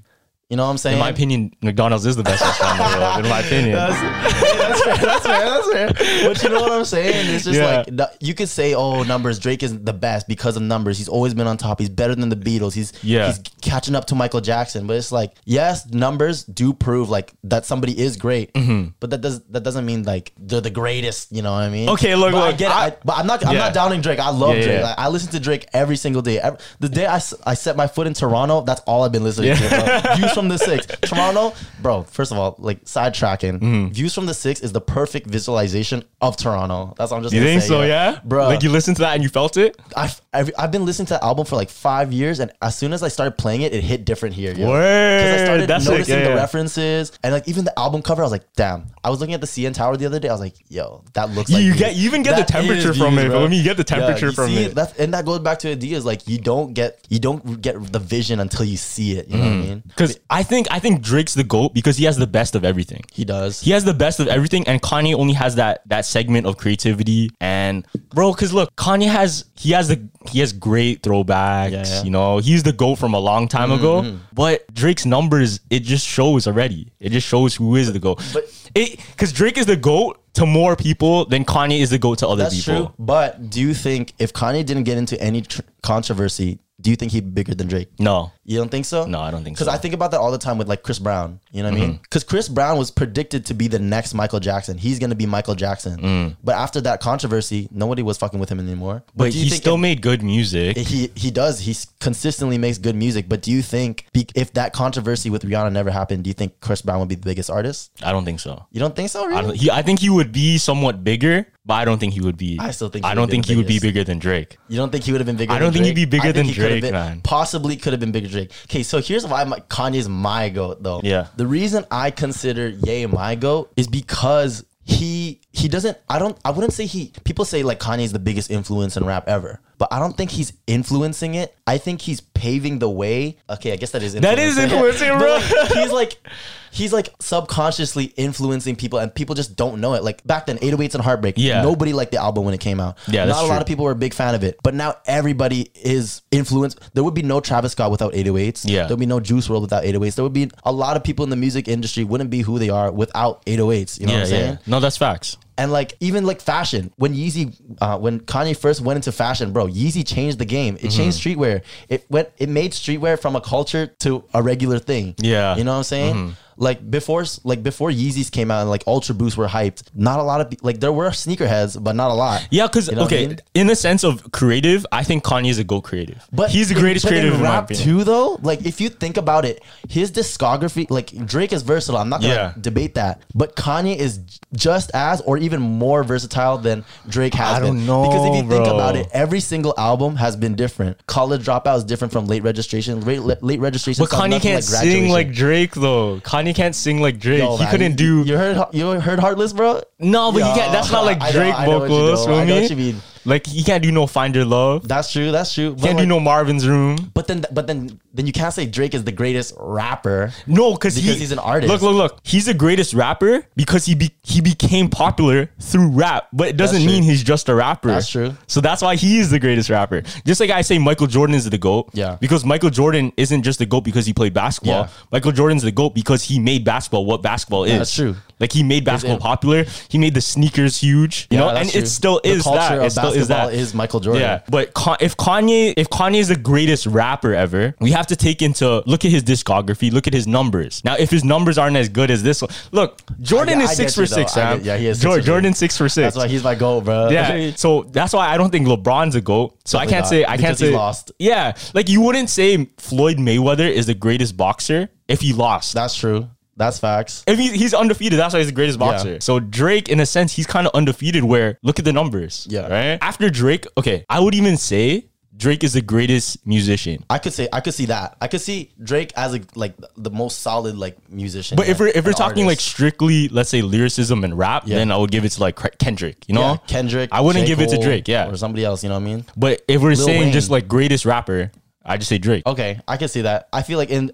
S2: You know what I'm saying?
S1: In my opinion, McDonald's is the best restaurant in the world. In my opinion,
S2: that's fair. That's fair. That's fair. But you know what I'm saying? It's just
S1: Yeah.
S2: like no- you could say, "Oh, numbers. Drake is the best because of numbers. He's always been on top. He's better than the Beatles. He's
S1: Yeah.
S2: he's catching up to Michael Jackson." But it's like, yes, numbers do prove like that somebody is great,
S1: Mhm.
S2: but that does that doesn't mean like they're the greatest. You know what I mean?
S1: Okay, look,
S2: but I
S1: look,
S2: get it.
S1: I-
S2: I- but I'm not. I'm
S1: Yeah.
S2: not downing Drake. I love
S1: Yeah,
S2: Drake.
S1: yeah.
S2: Like, I listen to Drake every single day. Ev- the day I, s- I set my foot in Toronto, that's all I've been listening to.
S1: [laughs]
S2: bro. Views from the Six. Toronto, bro, first of all, like sidetracking.
S1: Mm-hmm.
S2: Views from the Six is the perfect visualization of Toronto. That's what I'm just
S1: you
S2: gonna
S1: think
S2: say,
S1: so? Yeah,
S2: Bro,
S1: Like you listened to that and you felt it.
S2: I've, I've, I've been listening to the album for like five years, and as soon as I started playing it, it hit different here. yo. I
S1: Word,
S2: started
S1: that's sick,
S2: noticing
S1: yeah,
S2: the
S1: yeah.
S2: references, and like even the album cover, I was like, damn. I was looking at the CN Tower the other day. I was like, yo, that looks.
S1: You-
S2: like
S1: you
S2: views.
S1: get- you even get the
S2: That is
S1: temperature from
S2: views,
S1: it,
S2: bro.
S1: bro. I mean, you get the
S2: Yeah,
S1: temperature
S2: you
S1: from
S2: see,
S1: it.
S2: that's-
S1: Mm.
S2: and that goes back to ideas like you don't get you don't get the vision until you see it. You know what I mean?
S1: Because I think I think Drake's the goat because he has the best of everything.
S2: He does.
S1: He has the best of everything, and Kanye only has that that segment of creativity. And bro, because look, Kanye has he has the he has great throwbacks.
S2: yeah.
S1: You know, he's the goat from a long time
S2: Mhm.
S1: ago. But Drake's numbers, it just shows already. It just shows who is the goat. But it because Drake is the goat to more people than Kanye is the goat to other
S2: That's
S1: people.
S2: true. But do you think if Kanye didn't get into any tr- controversy, do you think he'd be bigger than Drake?
S1: No.
S2: You don't think so?
S1: No, I don't think
S2: Because
S1: so.
S2: I think about that all the time with like Chris Brown. You know what I mean?
S1: Mhm.
S2: Because Chris Brown was predicted to be the next Michael Jackson. He's going to be Michael Jackson.
S1: Mm.
S2: But after that controversy, nobody was fucking with him anymore.
S1: But,
S2: do you
S1: he
S2: think
S1: still made good music.
S2: He he does. He s- consistently makes good music. But do you think be- if that controversy with Rihanna never happened, do you think Chris Brown would be the biggest artist?
S1: I don't think so.
S2: You don't think so? Really?
S1: I, don't, he, I think he would be somewhat bigger, but I don't think he would be.
S2: I still think he
S1: I
S2: would
S1: don't
S2: be
S1: think
S2: the
S1: he would be
S2: biggest.
S1: bigger than Drake.
S2: You don't think he would have been bigger?
S1: I don't
S2: than
S1: think he'd be
S2: Drake?
S1: bigger
S2: I think
S1: than
S2: he could've
S1: Drake,
S2: been-
S1: man.
S2: Possibly could have been bigger Drake. Okay, so here's why my, Kanye's my goat though.
S1: Yeah.
S2: The reason I consider Ye my goat is because he he doesn't. I don't. I wouldn't say he. People say like Kanye's the biggest influence in rap ever, but I don't think he's influencing it. I think he's paving the way. Okay, I guess that is
S1: That is influencing,
S2: [laughs] But,
S1: bro.
S2: like, he's like. He's like subconsciously influencing people, and people just don't know it. Like back then, 808s and Heartbreak,
S1: Yeah.
S2: nobody liked the album when it came out.
S1: Yeah,
S2: not
S1: that's
S2: a lot
S1: true.
S2: of people were a big fan of it, but now everybody is influenced. There would be no Travis Scott without 808s.
S1: Yeah.
S2: there would be no Juice World without 808s. There would be a lot of people in the music industry wouldn't be who they are without 808s. You know what I'm saying?
S1: No, that's facts.
S2: And like even like fashion, when Yeezy, uh, when Kanye first went into fashion, bro, Yeezy changed the game. It changed
S1: Mm-hmm.
S2: streetwear. It went, it made streetwear from a culture to a regular thing.
S1: Yeah.
S2: you know what I'm saying?
S1: Mhm.
S2: Like before, like before Yeezys came out and like Ultra Boosts were hyped. Not a lot of pe- like there were sneakerheads, but not a lot.
S1: Yeah, because
S2: You know what I
S1: okay,
S2: mean?
S1: in the sense of creative, I think Kanye's a go creative. But he's the
S2: in-
S1: greatest
S2: but
S1: creative
S2: in
S1: in my
S2: rap
S1: opinion.
S2: too, though. Like if you think about it, his discography, like Drake is versatile. I'm not gonna
S1: Yeah.
S2: debate that, but Kanye is j- just as or even more versatile than Drake has.
S1: I don't
S2: been.
S1: know,
S2: because if you think
S1: bro.
S2: about it, every single album has been different. College Dropout is different from Late Registration. Late, late registration,
S1: But
S2: sounds
S1: Kanye
S2: nothing
S1: can't
S2: like
S1: sing
S2: Graduation.
S1: like Drake though. Kanye can't sing like Drake.
S2: Yo,
S1: he
S2: man,
S1: couldn't do.
S2: you- You heard you heard Heartless, bro?
S1: No, but he can't. That's not like
S2: I know-
S1: Drake
S2: I know what you
S1: vocals.
S2: know.
S1: feel
S2: I know
S1: me?
S2: what you mean.
S1: Like he can't do no Find Your Love.
S2: That's true. That's true.
S1: Can't do
S2: like-
S1: no Marvin's Room.
S2: But then, but then, then you can't say Drake is the greatest rapper.
S1: No, because
S2: because he's an artist.
S1: Look, look, look. He's the greatest rapper because he be, he became popular through rap, but it doesn't
S2: That's true.
S1: mean he's just a rapper.
S2: That's true.
S1: So that's why he is the greatest rapper. Just like I say, Michael Jordan is the goat.
S2: Yeah.
S1: Because Michael Jordan isn't just the goat because he played basketball.
S2: Yeah.
S1: Michael Jordan's the goat because he made basketball what basketball is.
S2: Yeah, that's true.
S1: Like he made basketball popular. He made the sneakers huge. You
S2: Yeah,
S1: know,
S2: that's
S1: and
S2: true.
S1: it still
S2: The
S1: is
S2: culture
S1: that.
S2: of
S1: It still is
S2: basketball
S1: that.
S2: is Michael Jordan.
S1: Yeah. But Ka- if Kanye, if Kanye is the greatest rapper ever, we have to take into look at his discography, look at his numbers. Now, if his numbers aren't as good as this one, look, Jordan
S2: I-
S1: is
S2: I
S1: six
S2: get you,
S1: for
S2: though.
S1: six,
S2: I
S1: Sam.
S2: get- yeah, he is six
S1: Jor-
S2: for six.
S1: Jordan six for six.
S2: That's why he's my goal, bro.
S1: yeah, so that's why I don't think LeBron's a goat. So I
S2: Definitely
S1: can't
S2: not,
S1: say I can't
S2: because he
S1: say
S2: lost.
S1: Yeah, like you wouldn't say Floyd Mayweather is the greatest boxer if he lost.
S2: [laughs] That's true. That's facts.
S1: If he, he's undefeated, that's why he's the greatest boxer.
S2: Yeah.
S1: So Drake, in a sense, he's kind of undefeated. Where look at the numbers.
S2: Yeah.
S1: Right after Drake, okay, I would even say Drake is the greatest musician.
S2: I could say I could see that. I could see Drake as a like the most solid like musician.
S1: But if we're if
S2: and
S1: we're talking like
S2: artist.
S1: strictly, let's say lyricism and rap,
S2: Yeah.
S1: then I would give it to like Kendrick. You know,
S2: Yeah, Kendrick,
S1: I wouldn't
S2: J.
S1: give it to
S2: Cole,
S1: Drake. Yeah.
S2: or somebody else. You know what I mean?
S1: But if we're
S2: Lil
S1: saying just
S2: Wayne. Oh.
S1: like greatest rapper, I just say Drake.
S2: Okay, I can see that. I feel like in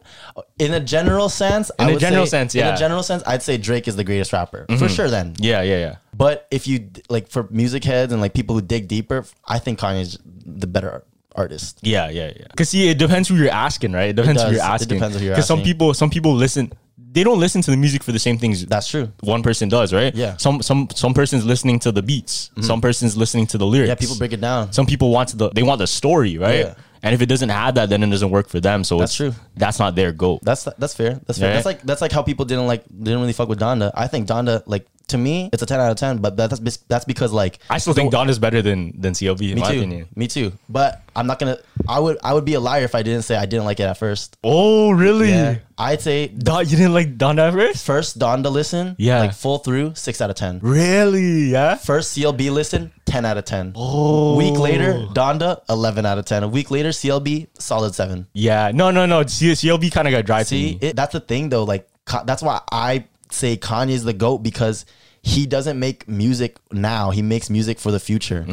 S2: in a general sense,
S1: In
S2: I
S1: a
S2: would
S1: general
S2: say-
S1: sense,
S2: in
S1: yeah.
S2: a general sense, I'd say Drake is the greatest rapper for
S1: Mhm.
S2: sure. Then,
S1: Yeah, yeah, yeah.
S2: but if you like for music heads and like people who dig deeper, I think Kanye's the better artist.
S1: Yeah, yeah, yeah. Because see, it depends who you're asking, right? It depends who
S2: does.
S1: you're
S2: It
S1: asking.
S2: depends who you're
S1: some
S2: asking.
S1: people, some people listen. They don't listen to the music for the same things.
S2: That's true.
S1: One person does, right?
S2: Yeah. Mm-hmm.
S1: Some some some person's listening to the beats. Some person's listening to the lyrics.
S2: Yeah, people break it down.
S1: Some people want the they want the story, right?
S2: Yeah.
S1: And if it doesn't have that, then it doesn't work for them. So
S2: That's
S1: it's,
S2: true.
S1: That's not their goal.
S2: That's that's fair. That's fair.
S1: Right?
S2: That's like that's like how people didn't like didn't really fuck with Donda. I think Donda like to me it's a ten out of ten, but that- that's bes- that's because like
S1: I still think Don is better than than CLB in
S2: me
S1: my
S2: too,
S1: opinion.
S2: me too. But I'm not gonna. I would I would be a liar if I didn't say I didn't like it at first.
S1: Oh, really?
S2: Yeah, I'd say
S1: Don, you didn't like Don at first?
S2: first Donda listen,
S1: Yeah.
S2: like full through six out of ten.
S1: Really? Yeah.
S2: First CLB listen, ten out of ten. Oh, week later Donda, eleven out of ten. A week later CLB, solid seven.
S1: Yeah. No, no, no. C- CLB kind of got dry to
S2: See,
S1: me.
S2: it, that's the thing though. Like Ka- that's why I say Kanye's the goat because he doesn't make music now. He makes music for the future.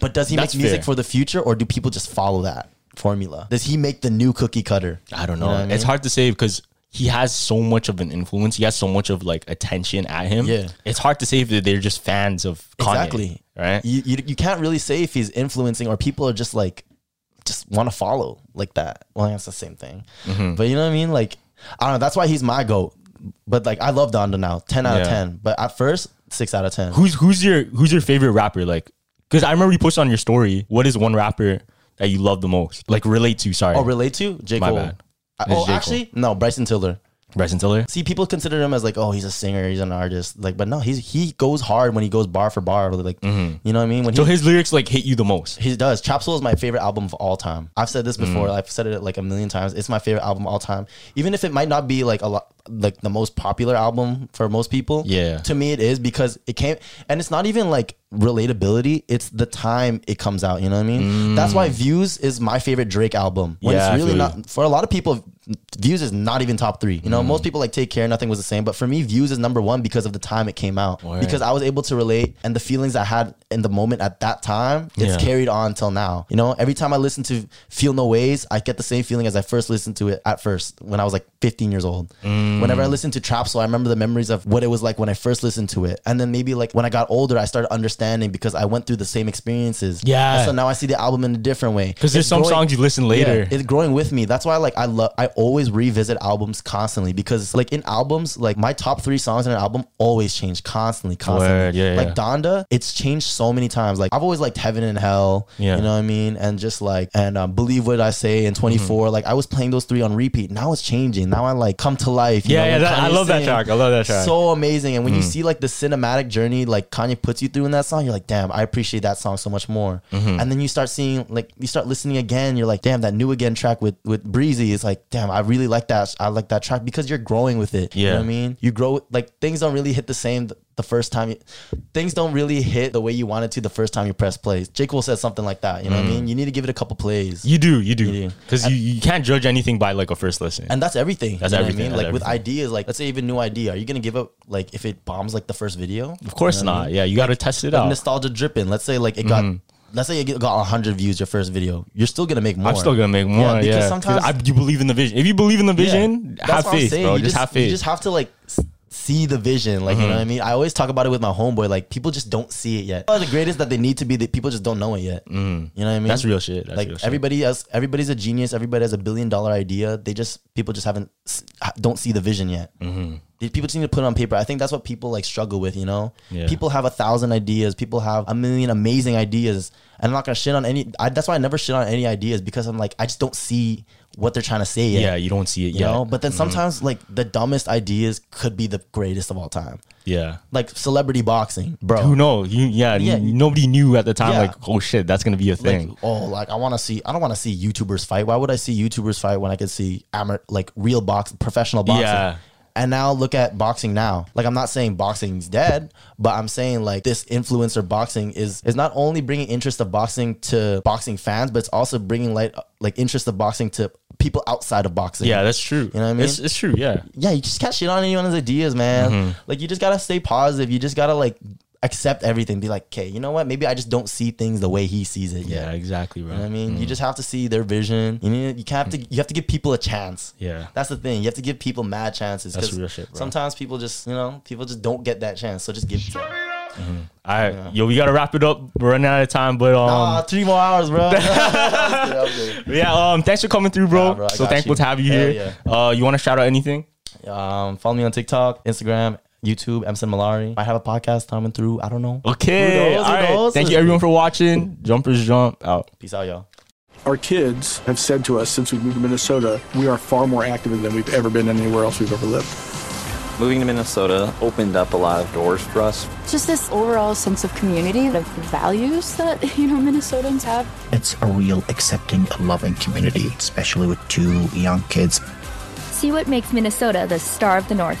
S2: But does he
S1: That's
S2: make music
S1: fair.
S2: for the future, or do people just follow that formula? Does he make the new cookie cutter?
S1: I don't know.
S2: You what
S1: It's hard to say because he has so much of an influence. He has so much of like attention at him.
S2: Yeah.
S1: It's hard to say if they're just fans of Kanye.
S2: Exactly.
S1: Right.
S2: You, you you can't really say if he's influencing or people are just like just want to follow like that. Well, that's the same thing.
S1: Mhm.
S2: But you know what I mean? Like I don't know. That's why he's my goat. But like I love Donda now, ten out of
S1: Yeah.
S2: ten. But at first, six out of ten.
S1: Who's who's your who's your favorite rapper? Like, because I remember you posted on your story. What is one rapper that you love the most? Like relate to? Sorry.
S2: Oh, relate to J
S1: My
S2: Cole.
S1: bad.
S2: I-
S1: It's
S2: oh,
S1: J. Cole.
S2: actually, no, Bryson Tiller.
S1: Bryson Tiller.
S2: See, people consider him as like, oh, he's a singer, he's an artist. Like, but no, he's he goes hard when he goes bar for bar. Like,
S1: Mm-hmm.
S2: you know what I mean? When
S1: So
S2: he,
S1: his lyrics like hit you the most.
S2: He does. Chop Soul is my favorite album of all time. I've said this before.
S1: Mm.
S2: I've said it like a million times. It's my favorite album of all time. Even if it might not be like a lot, like the most popular album for most people.
S1: Yeah.
S2: To me, it is because it came, and it's not even like relatability. It's the time it comes out. You know what I mean? That's why Views is my favorite Drake album. When
S1: Mm. Yeah, I
S2: it's really
S1: feel
S2: not
S1: you.
S2: for a lot of people. Views is not even top three. You know,
S1: Mm.
S2: most people like Take Care, Nothing Was the Same, but for me, Views is number one because of the time it came out. Because I was able to relate, and the feelings I had in the moment at that time, it's
S1: Yeah.
S2: carried on till now. You know, every time I listen to Feel No Ways, I get the same feeling as I first listened to it at first when I was like 15 years old.
S1: Mm.
S2: Whenever I listen to Trap Soul, I remember the memories of what it was like when I first listened to it. And then maybe like when I got older, I started understanding because I went through the same experiences.
S1: Yeah.
S2: And so now I see the album in a different way.
S1: 'Cause there's
S2: It's
S1: some songs you listen later.
S2: it's growing with me. That's why like I love I always revisit albums constantly because like in albums, like my top three songs in an album always change constantly, constantly.
S1: Word, yeah,
S2: like
S1: yeah.
S2: Donda, it's changed so many times. Like I've always liked Heaven and Hell.
S1: Yeah.
S2: You know what I mean? And just like and um, Believe What I Say and
S1: Mm-hmm.
S2: 24. Like I was playing those three on repeat. Now it's changing. Now I like come to life.
S1: Yeah,
S2: know,
S1: yeah,
S2: when
S1: that- I
S2: Kanye's
S1: love that
S2: singing.
S1: track. I love that track.
S2: So amazing. And when you
S1: Mm.
S2: see like the cinematic journey like Kanye puts you through in that song, you're like, damn, I appreciate that song so much more.
S1: Mhm.
S2: And then you start seeing like you start listening again, you're like, damn, that new again track with with Breezy is like, damn, I really like that. I like that track because you're growing with it. You know
S1: Yeah.
S2: what I mean? You grow like things don't really hit the same th- the first time you, things don't really hit the way you wanted to the first time you press plays. J. Cole said something like that. You know what I
S1: Mm.
S2: mean? You need to give it a couple plays.
S1: You do, you do, because you, you can't judge anything by like a first listen.
S2: And that's everything.
S1: That's
S2: you know what
S1: everything,
S2: I mean?
S1: that's
S2: Like with
S1: everything.
S2: ideas, like let's say even new idea. Are you gonna give up like if it bombs like the first video?
S1: Of course not. Yeah, you got to test it
S2: Like
S1: out.
S2: nostalgia dripping. Let's say like it got.
S1: Mhm.
S2: Let's say it got 100 views your first video. You're still gonna make more.
S1: I'm still gonna make more. Yeah,
S2: because
S1: because
S2: sometimes
S1: I, you believe in the vision. If you believe in the vision,
S2: Yeah, that's
S1: have
S2: what I'm
S1: faith,
S2: saying.
S1: bro.
S2: You
S1: Just, have faith.
S2: You just have to like s- see the vision. Like you know
S1: Mhm.
S2: what I mean. I always talk about it with my homeboy. Like people just don't see it yet. Well, the greatest that they need to be that people just don't know it yet.
S1: Mm.
S2: You know what I mean?
S1: That's real shit. That's
S2: like
S1: real shit.
S2: everybody has, everybody's a genius. Everybody has a billion dollar idea. They just people just haven't s- ha- don't see the vision yet.
S1: Mhm.
S2: These People just need to put it on paper. I think that's what people like struggle with. You know,
S1: Yeah.
S2: people have a thousand ideas. People have a million amazing ideas. And I'm not gonna shit on any. I, that's why I never shit on any ideas because I'm like I just don't see what they're trying to say yet.
S1: yeah, you don't see it
S2: You
S1: yet.
S2: know, but then
S1: Mhm.
S2: sometimes like the dumbest ideas could be the greatest of all time.
S1: yeah.
S2: Like celebrity boxing, bro.
S1: Who knows? You, yeah,
S2: Yeah.
S1: n- nobody knew at the time.
S2: Yeah.
S1: Like, oh shit, that's gonna be a
S2: Like,
S1: thing.
S2: oh, like I want to see. I don't want to see YouTubers fight. Why would I see YouTubers fight when I could see amateur, like real box, professional boxing?
S1: Yeah.
S2: And now look at boxing now. Like I'm not saying boxing's dead, but I'm saying like this influencer boxing is is not only bringing interest of boxing to boxing fans, but it's also bringing light uh, like interest of boxing to people outside of boxing.
S1: yeah, that's true. You
S2: know what I mean?
S1: It's, it's true. Yeah.
S2: yeah, you just can't shit on anyone's ideas, man.
S1: Mhm.
S2: Like you just gotta stay positive. You just gotta like accept everything. Be like, okay, you know what? Maybe I just don't see things the way he sees it. Yet.
S1: Yeah, exactly, bro.
S2: You know what I mean, you
S1: Mhm.
S2: just have to see their vision. You need, you can't have to. You have to give people a chance.
S1: Mm. Yeah.
S2: that's the thing. You have to give people mad chances.
S1: That's
S2: 'cause
S1: real shit, bro.
S2: Sometimes people just, you know, people just don't get that chance. So just give. it to 'em.
S1: All right, yo, we gotta wrap it up. We're running out of time, but um,
S2: Ah, three more
S1: [laughs]
S2: hours, bro. [laughs] That was good, that was good.
S1: yeah, um, thanks for coming through, bro.
S2: Nah, bro, I
S1: so
S2: got
S1: thankful
S2: you.
S1: to have you
S2: Hell
S1: here. Uh, you want to shout out anything?
S2: Um, follow me on TikTok, Instagram, YouTube, Emson Malari. I have a podcast coming through. I don't know.
S1: Okay,
S2: Who knows? Who
S1: all right.
S2: knows?
S1: Thank you everyone for watching. Jumpers jump out.
S2: Peace out, y'all.
S4: Our kids have said to us since we moved to Minnesota, we are far more active than we've ever been anywhere else we've ever lived.
S5: Moving to Minnesota opened up a lot of doors for us.
S6: Just this overall sense of community, of values that, [laughs] you know, Minnesotans have.
S7: It's a real accepting, loving community, especially with two young kids.
S8: See what makes Minnesota the star of the North.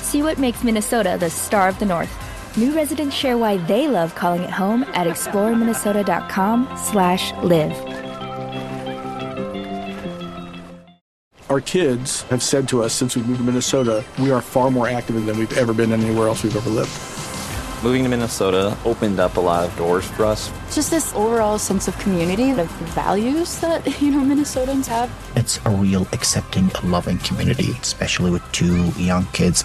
S8: See what makes Minnesota the star of the North. New residents share why they love calling it home at exploreminnesota.com slash live.
S4: Our kids have said to us since we moved to Minnesota, we are far more active than we've ever been anywhere else we've ever lived.
S5: Moving to Minnesota opened up a lot of doors for us.
S6: Just this overall sense of community, of values that, [laughs] you know, Minnesotans have.
S7: It's a real accepting, loving community, especially with two young kids.